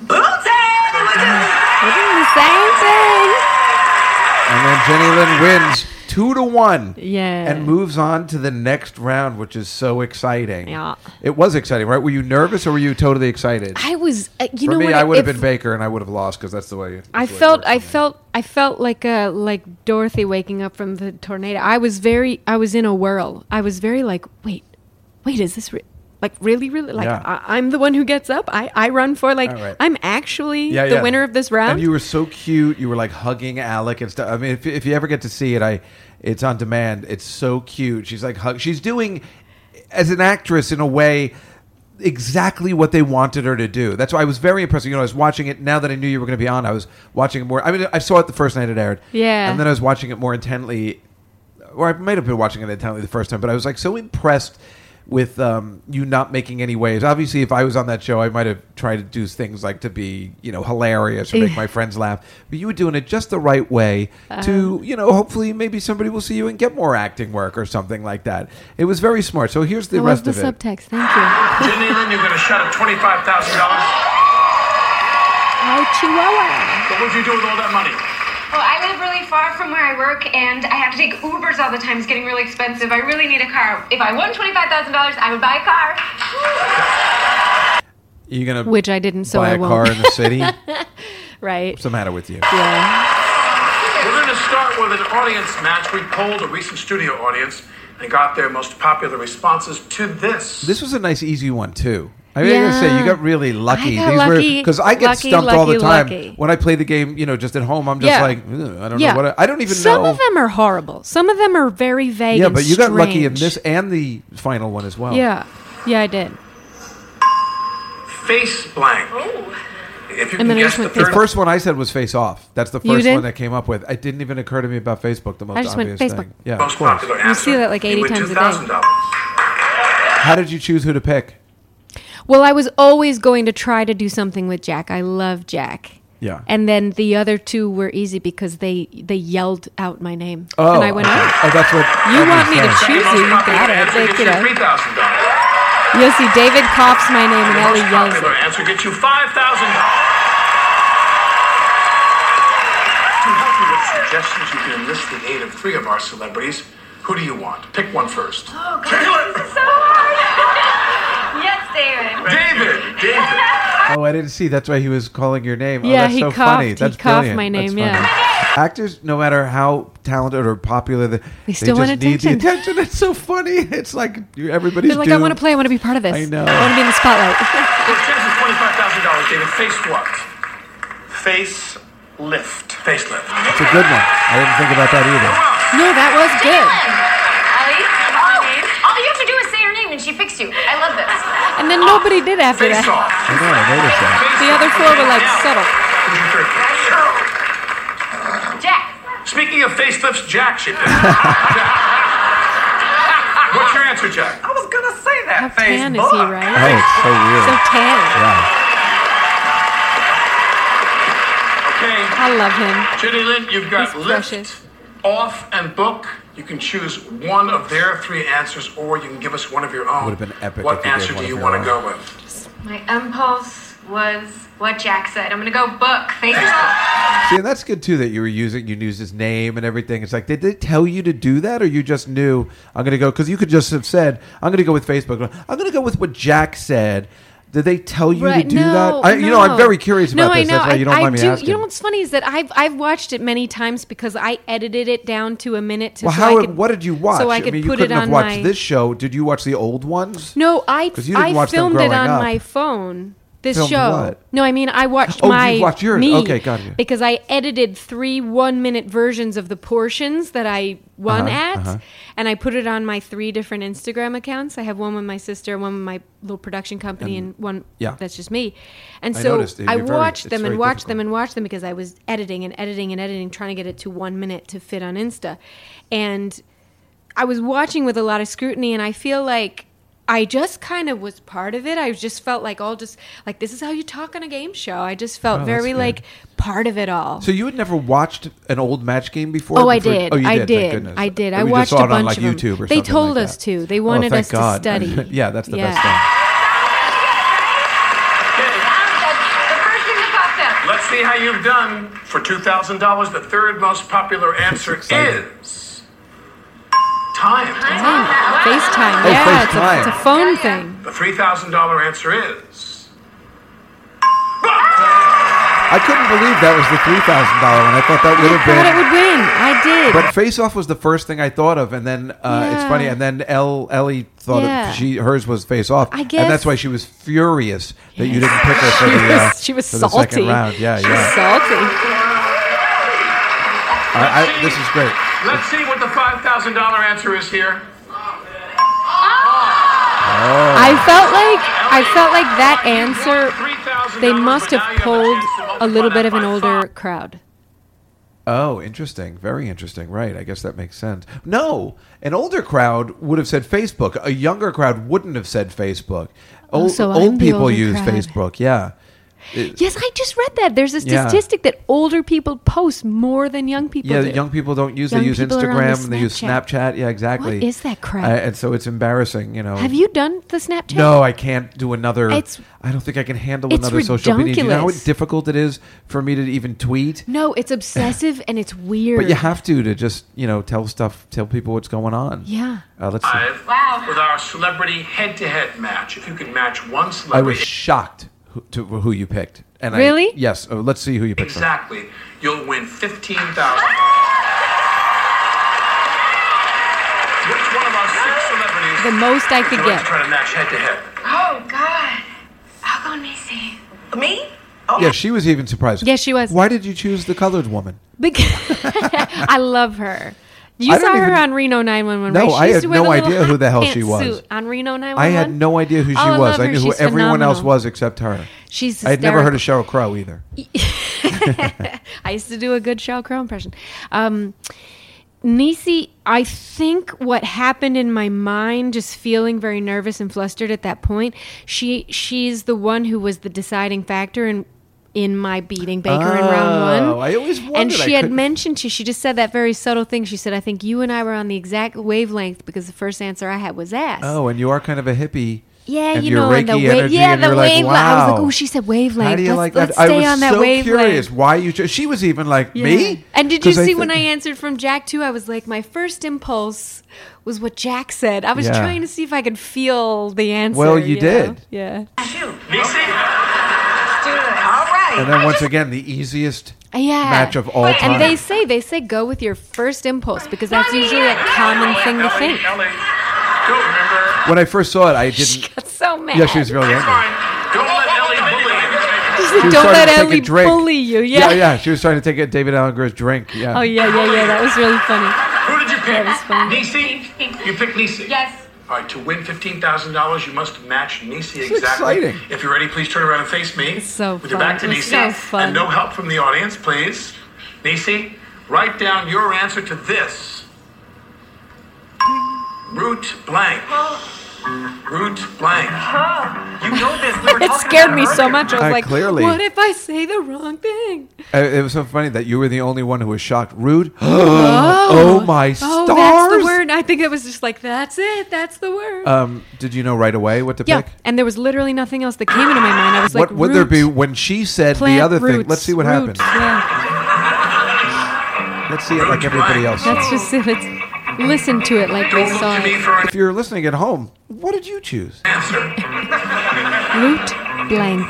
J: booty. It was just-
D: We're doing the same thing.
C: And then Jenny Lynn wins two to one.
D: Yeah.
C: And moves on to the next round, which is so exciting.
D: Yeah.
C: It was exciting, right? Were you nervous or were you totally excited?
D: I was, uh, you
C: For
D: know,
C: me,
D: what,
C: I would have
D: if-
C: been Baker and I would have lost because that's the way. that's
D: I
C: the way it
D: felt,
C: works.
D: I felt, I felt like uh like Dorothy waking up from the tornado. I was very, I was in a whirl. I was very like, wait, wait, is this re- like really, really? Like
C: Yeah.
D: I, I'm the one who gets up. I I run for like
C: All right.
D: I'm actually
C: Yeah,
D: the
C: yeah.
D: winner of this round.
C: And you were so cute. You were like hugging Alec and stuff. I mean, if, if you ever get to see it, I it's on demand. It's so cute. She's like hug. She's doing as an actress in a way exactly what they wanted her to do. That's why I was very impressed. You know, I was watching it now that I knew you were going to be on. I was watching it more. I mean, I saw it the first night it aired.
D: Yeah.
C: and then I was watching it more intently or I might have been watching it intently the first time, but I was like so impressed with um, you not making any waves. Obviously, if I was on that show, I might have tried to do things like to be, you know, hilarious or make
D: Yeah.
C: my friends laugh. But you were doing it just the right way to,
D: Uh-huh.
C: you know, hopefully maybe somebody will see you and get more acting work or something like that. It was very smart. So here's the
D: that was
C: rest
D: the
C: of it.
D: subtext. Thank you.
H: Jenny Lynn, you're going to shut up $25,000.
D: Oh, Chihuahua.
H: What would you do with all that money?
I: Well, I live really far from where I work, and I have to take Ubers all the time. It's getting really expensive. I really need a car. If I won twenty-five thousand dollars, I would buy a car.
C: You're going to
D: Which I didn't, so
C: buy
D: I
C: a
D: won't.
C: car in the city?
D: right?
C: What's the matter with you?
D: Yeah.
H: We're going to start with an audience match. We polled a recent studio audience and got their most popular responses to this.
C: This was a nice, easy one too. I mean, I gotta say,
H: Yeah.
C: you got really lucky.
H: I got lucky,
C: because I get
D: lucky,
C: stumped all the
D: lucky,
C: time
D: lucky.
C: when I play the game. You know, just at home, I'm just
D: Yeah.
C: like, "Ugh, I don't know what I, I don't even
D: Some
C: know.
D: of them are horrible. Some of them are very vague.
C: yeah,
D: and
C: but you got lucky in
D: strange.
C: this and the final one as well.
D: Yeah, yeah, I did.
H: Face blank. If you
D: And
H: can
D: then I
H: guess
D: just
H: the
D: went
C: The
H: third
C: first one I said was face off. That's the
D: You
C: first
D: did?
C: one that came up with. It didn't even occur to me about Facebook, the most
D: I just went
C: obvious
D: Facebook.
C: thing. Yeah,
H: most
C: of course.
H: popular
D: You see
H: answer,
D: that, like,
H: you
D: 80
H: win
D: times a day.
H: $2,000.
C: How did you choose who to pick?
D: Well, I was always going to try to do something with Jack. I love Jack.
C: Yeah.
D: And then the other two were easy because they they yelled out my name,
C: Oh,
D: and I went,
C: okay.
D: "Oh,
C: Oh, that's what
D: you
C: Ebony
D: want me to
C: said.
D: choose you? You got it." Like, you know,
H: $3,000.
D: you'll see David coughs my name and Ellie yells
H: Popular
D: it.
H: answer gets you $5,000. To help you with suggestions, you can enlist the aid of three of our celebrities. Who do you want? Pick one first.
I: Oh, God, this is so hard. yes, David.
H: David. David.
C: Oh, I didn't see. That's why he was calling your name. oh,
D: Yeah,
C: that's
D: he
C: so
D: coughed.
C: funny.
D: He
C: That's
D: coughed
C: brilliant.
D: my
C: That's
D: name,
C: funny. Actors, no matter how talented or popular they, they
D: still want
C: just need the
D: attention.
C: attention. It's so funny. It's like you- everybody's
D: They're like,
C: due.
D: "I want to play. I want to be part of this.
C: I know.
D: I want to be in the spotlight."
H: Your chance is $25,000, David. Face what? Face lift. Face lift.
C: It's a good one. I didn't think about that
D: no, that was good.
I: Ellie, oh, all you have to do is say her name and she picks you. I love this.
D: And then nobody did after
I: Face
D: that.
I: off.
C: either. I know. I noticed that.
D: The other four were like subtle.
I: Jack.
H: Speaking of facelifts, Jack should do. What's your answer, Jack?
J: I was gonna say
D: How
J: that.
D: tan is he,
C: Oh,
D: right?
C: it's so weird.
D: So tan.
C: yeah.
H: Okay.
D: I love him.
H: Jenny Lynn, you've got
D: He's
H: lift,
D: precious.
H: off, and book. You can choose one of their three answers, or you can give us one of your own.
C: Would've been epic
H: What
C: if you gave
H: answer
C: one of
H: do you
C: your
H: want
C: own.
H: to go with?
I: My impulse was what Jack said. I'm gonna go book. Face off.
C: See, and that's good too that you were using, you used his name and everything. It's like, did they tell you to do that, or you just knew I'm going to go? Because you could just have said, I'm going to go with Facebook. I'm going to go with what Jack said. Did they tell you to do that? I, You know, I'm very curious
D: No,
C: about
D: I
C: this.
D: know.
C: That's why you don't
D: I,
C: mind
D: I
C: me
D: do.
C: asking.
D: You know what's funny is that I've I've watched it many times because I edited it down to a minute. To,
C: well,
D: so
C: how?
D: I could,
C: what did you watch?
D: So I could
C: mean, you
D: put
C: couldn't
D: it on
C: have watched
D: my,
C: this show. Did you watch the old ones?
D: No, I
C: 'Cause you didn't
D: I
C: watch them
D: filmed it
C: growing
D: on
C: up.
D: my phone. This
C: Filmed
D: show.
C: what?
D: No, I mean I watched
C: Oh, you
D: my
C: watched yours.
D: me,
C: Okay, got you.
D: Because I edited three one-minute versions of the portions that I won
C: Uh-huh,
D: at,
C: uh-huh.
D: and I put it on my three different Instagram accounts. I have one with my sister, one with my little production company, and, one
C: yeah.
D: that's just me. And
C: I
D: so
C: noticed it.
D: I
C: You're very-
D: watched
C: it's
D: them and
C: very
D: watched them
C: difficult.
D: and watched them because I was editing and editing and editing, trying to get it to one minute to fit on Insta, and I was watching with a lot of scrutiny, and I feel like I just kind of was part of it. I just felt like all just like this is how you talk on a game show. I just felt
C: Oh, that's
D: very
C: good.
D: like part of it all.
C: So you had never watched an old match game before?
D: Oh, I
C: Before-
D: did.
C: Oh, you
D: I
C: did.
D: did.
C: Thank goodness.
D: I did.
C: We
D: I
C: just
D: watched
C: saw
D: a
C: it on
D: bunch
C: like
D: of 'em.
C: YouTube or
D: They
C: something
D: told
C: like
D: us
C: that.
D: to. They
C: Oh,
D: wanted
C: thank
D: us to
C: God.
D: study.
C: yeah, that's the best
D: Yeah.
C: thing.
I: The first thing that popped up.
H: Let's see how you've done for $2,000. The third most popular answer
C: exciting.
H: is time.
D: Wow. FaceTime.
C: Oh,
D: yeah, it's a-
C: FaceTime.
D: It's, a, phone thing.
H: The $3,000 answer is.
C: I couldn't believe that was the three thousand dollar one. I thought that would
D: I
C: have
D: thought
C: been.
D: it would win. I did.
C: But Face Off was the first thing I thought of, and then uh, it's
D: Yeah.
C: funny. And then El Ellie thought
D: Yeah.
C: it, she hers was Face Off,
D: I
C: and that's
D: guess-
C: why she was furious that you didn't pick her for the uh,
D: she was
C: for
D: salty.
C: the second round. Yeah, yeah.
D: she was salty.
C: I, I, this is great.
H: Let's see what the $5,000 answer is here.
C: Oh.
D: I felt like I felt like that answer.
H: $3,000.
D: They must
H: but now
D: have
H: you a
D: pulled
H: chance to multiply
D: a little bit
H: that
D: of an
H: by
D: older
H: five.
D: crowd.
C: Oh, interesting. Very interesting. Right. I guess that makes sense. No, an older crowd would have said Facebook. A younger crowd wouldn't have said Facebook. Old,
D: Oh, so I'm
C: old
D: the
C: people
D: older
C: use
D: crowd.
C: Facebook. Yeah.
D: Yes, I just read that. There's a
C: Yeah.
D: statistic that older people post more than young people
C: yeah,
D: do.
C: young people don't use.
D: Young
C: they use
D: people are on the
C: Instagram and they use
D: Snapchat.
C: Snapchat. Yeah, exactly.
D: What is that crap?
C: I- and so it's embarrassing, you know.
D: Have you done the Snapchat?
C: Um, No, I can't do another.
D: It's-
C: I don't think I can handle
D: it's
C: another social media. Do you know how
D: ridiculous.
C: difficult it is for me to even tweet?
D: No, it's obsessive and it's weird.
C: But you have to to just you know tell stuff, tell people what's going on.
D: Yeah.
C: Uh, let's. See.
H: Five with our celebrity head-to-head match. If you can match one
C: I was
H: celebrity,
C: shocked who, to who you picked. And I,
D: Really?
C: yes. Oh, let's see who you pick. first.
H: Exactly. You'll win fifteen thousand. Which one of our six celebrities?
D: The most I could
H: would you like to
D: get.
H: try to match head to head.
I: Oh God. I'll go Nisi.
J: Me?
C: Yeah, she was even surprised.
D: Yeah, she was.
C: Why did you choose the colored woman?
D: Because I love her. You
C: I don't
D: saw her
C: even-
D: on Reno 911.
C: No,
D: right? She
C: I
D: used
C: had
D: to wear
C: no
D: the little
C: idea who the hell
D: hot
C: she
D: pantsuit
C: was.
D: on Reno 911.
C: I had no idea who she
D: Oh, I
C: was.
D: love
C: I
D: her.
C: knew who
D: She's
C: everyone else
D: phenomenal.
C: was except her.
D: She's
C: I had never heard of
D: hysterical.
C: Sheryl Crow either.
D: I used to do a good Sheryl Crow impression. Um, Nisi, I think what happened in my mind, just feeling very nervous and flustered at that point, she she's the one who was the deciding factor in in my beating Baker in round
C: Oh,
D: one.
C: I always
D: and
C: wondered. I
D: she had
C: couldn't-
D: mentioned to she just said that very subtle thing. She said, "I think you and I were on the exact wavelength because the first answer I had was ass."
C: Oh, and you are kind of a hippie.
D: Yeah,
C: and
D: you
C: your
D: know, and
C: Reiki
D: the wa-
C: energy,
D: yeah,
C: and
D: the
C: you're like,
D: wavelength.
C: Wow.
D: I was like, "Ooh, she said wavelength.
C: How do you
D: Let's-
C: like
D: let's
C: that? I
D: stay
C: was
D: on that
C: so
D: wavelength."
C: curious why you. Cho- she was even like me.
D: And did you
C: 'Cause thi-
D: see when I answered from Jack too? I was like, my first impulse was what Jack said. I was
C: Yeah.
D: trying to see if I could feel the answer.
C: Well, you
D: know?
C: did.
D: Yeah.
J: All right.
C: And then once again, the easiest
D: uh, Yeah.
C: match of all time.
D: And they say they say go with your first impulse because that's usually a common thing to think.
H: Ellie, don't remember.
C: when I first saw it, I didn't.
D: That's so mad.
C: Yeah, she was really angry.
H: Don't let Ellie bully you.
D: She
C: She
D: said,
C: was
D: "Don't
C: trying
D: let
C: to take a
D: Ellie
C: drink."
D: bully you." Yeah.
C: yeah, She was trying to take a David Allen Greer's drink. Yeah.
D: Oh yeah, yeah, yeah. That was really funny.
H: Who did you
D: That was
H: pick?
D: funny.
H: Nisi? You picked Nisi?
I: Yes.
H: All right, to win $15,000, you must match Nisi
C: This is
H: exactly.
C: exciting.
H: If you're ready, please turn around and face me.
D: It's so
H: With your
D: fun.
H: back to
D: It was
H: Nisi.
D: so fun.
H: And no help from the audience, please. Nisi, write down your answer to this. Root blank. Root blank.
J: You know this. We were
D: It
J: talking
D: scared
J: about
D: me
J: it
D: so
J: earlier.
D: much. I was
C: Uh,
D: like,
C: clearly.
D: "What if I say the wrong thing?"
C: Uh, It was so funny that you were the only one who was shocked. Rude. oh, my
D: Oh,
C: stars!
D: that's the word. I think it was just like, "That's it. That's the word."
C: Um, did you know right away what to
D: Yeah,
C: pick?
D: and there was literally nothing else that came into my mind. I was
C: what
D: like,
C: would there
D: root,
C: be when she said the
D: plant
C: other thing?
D: roots,
C: Let's see what
D: roots,
C: happens.
D: Yeah.
C: Let's see it like everybody else.
D: Let's just see- let's listen to it like we
H: Don't look
D: saw
H: to me
D: it.
H: for an
C: If you're listening at home, what did you choose?
H: answer.
D: Root blank.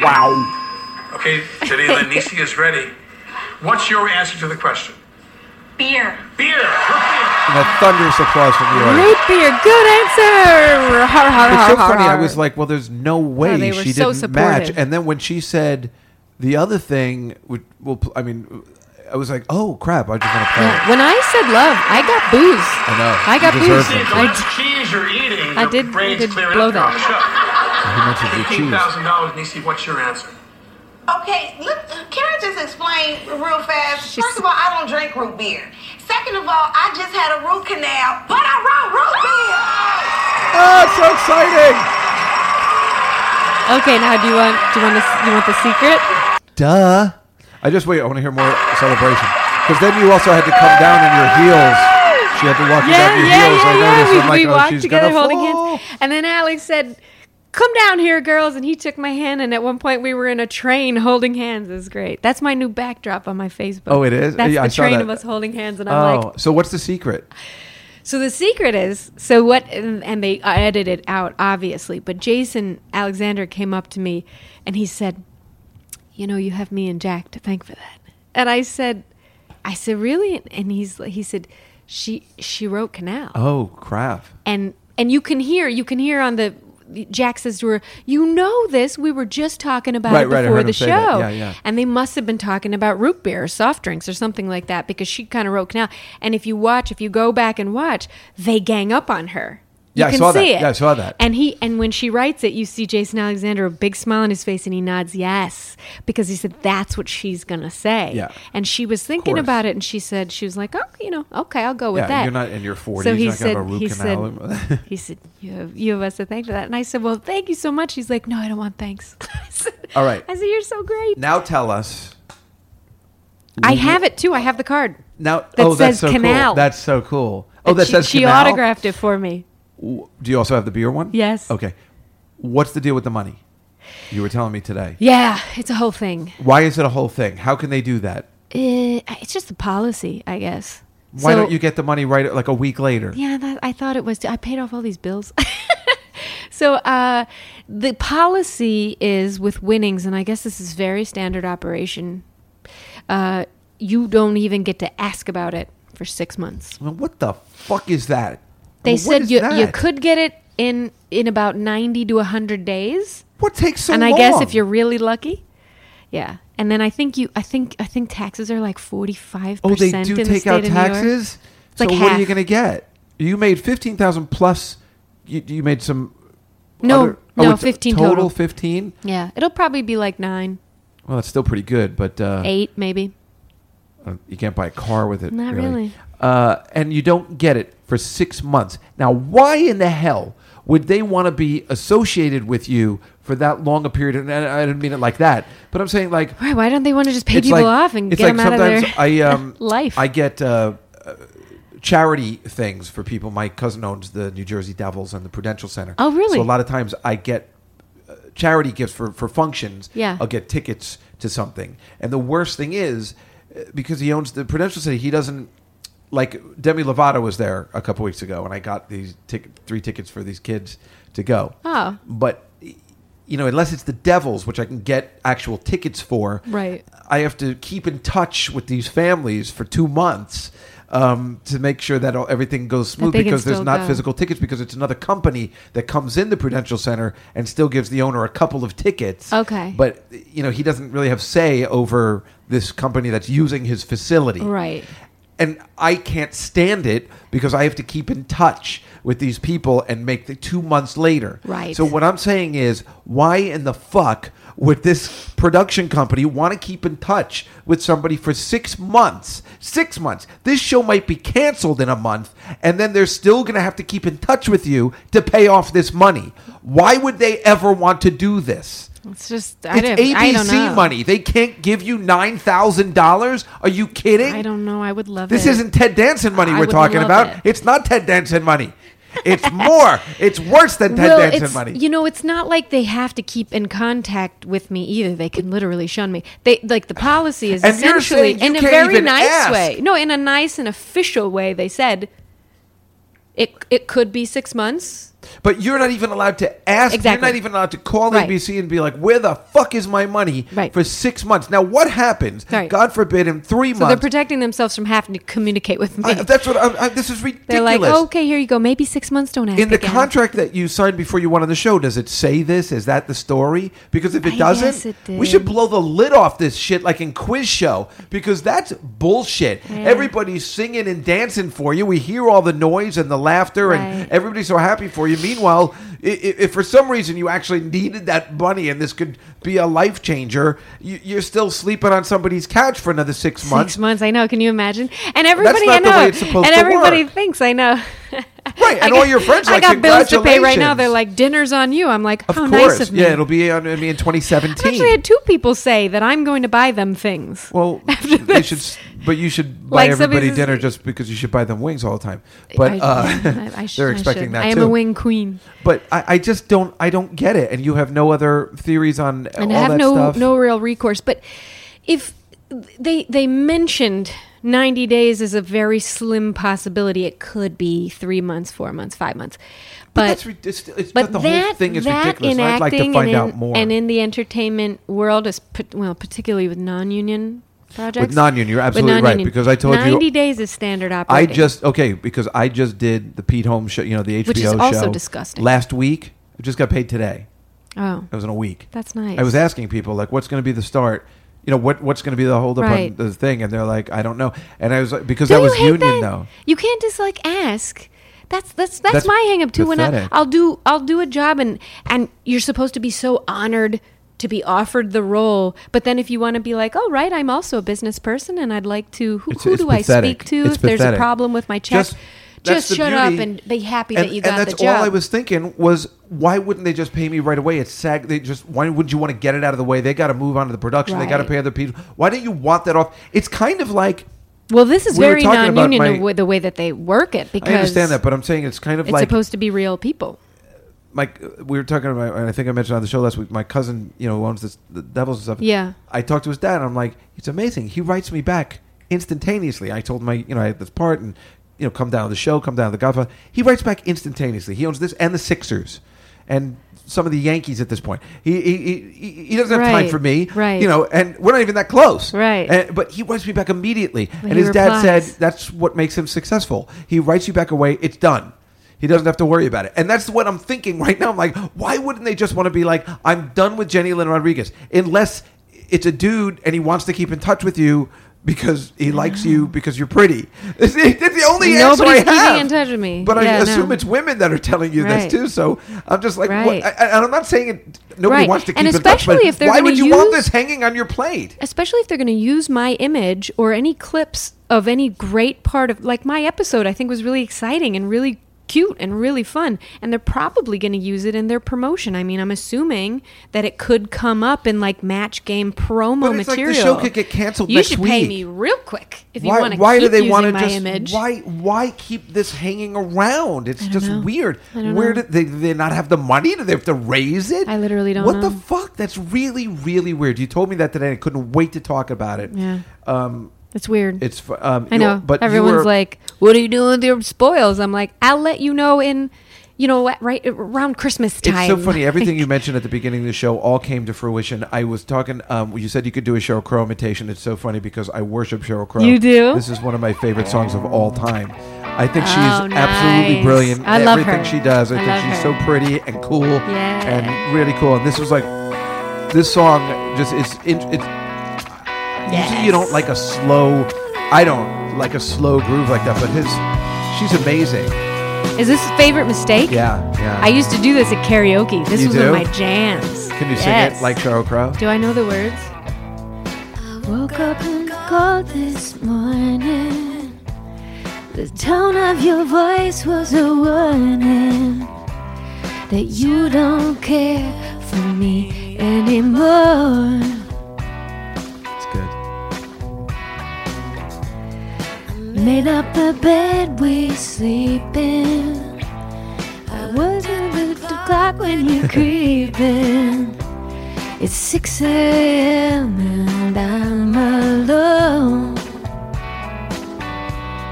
C: Wow.
H: Okay, Janila, Nisi is ready. What's your answer to the question?
I: Beer.
H: Beer. Root beer.
C: And a thunderous applause from the audience.
D: Root beer. Good answer. Har, har,
C: It's
D: har,
C: so
D: har,
C: funny. I
D: har.
C: was like, well, there's no way
D: they were
C: she
D: so
C: didn't match.
D: supportive.
C: And then when she said the other thing, would, well, pl- I mean, I was like, oh crap! I just want to play. it.
D: Yeah, when I said love, I got booze. I
C: know.
D: I got
C: You
D: booze.
C: deserve it.
H: See, the
D: I
H: less cheese you're eating,
D: I
H: your
D: did- I
H: brain's
D: did
H: clearing
D: blow
H: up throughout
C: How much did
H: the show.
C: you choose?
H: $15,000, Nisi, what's your answer?
J: Okay, look, can I just explain real fast?
D: She's-
J: First of all, I don't drink root beer. Second of all, I just had a root canal, but I wrote root beer.
C: Ah, so exciting!
D: did. Okay, now do you want do you want the you want the secret?
C: Duh. I just wait. I want to hear more celebration. Because then you also had to come down in your heels. She had to walk you down
D: Yeah,
C: in your
D: yeah,
C: heels.
D: yeah,
C: I
D: yeah.
C: noticed.
D: We,
C: I'm
D: we
C: like, oh,
D: walked
C: she's
D: together
C: gonna
D: holding
C: fall.
D: hands, and then Alex said, "Come down here, girls." And he took my hand, and at one point we were in a train holding hands. Is great. That's my new backdrop on my Facebook.
C: Oh, it is?
D: That's
C: Yeah,
D: the
C: I saw
D: train
C: that.
D: of us holding hands, and I'm
C: Oh,
D: like,
C: so what's the secret?
D: so the secret is, so what? And, and they edited it out, obviously. But Jason Alexander came up to me, and he said, "You know, you have me and Jack to thank for that." And I said, "I said really?" And he's he said, "She she wrote canal."
C: Oh crap!
D: and and you can hear you can hear on the Jack says to her, "You know this. We were just talking about
C: Right,
D: it
C: right, I
D: before
C: heard him
D: the
C: say
D: show,
C: that. Yeah, yeah.
D: and they must have been talking about root beer, or soft drinks, or something like that, because she kind of wrote canal. And if you watch, if you go back and watch, they gang up on her. You
C: Yeah, I
D: can
C: saw that.
D: see it.
C: Yeah, I saw that.
D: And he and when she writes it, you see Jason Alexander a big smile on his face, and he nods yes because he said that's what she's gonna say.
C: Yeah.
D: And she was thinking
C: course.
D: about it, and she said she was like, "Oh, you know, okay, I'll go with
C: Yeah,
D: that."
C: you're not in your 40s.
D: So he
C: You're not gonna have
D: said,
C: a root
D: he
C: canal.
D: said, he said, you have, you have us to thank for that. And I said, well, thank you so much. He's like, no, I don't want thanks. I said-
C: All right.
D: I said, you're so great.
C: Now tell us.
D: I have it too. I have the card.
C: Now,
D: That
C: oh, that's
D: says
C: so
D: canal.
C: cool. That's so cool. Oh, that
D: she,
C: says
D: she
C: canal?
D: autographed it for me.
C: W- Do you also have the beer one?
D: Yes.
C: Okay. What's the deal with the money? You were telling me today.
D: Yeah, it's a whole thing.
C: Why is it a whole thing? How can they do that?
D: Uh, it's just a policy, I guess.
C: Why
D: So-
C: don't you get the money right like a week later?
D: Yeah, that, I thought it was. I paid off all these bills. So uh, the policy is with winnings, and I guess this is very standard operation. Uh, you don't even get to ask about it for six months.
C: Well, what the fuck is that?
D: They
C: Well, what
D: said
C: is
D: you you
C: that?
D: could get it in in about ninety to hundred days.
C: What takes so
D: And I guess if
C: long?
D: you're really lucky, yeah. And then I think you, I think, I think taxes are like forty five.
C: Oh, they do take out taxes.
D: It's
C: So
D: like
C: what
D: half.
C: are you going to get? You made fifteen thousand plus. You, you made some.
D: No,
C: other- oh,
D: no,
C: it's
D: fifteen
C: total.
D: total.
C: Fifteen.
D: Yeah, it'll probably be like nine,
C: Well, that's still pretty good, but uh,
D: eight, maybe.
C: Uh, You can't buy a car with it.
D: Not really.
C: Uh, and you don't get it for six months. Now, why in the hell would they want to be associated with you for that long a period? And I I didn't mean it like that, but I'm saying like
D: Why, why don't they want to just pay
C: it's
D: people
C: like-
D: off and
C: it's like
D: get them out of
C: sometimes
D: their
C: I, um,
D: life?
C: I get uh, uh, charity things for people. My cousin owns the New Jersey Devils and the Prudential Center.
D: Oh, really?
C: So a lot of times I get uh, charity gifts for, for functions.
D: Yeah.
C: I'll get tickets to something. And the worst thing is, uh, because he owns the Prudential Center, he doesn't. Like Demi Lovato was there a couple weeks ago, and I got these tick- three tickets for these kids to go.
D: Oh.
C: But, you know, unless it's the Devils, which I can get actual tickets for,
D: Right.
C: I have to keep in touch with these families for two months um, to make sure that all, everything goes smooth
D: they can
C: because there's
D: still
C: not
D: go.
C: physical tickets because it's another company that comes in the Prudential Center and still gives the owner a couple of tickets.
D: Okay.
C: But, you know, he doesn't really have say over this company that's using his facility.
D: Right.
C: And I can't stand it because I have to keep in touch with these people and make the two months later.
D: Right.
C: So what I'm saying is, why in the fuck would this production company want to keep in touch with somebody for six months? Six months. This show might be canceled in a month, and then they're still going to have to keep in touch with you to pay off this money. Why would they ever want to do this?
D: It's just I,
C: it's
D: don't, I don't
C: ABC
D: know.
C: money. They can't give you nine thousand dollars. Are you kidding?
D: I don't know. I would love
C: This
D: it.
C: isn't Ted Danson money
D: I
C: we're
D: would
C: talking
D: love
C: about.
D: it.
C: It's not Ted Danson money. It's more. it's worse than Ted
D: well,
C: Danson
D: it's,
C: money.
D: You know, it's not like they have to keep in contact with me either. They can literally shun me. They like the policy is
C: And you're
D: essentially
C: saying you
D: in a
C: can't
D: very
C: even
D: nice
C: ask.
D: way. No, in a nice and official way. They said it. It could be six months.
C: but you're not even allowed to ask.
D: Exactly.
C: You're not even allowed to call
D: Right.
C: ABC and be like, "Where the fuck is my money?"
D: Right.
C: For six months. Now, what happens?
D: Right.
C: God forbid, in three
D: So they're
C: months.
D: protecting themselves from having to communicate with me.
C: I- that's what I'm, I, this is ridiculous.
D: they're like, "Oh, okay, here you go. Maybe six months. Don't ask
C: in the
D: again.
C: contract that you signed before you went on the show, does it say this? Is that the story? Because if it
D: I
C: doesn't,
D: guess Ah, it
C: we should
D: did.
C: blow the lid off this shit like in quiz show because that's bullshit.
D: Yeah.
C: Everybody's singing and dancing for you. We hear all the noise and the laughter,
D: Right.
C: and everybody's so happy for you. Meanwhile, i- i- if for some reason you actually needed that money and this could be a life changer, you, you're still sleeping on somebody's couch for another six, months.
D: Six months, I know. Can you imagine? And everybody
C: not
D: I
C: the
D: know,
C: way it's supposed
D: and
C: to
D: everybody
C: work.
D: thinks I know.
C: Right,
D: I
C: and all your friends are
D: I
C: like,
D: got bills to pay right now.
C: "Congratulations."
D: They're like, "Dinner's on you." I'm like,
C: Of
D: "How
C: course,
D: nice of me."
C: yeah, it'll be on I mean, in
D: I've
C: 2017.
D: actually had two people say that I'm going to buy them things.
C: Well, they should, s- but you should buy
D: Like, somebody
C: everybody
D: says-
C: dinner just because you should buy them wings all the time. But
D: I-
C: uh,
D: I- I should-
C: they're
D: I
C: expecting
D: should.
C: that
D: I am
C: too.
D: a wing queen.
C: But I, I just don't. I don't get it. And you have no other theories on
D: and
C: all
D: have
C: that
D: no
C: stuff.
D: no real recourse. But if they they mentioned ninety days is a very slim possibility, it could be three months, four months, five months.
C: but
D: But
C: that's ri- it's, it's,
D: but
C: the
D: that
C: whole thing is
D: that
C: ridiculous.
D: in
C: and I'd like to
D: acting
C: find
D: and in,
C: out more.
D: And in the entertainment world, is pat- well, particularly with non-union projects.
C: non-union, you're
D: With
C: absolutely right,
D: non-union.
C: because I told you-
D: ninety days is standard
C: I
D: operating.
C: just okay because I just did the Pete Holmes show. You know the HBO
D: Which is also
C: show
D: disgusting.
C: last week. I just got paid today.
D: oh
C: It was in a week.
D: That's nice.
C: I was asking people like, what's going to be the start? You know what? What's going to be the holdup
D: Right.
C: on the thing? And they're like, I don't know. And I was like, because
D: Do
C: that
D: you
C: was
D: hate
C: union
D: that?
C: though.
D: You can't just like ask. That's that's that's,
C: That's
D: my hang up too.
C: pathetic.
D: When I, I'll do I'll do a job and and you're supposed to be so honored to be offered the role, but then if you want to be like, oh right, I'm also a business person and I'd like to who,
C: It's-
D: who
C: it's
D: do I
C: pathetic.
D: speak to
C: It's
D: if there's a
C: pathetic.
D: problem with my check?
C: Just-
D: Just,
C: that's the
D: shut up
C: beauty.
D: and be happy
C: and,
D: that you
C: and
D: got
C: that's
D: the job.
C: all I was thinking was why wouldn't they just pay me right away? It's sag. They just why wouldn't you want to get it out of the way? They got to move on to the production. They got to
D: Right.
C: pay other people. Why don't you want that off? It's kind of like
D: well, this is
C: we were
D: very
C: talking about
D: non-union
C: my-
D: the, way, the way that they work it because
C: I understand that, but I'm saying it's kind of
D: it's
C: like
D: supposed to be real people.
C: Mike, uh, we were talking about, and I think I mentioned on the show last week, my cousin, you know, who owns this, the Devils and stuff.
D: Yeah.
C: I talked to his dad, and I'm like, it's amazing. He writes me back instantaneously. I told my, you know, I had this part, and, you know, come down to the show, come down to the Godfather. He writes back instantaneously. He owns this and the Sixers. and some of the Yankees at this point. He he, he- he, he doesn't have time
K: Right,
C: for me,
K: right.
C: You know, and we're not even that close,
K: Right.
C: And, but he writes me back immediately,
K: Well,
C: and
K: he
C: his dad
K: replies.
C: said that's what makes him successful. He writes you back away. It's done. He doesn't have to worry about it. And that's what I'm thinking right now. I'm like, why wouldn't they just want to be like, I'm done with Jenny Lynn Rodriguez? Unless it's a dude and he wants to keep in touch with you because he likes you because you're pretty. That's the that's the only answer I
D: Nobody's keeping
C: have.
D: in touch with me.
C: But I
D: Yeah,
C: assume
D: no.
C: it's women that are telling you
D: Right.
C: this too. So I'm just like,
D: Right.
C: what? I- I- and I'm not saying it, nobody
D: Right.
C: wants to keep
D: And
C: in touch. but
D: especially if they're
C: why would you
D: gonna
C: want
D: use-
C: this hanging on your plate?
D: especially if they're going to use my image or any clips of any great part of like my episode i think was really exciting and really cute and really fun and they're probably going to use it in their promotion i mean i'm assuming that it could come up in like match game promo
C: But it's like the
D: material
C: show could get canceled
D: you
C: next
D: should pay
C: week.
D: me real quick if
C: why
D: you want to
C: why
D: keep
C: do they
D: using
C: want to
D: my
C: just
D: image
C: why why keep this hanging around? It's just
D: know.
C: weird.
D: I don't
C: Where
D: know.
C: did they, they not have the money? Do they have to raise it?
D: I literally don't
C: What the
D: know.
C: fuck? That's really really weird. You told me that today. and I couldn't wait to talk about it.
D: Yeah.
C: Um,
D: it's weird
C: it's fu- um,
D: I
C: you-
D: know,
C: but
D: but
C: you
D: everyone's
C: were-
D: like, "What are you doing with your spoils?" I'm like, "I'll let you know in, you know, what, right around Christmas time."
C: It's so funny. Everything you mentioned at the beginning of the show all came to fruition. I was talking. Um, you said you could do a Cheryl Crow imitation. It's so funny because I worship Cheryl Crow.
D: You do?
C: This is one of my favorite songs of all time. I think she's
D: Oh,
C: absolutely
D: nice.
C: brilliant.
D: I love
C: Everything
D: her.
C: she does. I,
D: I love
C: think she's
D: her.
C: so pretty and cool
D: Yeah.
C: and really cool. And this was like this song just is. in- It's usually you don't like a slow. I don't like a slow groove like that, but his. She's amazing.
D: Is this favorite mistake?
C: Yeah, yeah.
D: I used to do this at karaoke. This
C: You
D: was one
C: do?
D: of my jams.
C: Can you sing
D: Yes.
C: it like Cheryl Crow?
D: Do I know the words?
L: Woke up and called this morning. The tone of your voice was a warning that you don't care for me anymore.
C: It's good.
L: Made up the bed we sleep in. I wasn't the the clock when you're creeping. It's 6 a.m. and I'm alone.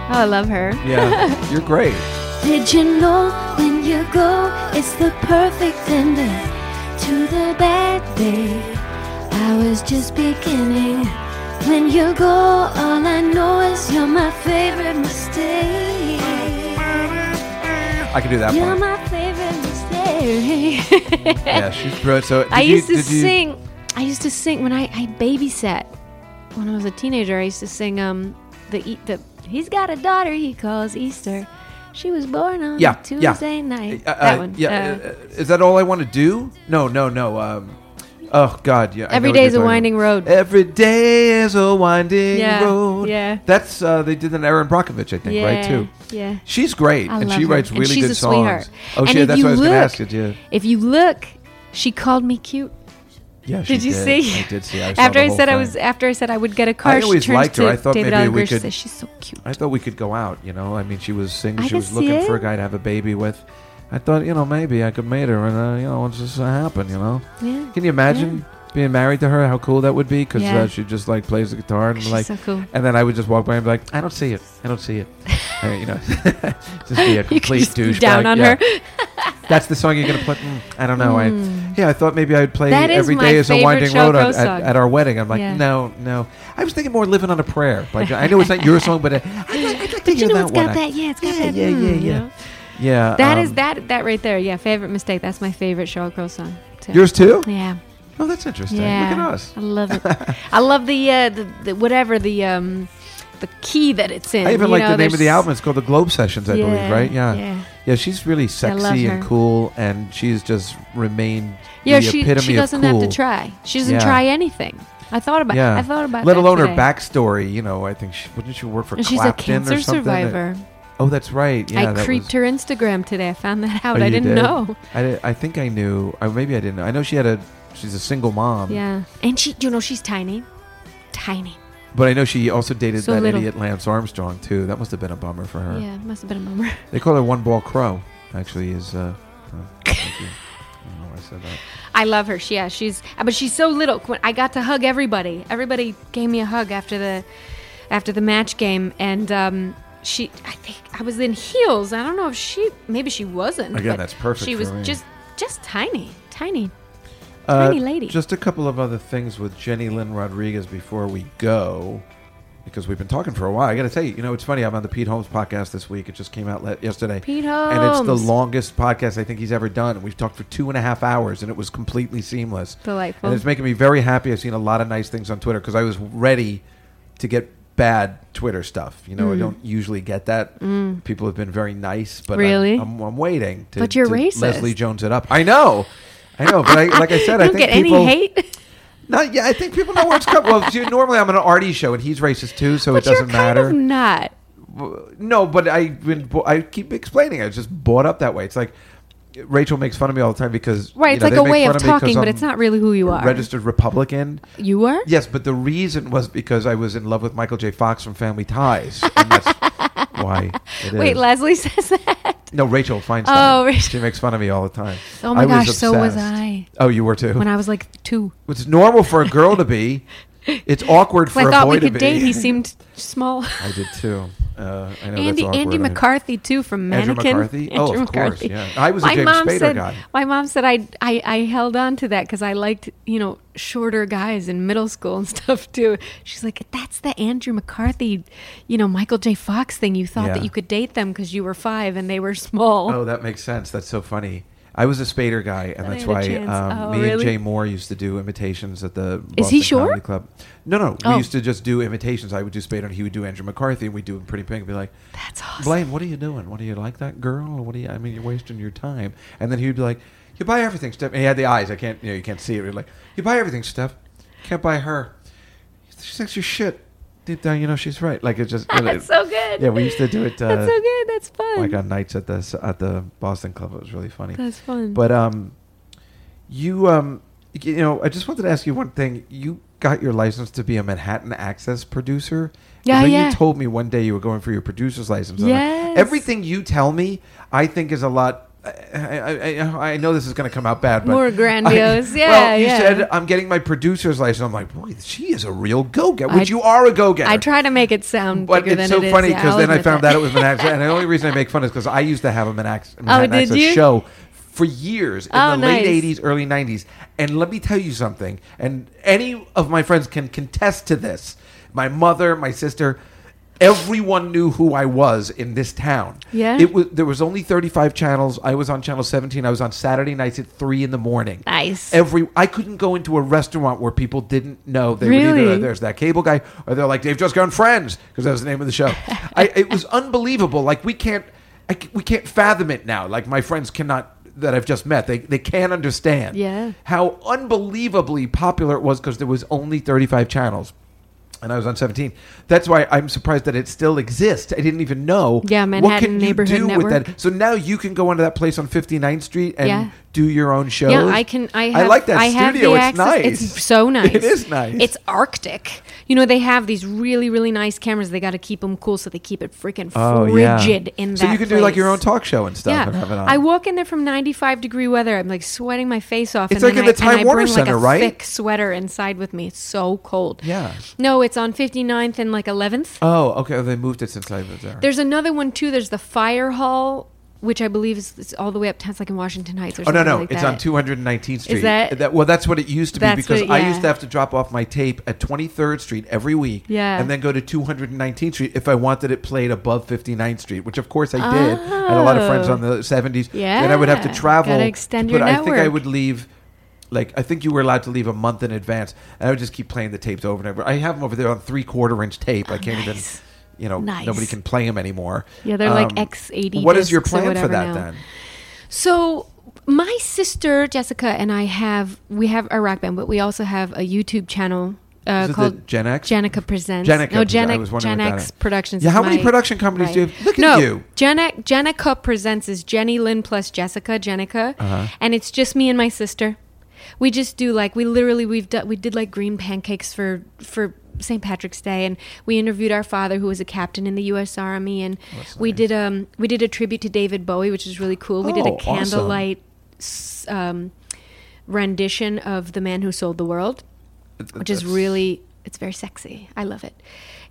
D: Oh, I love her.
C: Yeah, you're great.
L: Did you know when you go, it's the perfect ending to the bad day? I was just beginning. When you go, all I know is you're my favorite mistake.
C: I can do that
L: You're
C: one.
L: my favorite mistake.
C: Yeah, she's brilliant. So
D: I
C: did you-
D: used to
C: did you-
D: sing. I used to sing when I, I babysat. When I was a teenager, I used to sing um the E- the
L: He's got a daughter he calls Easter. She was born on
C: Yeah, yeah.
L: Tuesday night.
C: Uh, uh,
L: that one.
C: Yeah,
L: Uh,
C: uh, is that all I want to do? No, no, no. Um, oh God, yeah. I know
D: every
C: what
D: day
C: you're
D: is a
C: talking
D: winding road.
C: Every day is a winding
D: Yeah,
C: road.
D: yeah.
C: That's uh, they did an Aaron Brockovich, I think, right
D: Yeah,
C: too.
D: yeah.
C: She's great,
D: I
C: and
D: love
C: she
D: her.
C: writes
D: And
C: really
D: she's
C: good
D: a sweetheart.
C: songs. Oh,
D: And
C: she,
D: if
C: that's
D: you
C: what I was going to
D: look-
C: ask you. Yeah,
D: If you look, she called me cute.
C: yeah. she
D: did you see?
C: I did see. I saw
D: after
C: the
D: I
C: whole
D: said I
C: thing.
D: was after I said I would get a car.
C: I always
D: she turns
C: liked her.
D: to
C: I thought
D: David
C: maybe
D: Allen
C: we
D: Greer, she
C: could.
D: says, She's so cute.
C: I thought we could go out. You know, I mean, she was singing.
D: I
C: she
D: can
C: was looking
D: see
C: for a
D: it.
C: guy to have a baby with. I thought, you know, maybe I could meet her, and uh, you know, it just happened. You know,
D: Yeah.
C: can you imagine being married to her? How cool that would be! Because
D: Yeah.
C: uh, she just like plays the guitar and
D: She's
C: like,
D: so cool.
C: and then I would just walk by and be like, I don't see it. I don't see it. Uh, you know, just be
D: You
C: a
D: could
C: complete
D: just be
C: douchebag.
D: down on
C: Yeah.
D: her.
C: That's the song you're gonna put. Mm, I don't know. I
D: Mm.
C: yeah, I thought maybe I'd play
D: That is
C: every
D: my
C: day is a
D: favorite
C: winding
D: Sheryl
C: road
D: Crow
C: on- at,
D: song.
C: at our wedding. I'm like,
D: Yeah.
C: no, no. I was thinking more living on a prayer. Like I know it's not your song, but uh, I'd like, I'd like to
D: But
C: hear
D: you know,
C: that
D: it's
C: one.
D: got
C: I-
D: that. Yeah, it's got
C: yeah,
D: that.
C: yeah,
D: hmm,
C: yeah,
D: you
C: yeah.
D: know?
C: Yeah.
D: That
C: um,
D: is that that right there. Yeah, favorite mistake. That's my favorite Sheryl Crow song. Too.
C: Yours too?
D: Yeah.
C: Oh, that's interesting.
D: Yeah.
C: Look at us.
D: I love it. I love the, uh, the the whatever the um the key that it's in.
C: I even
D: you
C: like
D: know,
C: the name of the
D: there's-
C: album. It's called The Globe Sessions, I believe,
D: Yeah,
C: right? Yeah.
D: yeah.
C: she's really
D: love
C: sexy and
D: her.
C: cool, and she's just remained
D: Yeah,
C: the
D: she
C: epitome
D: she
C: of
D: doesn't have
C: cool.
D: to try. She doesn't
C: Yeah.
D: try anything. I thought about. I thought about.
C: Let
D: that
C: alone
D: today.
C: her backstory. You know, I think she wouldn't she work for
D: And she's a
C: Clapton or
D: cancer
C: something?
D: survivor.
C: Oh, that's right. Yeah,
D: I
C: that
D: creeped
C: was-
D: her Instagram today. I found that
C: Oh,
D: out. I
C: you
D: didn't
C: did?
D: know.
C: I, di- I think I knew. Or maybe I didn't. know. I know she had a. She's a single mom.
D: Yeah, and she, you know, she's tiny, tiny.
C: But I know she also dated
D: So
C: that
D: little.
C: idiot Lance Armstrong too. That must have been a bummer for her.
D: Yeah, it must have been a bummer.
C: They call her One Ball Crow. Actually, is. Uh, oh, thank you. I don't know why I said that.
D: I love her. She, yeah, she's, uh, but she's so little. When I got to hug everybody. Everybody gave me a hug after the, after the match game, and um, she, I think I was in heels. I don't know if she, maybe she wasn't.
C: Again,
D: but
C: that's perfect
D: She
C: for
D: was
C: me.
D: just Just tiny, tiny,
C: Uh,
D: tiny lady.
C: Just a couple of other things with Jenny Lynn Rodriguez before we go, because we've been talking for a while. I got to tell you, you know, it's funny. I'm on the Pete Holmes podcast this week. It just came out le- yesterday.
D: Pete
C: And it's the
D: Holmes.
C: longest podcast I think he's ever done. And we've talked for two and a half hours, and it was completely seamless.
D: Delightful.
C: And it's making me very happy. I've seen a lot of nice things on Twitter because I was ready to get bad Twitter stuff. You know, I
D: Mm.
C: don't usually get that.
D: Mm.
C: People have been very nice, but I'm-
D: Really?
C: I'm, I'm waiting. To,
D: But you're
C: to
D: racist.
C: Leslie Jones it up. I know. I know, but I, like I said, I
D: You don't
C: think
D: get
C: people,
D: any hate.
C: Not yeah, I think people know where it's coming. Well, see, normally I'm on an Artie show, and he's racist too, so
D: but
C: it doesn't
D: you're kind
C: matter.
D: of not.
C: W- No, but I've been. bo- I keep explaining. I just brought up that way. It's like Rachel makes fun of me all the time because
D: Right,
C: you
D: it's
C: know,
D: like
C: they
D: a
C: make
D: way
C: fun
D: of
C: me 'cause
D: talking, but
C: I'm
D: it's not really who you are.
C: Registered Republican.
D: You were?
C: Yes, but the reason was because I was in love with Michael J. Fox from Family Ties, and that's why. It
D: Wait,
C: is.
D: Leslie says that.
C: No, Rachel Feinstein.
D: Oh, Rachel.
C: she makes fun of me all the time.
D: Oh my
C: I
D: gosh, so was
C: obsessed.
D: I.
C: Oh, you were too.
D: When I was like two.
C: it's normal for a girl to be. It's awkward
D: 'Cause
C: for
D: I
C: a
D: thought
C: boy
D: we
C: to
D: could
C: be.
D: date. He seemed small.
C: I did too. Uh, I know
D: Andy
C: that's awkward.
D: Andy
C: I-
D: McCarthy too from
C: Andrew
D: Mannequin.
C: McCarthy? Oh, of course, yeah. I was a James Spader
D: said,
C: guy.
D: My mom said I, I I held on to that because I liked you know shorter guys in middle school and stuff too. She's like, that's the Andrew McCarthy, you know Michael J. Fox thing. You thought
C: Yeah.
D: that you could date them because you were five and they were small.
C: Oh, that makes sense. That's so funny. I was a Spader guy, and
D: I
C: that's
D: had a
C: why
D: chance.
C: um,
D: Oh,
C: me and
D: really?
C: Jay Moore used to do imitations at the
D: Is he
C: Boston
D: short?
C: Comedy Club. No, no, we
D: Oh.
C: used to just do imitations. I would do Spader, and he would do Andrew McCarthy, and we'd do him pretty pink, and be like,
D: "That's awesome."
C: Blaine, what are you doing? What do you like that girl? What do you? I mean, you're wasting your time. And then he would be like, "You buy everything, Steph." And he had the eyes. I can't, you know, you can't see it. He'd be like, "You buy everything, Steph. Can't buy her. She thinks you're shit." Deep down, you know she's right. Like it just
D: That's so good.
C: Yeah, we used to do it. Uh,
D: That's so good. That's fun.
C: Like on nights at the at the Boston Club, it was really funny.
D: That's fun.
C: But um, you um, y- you know, I just wanted to ask you one thing. You got your license to be a Manhattan Access producer.
D: Yeah,
C: I know
D: yeah.
C: You told me one day you were going for your producer's license. I'm like,
D: Yes.
C: Everything you tell me, I think is a lot. I, I, I, I know this is going to come out bad, but
D: More grandiose.
C: I-
D: Yeah,
C: Well, you
D: yeah.
C: said I'm getting my producer's license. I'm like, boy, she is a real go getter.
D: I-
C: Which you are a go getter.
D: I try to make it sound
C: But
D: bigger
C: it's
D: than
C: so
D: it is.
C: funny
D: Yeah,
C: because
D: I'll
C: then I
D: admit
C: found
D: that.
C: out it was Manhattan, and the only reason I make fun is because I used to have a Manhattan, Manhattan
D: Oh, did
C: Access
D: you?
C: show for years in
D: Oh,
C: the
D: nice.
C: late '80s, early '90s. And let me tell you something, and any of my friends can contest to this. My mother, my sister, everyone knew who I was in this town.
D: Yeah.
C: it was there was only 35 channels. I was on channel 17. I was on Saturday nights at three in the morning.
D: Nice.
C: Every I couldn't go into a restaurant where people didn't know they would either
D: Really?
C: there's that cable guy, or they're like they've just gone friends because that was the name of the show. I, it was unbelievable. Like we can't, I c we can't fathom it now. Like my friends cannot that I've just met, they they can't understand
D: Yeah.
C: how unbelievably popular it was because there was only 35 channels. And I was on 17. That's why I'm surprised that it still exists. I didn't even know.
D: Yeah, Manhattan Neighborhood Network.
C: So now you can go onto that place on 59th Street and
D: Yeah.
C: do your own shows.
D: Yeah, I can. I, have,
C: like that
D: I have
C: studio.
D: the
C: it's
D: access-
C: nice.
D: It's so nice.
C: It is nice.
D: It's arctic. You know, they have these really, really nice cameras. They got to keep them cool, so they keep it freaking frigid in that.
C: Oh, So you can do like your own
D: place.
C: talk show and stuff
D: Yeah,
C: and have it on.
D: I walk in there from 95 degree weather. I'm like sweating my face off.
C: It's
D: and
C: like
D: then
C: in the
D: I- and
C: Time
D: I
C: Warner
D: bring,
C: Center,
D: like a
C: right?
D: Thick sweater inside with me. It's so cold.
C: Yeah.
D: No, it's on 59th and like 11th.
C: oh, okay. They moved it since I was there.
D: There's another one too. There's the Fire Hall, which I believe is it's all the way up. It's like in Washington Heights or
C: oh no
D: something
C: no,
D: like
C: it's
D: that.
C: on 219th Street.
D: that-
C: well, that's what it used to be
D: That's
C: because
D: what-
C: I used
D: yeah.
C: to have to drop off my tape at 23rd Street every week,
D: Yeah.
C: and then go to 219th Street if I wanted it played above 59th Street, which of course I did. I had a lot of friends
D: Oh.
C: on the 70s, and I would have to
D: Yeah.
C: travel.
D: Gotta extend
C: but
D: your
C: I think I
D: network.
C: would leave. Like I think you were allowed to leave a month in advance, and I would just keep playing the tapes over and over. I have them over there on three quarter inch tape. I can't
D: Oh, nice.
C: even, you know,
D: Nice.
C: nobody can play them anymore.
D: Yeah, they're like
C: Um,
D: X80.
C: What is your
D: discs or
C: plan for
D: whatever
C: that
D: now.
C: then?
D: So my sister Jessica and I have we have a rock band, but we also have a YouTube channel uh,
C: Is it the
D: called
C: Gen X?
D: Jenica Presents.
C: Jenica,
D: no, Gen,
C: I was wondering
D: Gen
C: what that
D: X
C: is.
D: Productions.
C: Yeah,
D: is
C: how many
D: my-
C: production companies do you have? Look at
D: no,
C: you.
D: Gen- Jenica Presents is Jenny Lynn plus Jessica Jenica,
C: Uh-huh.
D: and it's just me and my sister. We just do like we literally we've done we did like green pancakes for for St. Patrick's Day, and we interviewed our father who was a captain in the U.S. Army, and we did um we did a tribute to David Bowie, which is really cool. We did
C: Oh,
D: a
C: awesome.
D: candlelight s um, rendition of "The Man Who Sold the World," which is
C: That's-
D: really It's very sexy. I love it.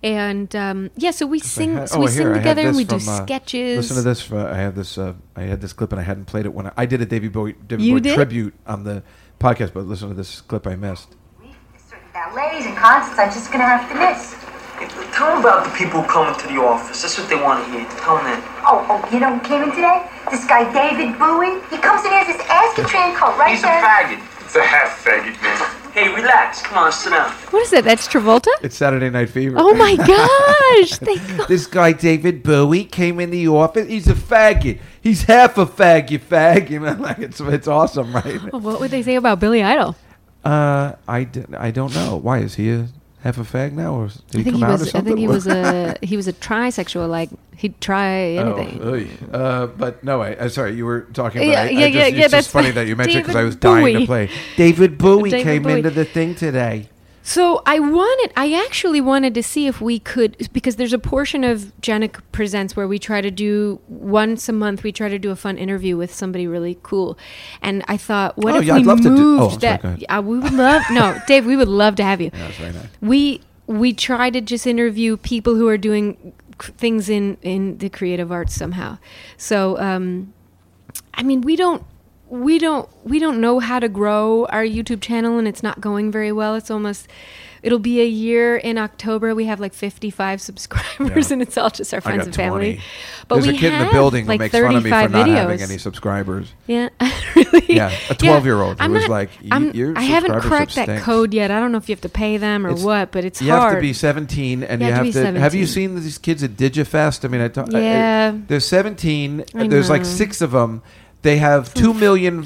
D: And um, yeah, so we
C: I
D: sing.
C: had-
D: so we
C: oh, here,
D: sing
C: I had
D: together.
C: this
D: We do
C: from, uh,
D: sketches.
C: Listen to this. uh, I had this. Uh, I had this clip, and I hadn't played it when I, I did a David Bowie, David
D: You
C: Bowie
D: did?
C: tribute on the podcast. But listen to this clip I missed.
K: Ladies and concerts, I'm just gonna have to miss.
M: Tell them about the people coming to the office. That's what they want to hear. Tell them that.
K: Oh, oh, you don't came in today? This guy David Bowie, he comes in here with his Ascatran coat right
M: He's a
K: there.
M: faggot. It's a half faggot, man. Hey, relax. Come on, sit down.
D: What is that? That's Travolta.
C: It's Saturday Night Fever.
D: Oh my gosh! Thank
C: this guy David Bowie came in the office. He's a faggot. He's half a faggot. Faggot. I'm like it's it's awesome, right?
D: Well, what would they say about Billy Idol?
C: Uh, I, did, I don't know. Why is he a half a fag now, or did
D: I
C: he come
D: think he
C: out or
D: was. I
C: something?
D: think he was a he was a trisexual. Like he'd try anything.
C: Oh, oy. uh, but no, I, I sorry, you were talking. About,
D: Yeah,
C: I- I just-
D: yeah, yeah,
C: It's
D: yeah,
C: just
D: that's
C: funny
D: fine.
C: that you mentioned because I
D: David
C: was dying
D: Bowie.
C: to play. David Bowie
D: David
C: came
D: Bowie.
C: into the thing today.
D: So I wanted, I actually wanted to see if we could, because there's a portion of Janik Presents where we try to do once a month, we try to do a fun interview with somebody really cool, and I thought, what
C: Oh,
D: if
C: yeah,
D: we
C: I'd love to do-
D: moved
C: oh, I'm sorry,
D: that?
C: go ahead.
D: Uh, we would love, no, Dave, we would love to have you.
C: that's very nice.
D: We we try to just interview people who are doing c- things in in the creative arts somehow. So. um I mean, we don't we don't we don't know how to grow our YouTube channel and it's not going very well. It's almost it'll be a year in October. We have like 55 subscribers
C: Yeah.
D: and it's all just our
C: I
D: friends
C: got
D: and family.
C: 20. There's a kid in the
D: have,
C: building
D: like
C: who makes fun of me for
D: 35
C: not having
D: videos.
C: any subscribers.
D: Yeah, really.
C: Yeah, a 12-year-old who
D: I'm
C: was
D: not-
C: like, "You-
D: I'm-
C: your
D: I haven't
C: subscribership
D: cracked that
C: stinks."
D: code yet. I don't know if you have to pay them or
C: It's-
D: what, but it's
C: you have
D: hard.
C: to be 17 and
D: You
C: you
D: have
C: have
D: to
C: to,
D: be
C: have you
D: 17.
C: seen these kids at digifest i mean i talk,
D: Yeah.
C: there's 17
D: I
C: there's like
D: know.
C: six of them they have 2 million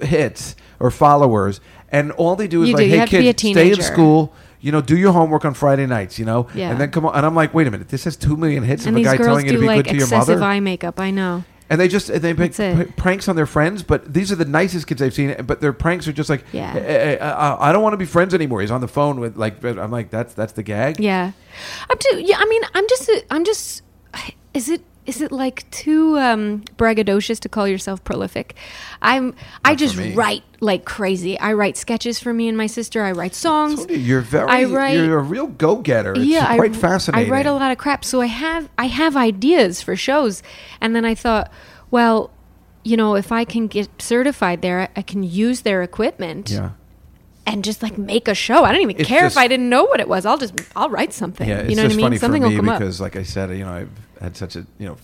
C: hits or followers and all they do is
D: You
C: like
D: do. You
C: hey
D: have to be
C: kids stay
D: a
C: in
D: teenager."
C: school you know, do your homework on Friday nights. You know,
D: Yeah.
C: and then come on. And I'm like, wait a minute, this has two million hits
D: and
C: of a
D: these
C: guy
D: girls
C: telling you
D: do
C: to be
D: like
C: good to your
D: excessive
C: mother.
D: eye makeup. I know.
C: And they just they make
D: That's it.
C: pr- pranks on their friends, but these are the nicest kids I've seen. But their pranks are just like,
D: Yeah.
C: "Eh, eh, eh, I don't want to be friends anymore. He's on the phone with like, I'm like, that's that's the gag.
D: Yeah, I'm too. Yeah, I mean, I'm just. A, I'm just. Is it is it like too um, braggadocious to call yourself prolific? I'm. I just
C: me.
D: write like crazy. I write sketches for me and my sister. I write songs.
C: You're very.
D: I write-
C: you're a real go-getter. It's
D: I-
C: quite fascinating.
D: I write a lot of crap, so I have I have ideas for shows, and then I thought, well, you know, if I can get certified there, I, I can use their equipment.
C: Yeah.
D: And just like make a show. I don't even
C: It's
D: care
C: just-
D: if I didn't know what it was. I'll just I'll write something.
C: Yeah, it's
D: you know
C: just
D: what I
C: funny
D: mean? Something
C: for
D: will
C: me
D: come up.
C: because, like I said, you know, I've had such a you know.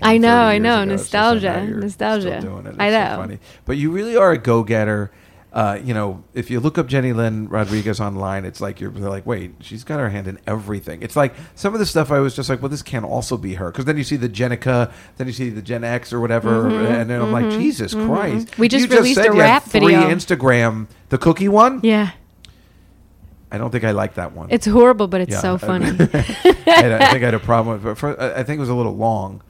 D: I know,
C: 30
D: I
C: years
D: know,
C: ago, it's just like,
D: nostalgia,
C: now you're
D: nostalgia.
C: Still doing it. It's
D: I know.
C: So funny. But you really are a go-getter. Uh, you know, if you look up Jenny Lynn Rodriguez online, it's like you're they're like, wait, she's got her hand in everything. It's like some of the stuff I was just like, well, this can also be her because then you see the Jenica, then you see the Gen X or whatever,
D: Mhm,
C: and then I'm like,
D: mhm,
C: Jesus
D: mhm.
C: Christ!
D: We just
C: you
D: released
C: said
D: a
C: you had
D: rap
C: three
D: video.
C: Instagram, the cookie one.
D: Yeah.
C: I don't think I like that one.
D: It's horrible, but it's so
C: I-
D: funny.
C: I, had a- I think I had a problem with it. but For, I I think it was a little long.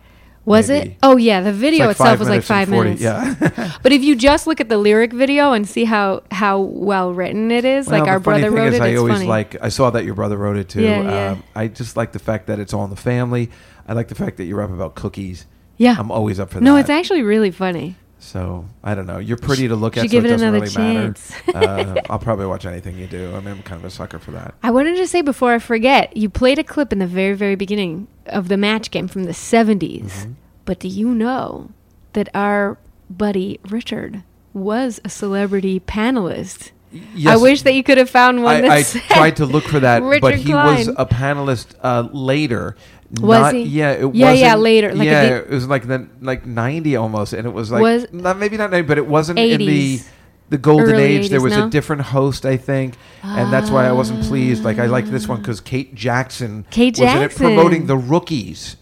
D: Was it? Oh yeah, the video
C: like
D: itself
C: five
D: was like
C: minutes and
D: five
C: 40
D: minutes. but if you just look at the lyric video and see how how well written it is,
C: Well,
D: like
C: the
D: our
C: funny
D: brother
C: thing
D: wrote
C: is
D: it,
C: I
D: it's
C: always
D: funny.
C: like. I saw that your brother wrote it too.
D: Yeah, yeah.
C: Um, I just like the fact that it's all in the family. I like the fact that you're up about cookies.
D: Yeah.
C: I'm always up for
D: no,
C: that.
D: it's actually really funny.
C: so I don't know. You're pretty to look at.
D: Should
C: so
D: give it
C: doesn't
D: another
C: really
D: chance.
C: matter. uh, I'll probably watch anything you do. I mean, I'm kind of a sucker for that.
D: I wanted to say before I forget, you played a clip in the very very beginning of the match game from the 70s.
C: Mm-hmm.
D: But do you know that our buddy Richard was a celebrity panelist? I
C: Yes.
D: wish that you could have found one. that
C: I, I
D: said
C: tried to look for that,
D: Richard
C: but he
D: Klein.
C: was a panelist uh, later.
D: Was
C: Not-
D: he?
C: Yeah, it
D: Yeah, yeah,
C: wasn't-
D: later, like a
C: yeah,
D: big-
C: it was like the like ninety almost, and it was like
D: Was-
C: not, maybe not ninety, but it wasn't in the
D: 80s.
C: the golden
D: Early
C: age. There
D: 80s,
C: was
D: no?
C: a different host, I think, and that's why I wasn't pleased. Like I liked this one because Kate Jackson
D: Ah. Kate
C: was in it
D: Jackson.
C: promoting the rookies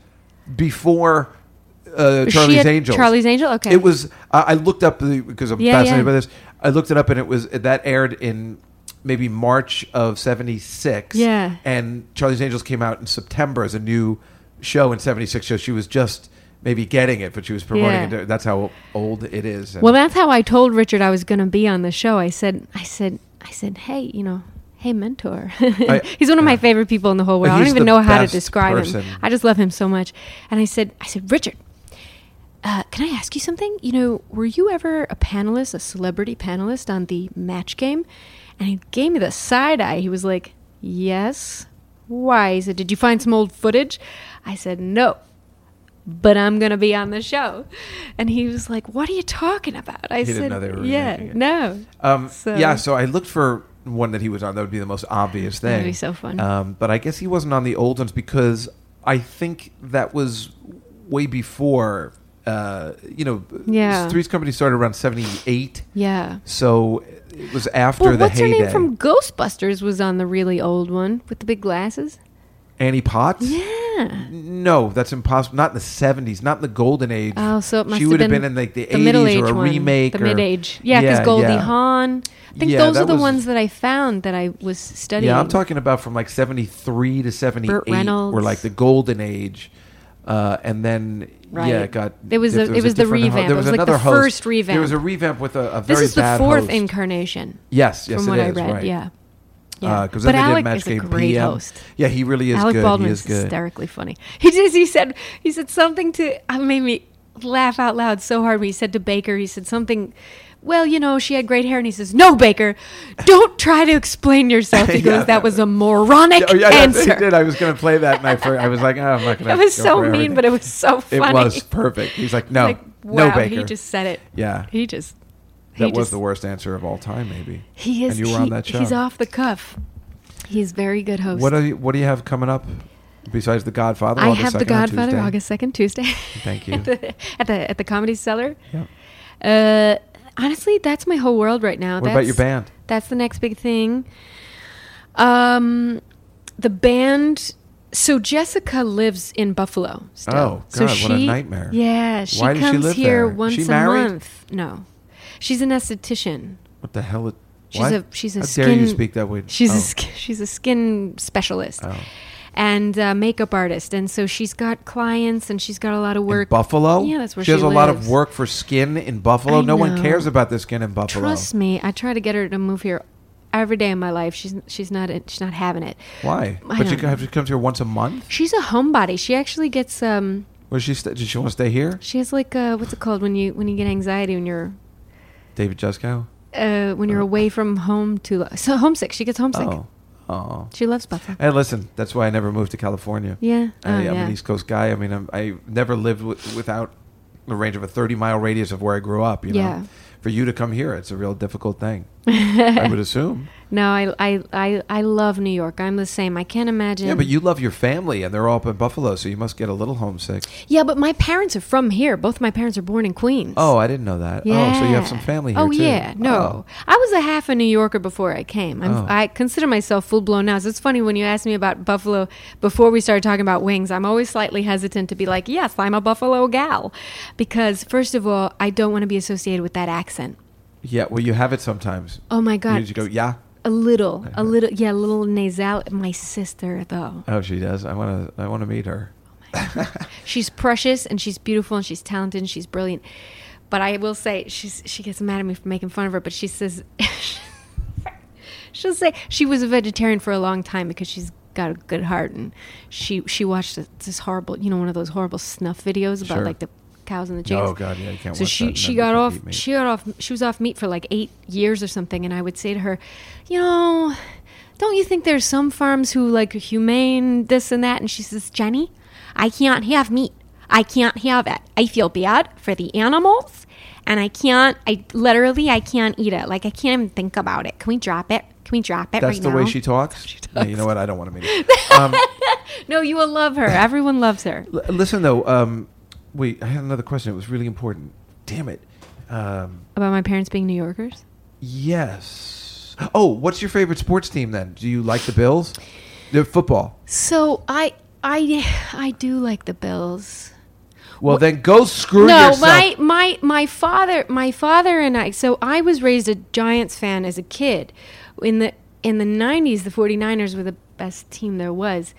C: before. Uh,
D: Was she
C: Charlie's
D: at
C: Angels.
D: Charlie's Angel? Okay.
C: It was. I I looked up the, because I'm
D: Yeah,
C: fascinated
D: yeah.
C: by this. I looked it up, and it was that aired in maybe March of '76.
D: Yeah.
C: and Charlie's Angels came out in September as a new show in '76. So she was just maybe getting it, but she was promoting
D: Yeah.
C: it. That's how old it is. And
D: Well, that's how I told Richard I was going to be on the show. I said, I said, I said, hey, you know, hey, mentor. He's one of my favorite people in the whole world. I don't
N: He's
D: even
N: the
D: know how to
N: best
D: describe
N: person.
D: him. I just love him so much. And I said, I said, Richard, uh, can I ask you something? You know, were you ever a panelist, a celebrity panelist on the match game? And he gave me the side eye. He was like, Yes. Why? He said, Did you find some old footage? I said, No, but I'm going to be on the show. And he was like, What are you talking about? I
C: He
D: said,
C: didn't know they were
D: Yeah,
C: remaking it."
D: no.
C: Um,
D: So-
C: Yeah, so I looked for one that he was on. That would be the most obvious thing.
D: That'd be so fun.
C: Um, but I guess he wasn't on the old ones because I think that was way before. Uh, you know,
D: Yeah.
C: Three's Company started around '78.
D: Yeah.
C: So it was after
D: Well,
C: the
D: what's her
C: heyday.
D: name from Ghostbusters was on the really old one with the big glasses?
C: Annie Potts.
D: Yeah.
C: No, that's impossible. Not in the '70s. Not in the golden age.
D: Oh, so it must
C: she
D: have
C: would
D: been,
C: have been in like the,
D: the middle age
C: '80s or a
D: one,
C: remake.
D: the
C: or-
D: mid age. Yeah, because Goldie
C: yeah.
D: Hawn. I think
C: Yeah,
D: those
C: that
D: are the
C: was-
D: ones that I found that I was studying.
C: Yeah, I'm talking about from like 73 to 78
D: Reynolds.
C: were like the golden age. Uh, and then
D: Right.
C: yeah, it got
D: It was
C: if
D: a-
C: there
D: it was the
C: different ho-
D: revamp.
C: there
D: It was like the
C: another host.
D: first revamp.
C: There was a revamp with a, a very
D: this is the
C: bad
D: fourth
C: host.
D: incarnation.
C: Yes, yes,
D: from what
C: it
D: I
C: is,
D: read.
C: right.
D: Yeah, yeah.
C: because
D: But
C: uh, then they
D: Alec
C: did match
D: is a
C: game
D: great
C: PM.
D: host.
C: Yeah, he really is
D: Alec
C: good.
D: Baldwin
C: he is good.
D: hysterically funny. He just he said he said something to I made me laugh out loud so hard. When he said to Baker, he said something. Well, you know, she had great hair, and he says, "No, Baker, don't try to explain yourself." He
C: Yeah,
D: goes, "That was a moronic
C: Oh, yeah, yes, he
D: answer."
C: did. I was going to play that, and I, fir- I was like, oh, I'm not going to.
D: It was so mean, but it was so funny.
C: It was perfect. He's like, no,
D: Like,
C: no,
D: wow,
C: Baker.
D: he just said it.
C: Yeah,
D: He just he
C: that was
D: just-
C: the worst answer of all time, maybe.
D: He is.
C: And you were
D: he-
C: on that show.
D: He's off the cuff. He's very good host.
C: What are you, What do you have coming up besides The Godfather?
D: I
C: August
D: have the
C: 2nd on
D: Godfather
C: Tuesday?
D: August second Tuesday.
C: Thank you.
D: at, the, at the at the Comedy Cellar.
C: Yeah.
D: Uh, honestly, that's my whole world right now.
C: What
D: that's,
C: about your band?
D: That's the next big thing. Um, the band. So Jessica lives in Buffalo. Still.
C: Oh,
D: so
C: God,
D: she,
C: what a nightmare.
D: Yeah, she
C: Why does she
D: comes
C: live
D: here
C: there? Is
D: once
C: she
D: a
C: married?
D: month. No, she's an esthetician.
C: What the hell? It,
D: She's
C: what?
D: a she's a
C: How
D: skin.
C: dare you speak that way?
D: She's
C: Oh.
D: a skin, she's a skin specialist
C: Oh.
D: and uh, makeup artist, and so she's got clients and she's got a lot of work.
C: Buffalo.
D: Yeah, that's where
C: she has a lot of
D: lives.
C: work for skin in Buffalo.
D: I
C: no one
D: know.
C: cares about the skin in Buffalo.
D: Trust me, I try to get her to move here every day of my life. She's she's not she's not having it.
C: Why? but
D: I
C: she
D: don't-
C: comes- she comes here once a month.
D: She's a homebody. She actually gets um
C: Where she sta does she want to stay here?
D: she has like uh what's it called when you when you get anxiety when you're
C: David Juskow.
D: uh when you're away from home too long. So homesick. She gets homesick.
C: Oh, oh.
D: She loves Buffalo.
C: Hey, listen. That's why I never moved to California.
D: Yeah.
C: I,
D: Oh,
C: I'm
D: yeah.
C: an East Coast guy. I mean, I'm, I never lived with, without the range of a 30 mile radius of where I grew up. You
D: Yeah.
C: know, for you to come here, it's a real difficult thing. I would assume.
D: No, I, I I I love New York. I'm the same. I can't imagine.
C: Yeah, but you love your family, and they're all up in Buffalo, so you must get a little homesick.
D: Yeah, but my parents are from here. Both my parents are born in Queens.
C: Oh, I didn't know that. Oh, so you have some
D: Yeah.
C: family here
D: Oh
C: too.
D: yeah, no, I was a half a New Yorker before I came. I'm,
C: Oh.
D: I consider myself full blown now. So it's funny when you asked me about Buffalo before we started talking about wings. I'm always slightly hesitant to be like, yes, I'm a Buffalo gal, because first of all, I don't want to be associated with that accent.
C: Yeah, well, you have it sometimes.
D: Oh, my God.
C: You just go, yeah.
D: A little, a little, yeah, a little nasal. My sister though,
C: Oh, she does. I want to. I want to meet her.
D: she's precious and she's beautiful and she's talented and she's brilliant. But I will say, she's she gets mad at me for making fun of her. But she says. She'll say she was a vegetarian for a long time because she's got a good heart, and she she watched this horrible, you know, one of those horrible snuff videos about
C: Sure.
D: like the cows and the
C: Oh,
D: chickens.
C: God, yeah, you can't
D: So
C: watch
D: she
C: that,
D: she
C: then
D: got
C: they
D: off
C: can't eat meat.
D: she got off she was off meat for like eight years or something, and I would say to her, you know, don't you think there's some farms who like humane this and that? And she says, Jenny, I can't have meat. I can't have it. I feel bad for the animals and I can't. I literally I can't eat it. Like I can't even think about it. Can we drop it? Can we drop it?
C: That's
D: right
C: the
D: now?
C: way she talks. Yeah, you know what? I don't want to meet her. Um,
D: No, you will love her. Everyone loves her.
C: l- listen though. Um, wait, I had another question. It was really important. Damn it. Um,
D: About my parents being New Yorkers.
C: yes. Oh, what's your favorite sports team then? Do you like the Bills? The football.
D: So I I I do like the Bills.
C: Well, then go screw
D: no,
C: yourself.
D: my my my father, my father and I. So I was raised a Giants fan as a kid. In the in the 90s, the 49ers were the best team there was.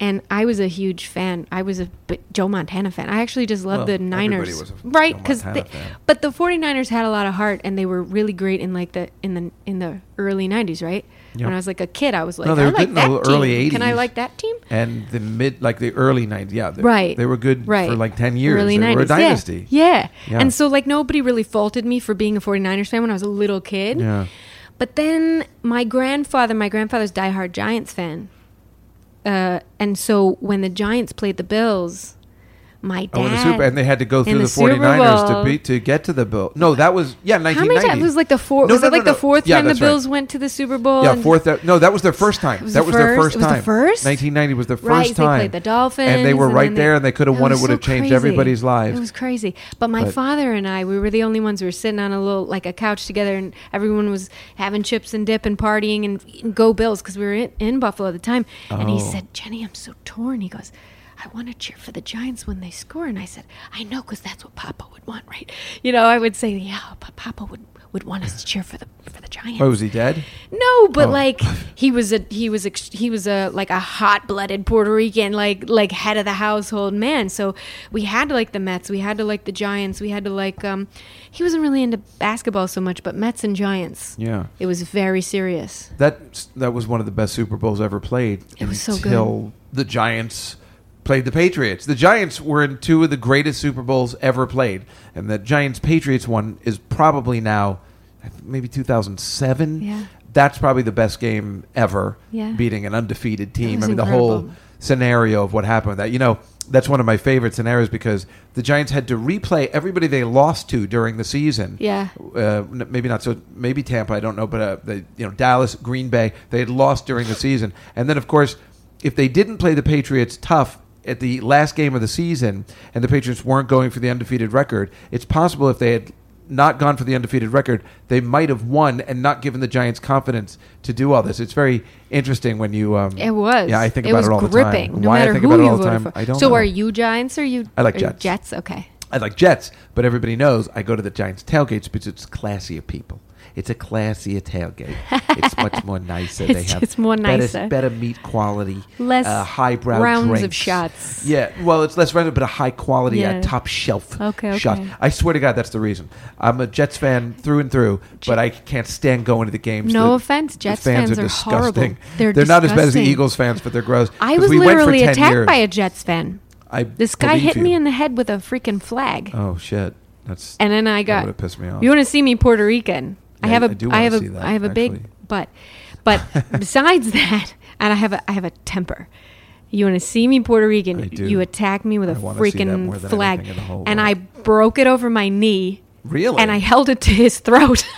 D: And I was a huge fan. I was a b- Joe Montana fan. I actually just loved
C: Well,
D: the
C: everybody
D: Niners.
C: was a
D: right?
C: Joe
D: Because
C: Montana fan.
D: but the 49ers had a lot of heart and they were really great in like the in the in the early 90s, right?
C: Yeah.
D: When I was like a kid, I was like,
C: no, they
D: I
C: were
D: like
C: good
D: that
C: in the
D: team.
C: early '80s.
D: Can I like that team?
C: And the mid, like the early '90s. Yeah, they-
D: right.
C: They were good
D: right.
C: for like ten years.
D: Early
C: they
D: 90s.
C: were a
D: yeah.
C: dynasty.
D: Yeah.
C: Yeah.
D: And so like nobody really faulted me for being a 49ers fan when I was a little kid.
C: Yeah.
D: But then my grandfather, my grandfather's diehard Giants fan. Uh, and so when the Giants played the Bills, my dad
C: Oh, in the Super, and they had to go
D: in
C: through the,
D: Super
C: 49ers
D: Bowl-
C: to beat to get to the Bill. No, that was yeah,
D: How
C: 1990.
D: many times was like the fourth?
C: No,
D: was
C: no,
D: it like
C: no, no.
D: the fourth
C: Yeah,
D: time the
C: that's right.
D: Bills went to the Super Bowl?
C: Yeah,
D: and-
C: fourth. that- no, that was their first time.
D: was
C: that
D: the
C: was their first
D: first- it was the
C: time.
D: first?
C: 1990 was their first
D: right,
C: time.
D: They played the Dolphins,
C: and they were
D: and
C: right
D: then
C: there, and they could have
D: It
C: won. It
D: was
C: would have
D: so
C: changed
D: crazy.
C: everybody's lives.
D: It was crazy. But my
C: But-
D: father and I, we were the only ones who were sitting on a little like a couch together, and everyone was having chips and dip and partying and, and go Bills because we were in, in Buffalo at the time. And he
N: Oh.
D: said, "Jenny, I'm so torn." He goes. I want to cheer for the Giants when they score, and I said, "I know, because that's what Papa would want, right?" You know, I would say, "Yeah, but Papa would would want us to cheer for the for the Giants."
C: Oh, was he dead?
D: No, but
C: Oh.
D: like he was a he was ex he was a like a hot blooded Puerto Rican like like head of the household man. So we had to like the Mets, we had to like the Giants, we had to like um he wasn't really into basketball so much, but Mets and Giants.
C: Yeah.
D: It was very serious.
C: That that was one of the best Super Bowls ever played. It
D: was so good.
C: until the Giants played the Patriots. The Giants were in two of the greatest Super Bowls ever played, and the Giants Patriots one is probably now I think, maybe 2007.
G: Yeah.
C: That's probably the best game ever.
G: Yeah.
C: Beating an undefeated team.
G: was
C: I mean, the whole
G: incredible.
C: scenario of what happened with that. You know, that's one of my favorite scenarios because the Giants had to replay everybody they lost to during the season
D: Yeah.
C: uh, n- maybe not so maybe Tampa I don't know but uh, they, you know Dallas Green Bay they had lost during the season and then of course if they didn't play the Patriots tough at the last game of the season and the Patriots weren't going for the undefeated record it's possible if they had not gone for the undefeated record they might have won and not given the Giants confidence to do all this it's very interesting when you um,
D: It was.
C: yeah I think
D: it
C: about
D: was
C: it all
D: gripping,
C: the time
D: No
C: why
D: matter
C: I think
D: who
C: about it
D: you
C: all the
D: voted
C: time
D: for.
C: I don't
D: so
C: know
D: are you Giants or you
C: I like
D: are you
C: Jets.
D: Jets, okay.
C: I like Jets, but everybody knows I go to the Giants tailgates because it's classier people. It's a classier tailgate. It's much more nicer. they
D: It's-
C: have
D: it's more
C: better-
D: nicer.
C: better meat quality,
D: Less
C: uh, highbrow
D: rounds of
C: drinks.
D: shots.
C: Yeah, well, it's less rounds, but a high quality,
D: Yeah.
C: uh, top shelf
D: Okay, okay.
C: shot. I swear to God, that's the reason. I'm a Jets fan through and through, but I can't stand going to the games.
D: No
C: The-
D: offense,
C: the
D: Jets
C: fans,
D: fans
C: are,
D: are horrible.
C: disgusting.
D: They're
C: not as bad as the
D: disgusting.
C: Eagles fans, but they're gross.
D: I
C: 'Cause
D: was
C: we went for
D: literally
C: 10
D: attacked
C: years.
D: by a Jets fan.
C: I
D: This guy
C: believe
D: hit
C: you.
D: me in the head with a freaking flag.
C: Oh shit! That's
D: And then I
C: that
D: got
C: would've pissed me off.
D: You want to see me Puerto Rican? I
C: Yeah,
D: have a
C: I do
D: I
C: wanna
D: have a I
C: see that,
D: have a big
C: actually.
D: butt. But besides that, and I have a I have a temper. You want to see me Puerto Rican?
N: I do.
D: You attack me with a
N: I wanna see that
D: freaking
N: more than
D: flag,
N: anything in the whole
D: and I broke it over my knee.
C: Really?
D: And I held it to his throat.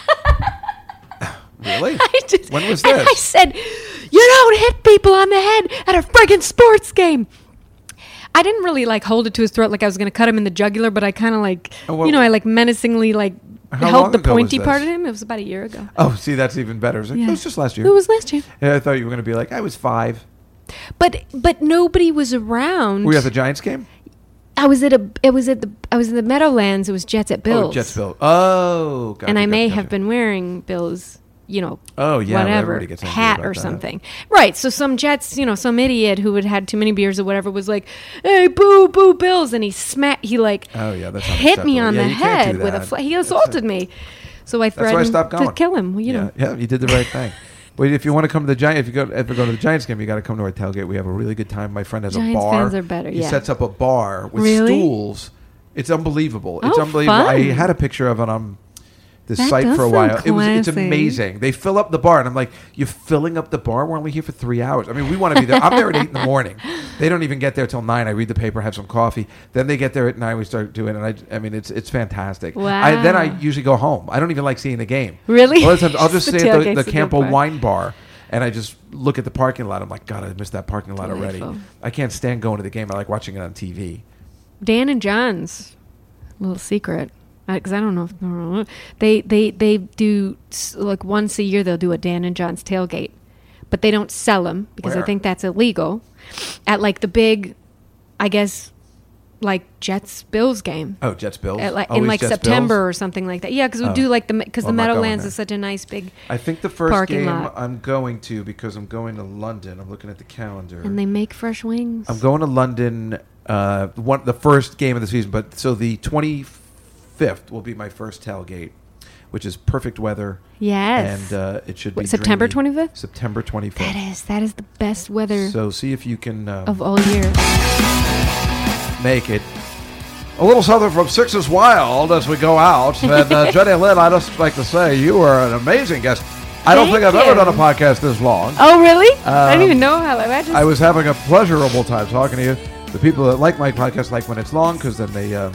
C: Really?
D: I just-
C: when was
D: and I
C: this?
D: said, "You don't hit people on the head at a friggin' sports game." I didn't really like hold it to his throat like I was going to cut him in the jugular, but I kind of like,
C: Oh, well-
D: you know, I like menacingly like
C: How long
D: held the
C: ago was
D: pointy
C: this?
D: part of him. It was about a year ago.
C: Oh, see, that's even better. It was, like,
D: Yeah.
C: it was just last year.
D: It was last year.
C: Yeah, I thought you were going to be like, I was five.
D: But but nobody was around.
C: Were you at the Giants game?
D: I was at a it was at the I was in the Meadowlands. It was Jets at Bills.
C: Oh, Jets Bill. Oh, gotcha,
D: and I
C: gotcha,
D: may
C: gotcha.
D: have been wearing Bills, you know,
C: Oh, yeah, well,
D: whatever
C: everybody gets angry
D: hat
C: about
D: or
C: that.
D: something. Right. So some Jets, you know, some idiot who had had too many beers or whatever was like, "Hey, boo, boo, Bills," and he smacked. He like,
C: Oh, yeah, that's
D: hit me
C: unacceptable.
D: on
C: Yeah,
D: the
C: you can't do
D: head with a
C: that.
D: flag. He assaulted me, so I
C: That's why I
D: threatened
C: stopped going.
D: to kill him. You know.
C: Yeah, yeah, you did the right thing. Well, if you want to come to the Giants, if you go if you go to the Giants game, you got to come to our tailgate. We have a really good time. My friend has
D: Giants
C: a bar.
D: fans are better,
C: He
D: yeah.
C: sets up a bar with
D: Really?
C: stools. It's unbelievable. It's
D: Oh,
C: unbelievable. I
D: fun.
C: had a picture of it on this
D: That
C: site
D: does
C: for a
D: sound
C: while. It was it's
D: classy.
C: amazing. They fill up the bar, and I'm like, "You're filling up the bar. We're only here for three hours. I mean, we want to be there. I'm there at eight in the morning. They don't even get there till nine. I read the paper, have some coffee. Then they get there at nine. We start doing, it. and I, I mean, it's it's fantastic. I, then I
D: Wow.
C: usually go home. I don't even like seeing the game.
D: Really?
C: A lot of times I'll just
D: The
C: stay at the,
D: tailgate's
C: the
D: a good
C: Campo
D: part.
C: Wine Bar, and I just look at the parking lot. I'm like, God, I missed that parking lot already.
D: Delightful.
C: I can't stand going to the game. I like watching it on TV.
D: Dan and John's little secret because I don't know if they they they do s- like once a year they'll do a Dan and John's tailgate, but they don't sell them because
N: Where?
D: I think that's illegal. At like the big, I guess, like Jets Bills game.
C: Oh, Jets Bills.
D: At, like, in
C: Always
D: like
C: Jets,
D: September
C: Bills?
D: or something like that. Yeah, because we
C: Oh.
D: do like the because
C: Well,
D: the
C: I'm not going
D: Meadowlands
C: there.
D: is such a nice big.
C: I think the first
D: parking
C: game
D: lot,
C: I'm going to because I'm going to London. I'm looking at the calendar.
D: and they make fresh wings.
C: I'm going to London. Uh, one the first game of the season, but so the 25th will be my first tailgate, which is perfect weather.
D: Yes.
C: and uh, it should
D: What,
C: be
D: September
C: dreamy.
D: 25th?
C: September 25th.
D: That is that is the best weather
C: So see if you can um,
D: of all year.
C: make it. A little something from Six is Wild as we go out. And uh, Jenny Lynn, I'd just like to say you are an amazing guest. I don't
D: Thank
C: think I've ever
D: you.
C: done a podcast this long.
D: Oh, really? I
C: Um,
D: didn't even know how. I just
C: I was having a pleasurable time talking to you. The people that like my podcast like when it's long because then they um,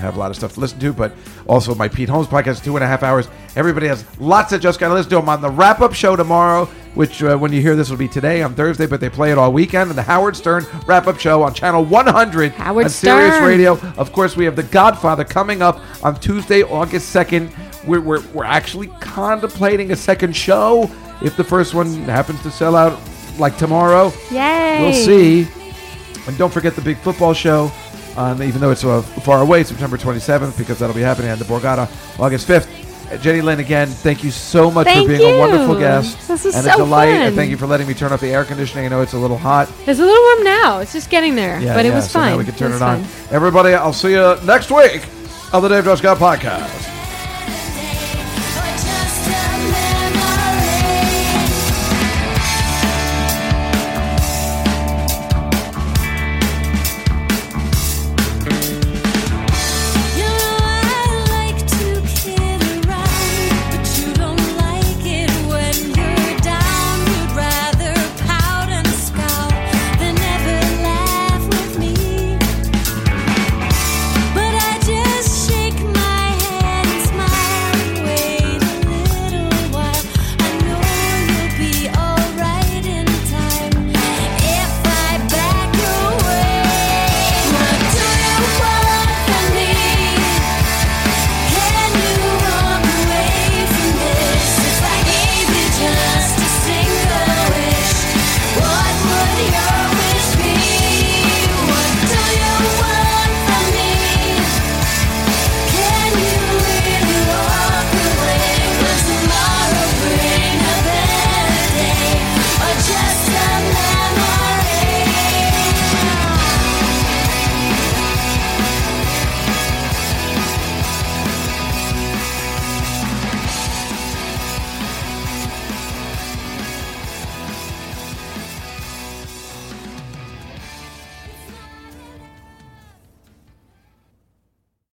C: have a lot of stuff to listen to. But also my Pete Holmes podcast, two and a half hours. Everybody has lots of just got to listen to. I'm on the wrap up show tomorrow, which uh, when you hear this will be today on Thursday, but they play it all weekend. And the Howard Stern wrap up show on channel 100
D: Howard
C: on Sirius
D: Stern.
C: Radio. Of course, we have The Godfather coming up on Tuesday, August 2nd. We're, we're, we're actually contemplating a second show if the first one happens to sell out like tomorrow.
D: Yay.
C: We'll see. And don't forget the big football show, um, even though it's uh, far away, September 27th, because that'll be happening at the Borgata August 5th. Uh, Jenny Lynn, again, thank you so much
D: Thank
C: for being a wonderful
D: you.
C: guest.
D: This is
C: and
D: so
C: a delight. And
D: fun.
C: thank you for letting me turn off the air conditioning. I know it's a little hot.
D: It's a little warm now. It's just getting there,
C: Yeah,
D: but it
C: yeah,
D: was
C: so
D: fine.
C: Now we can turn
D: was
C: it on.
D: fine.
C: Everybody, I'll see you next week on the Dave Josh Scott podcast.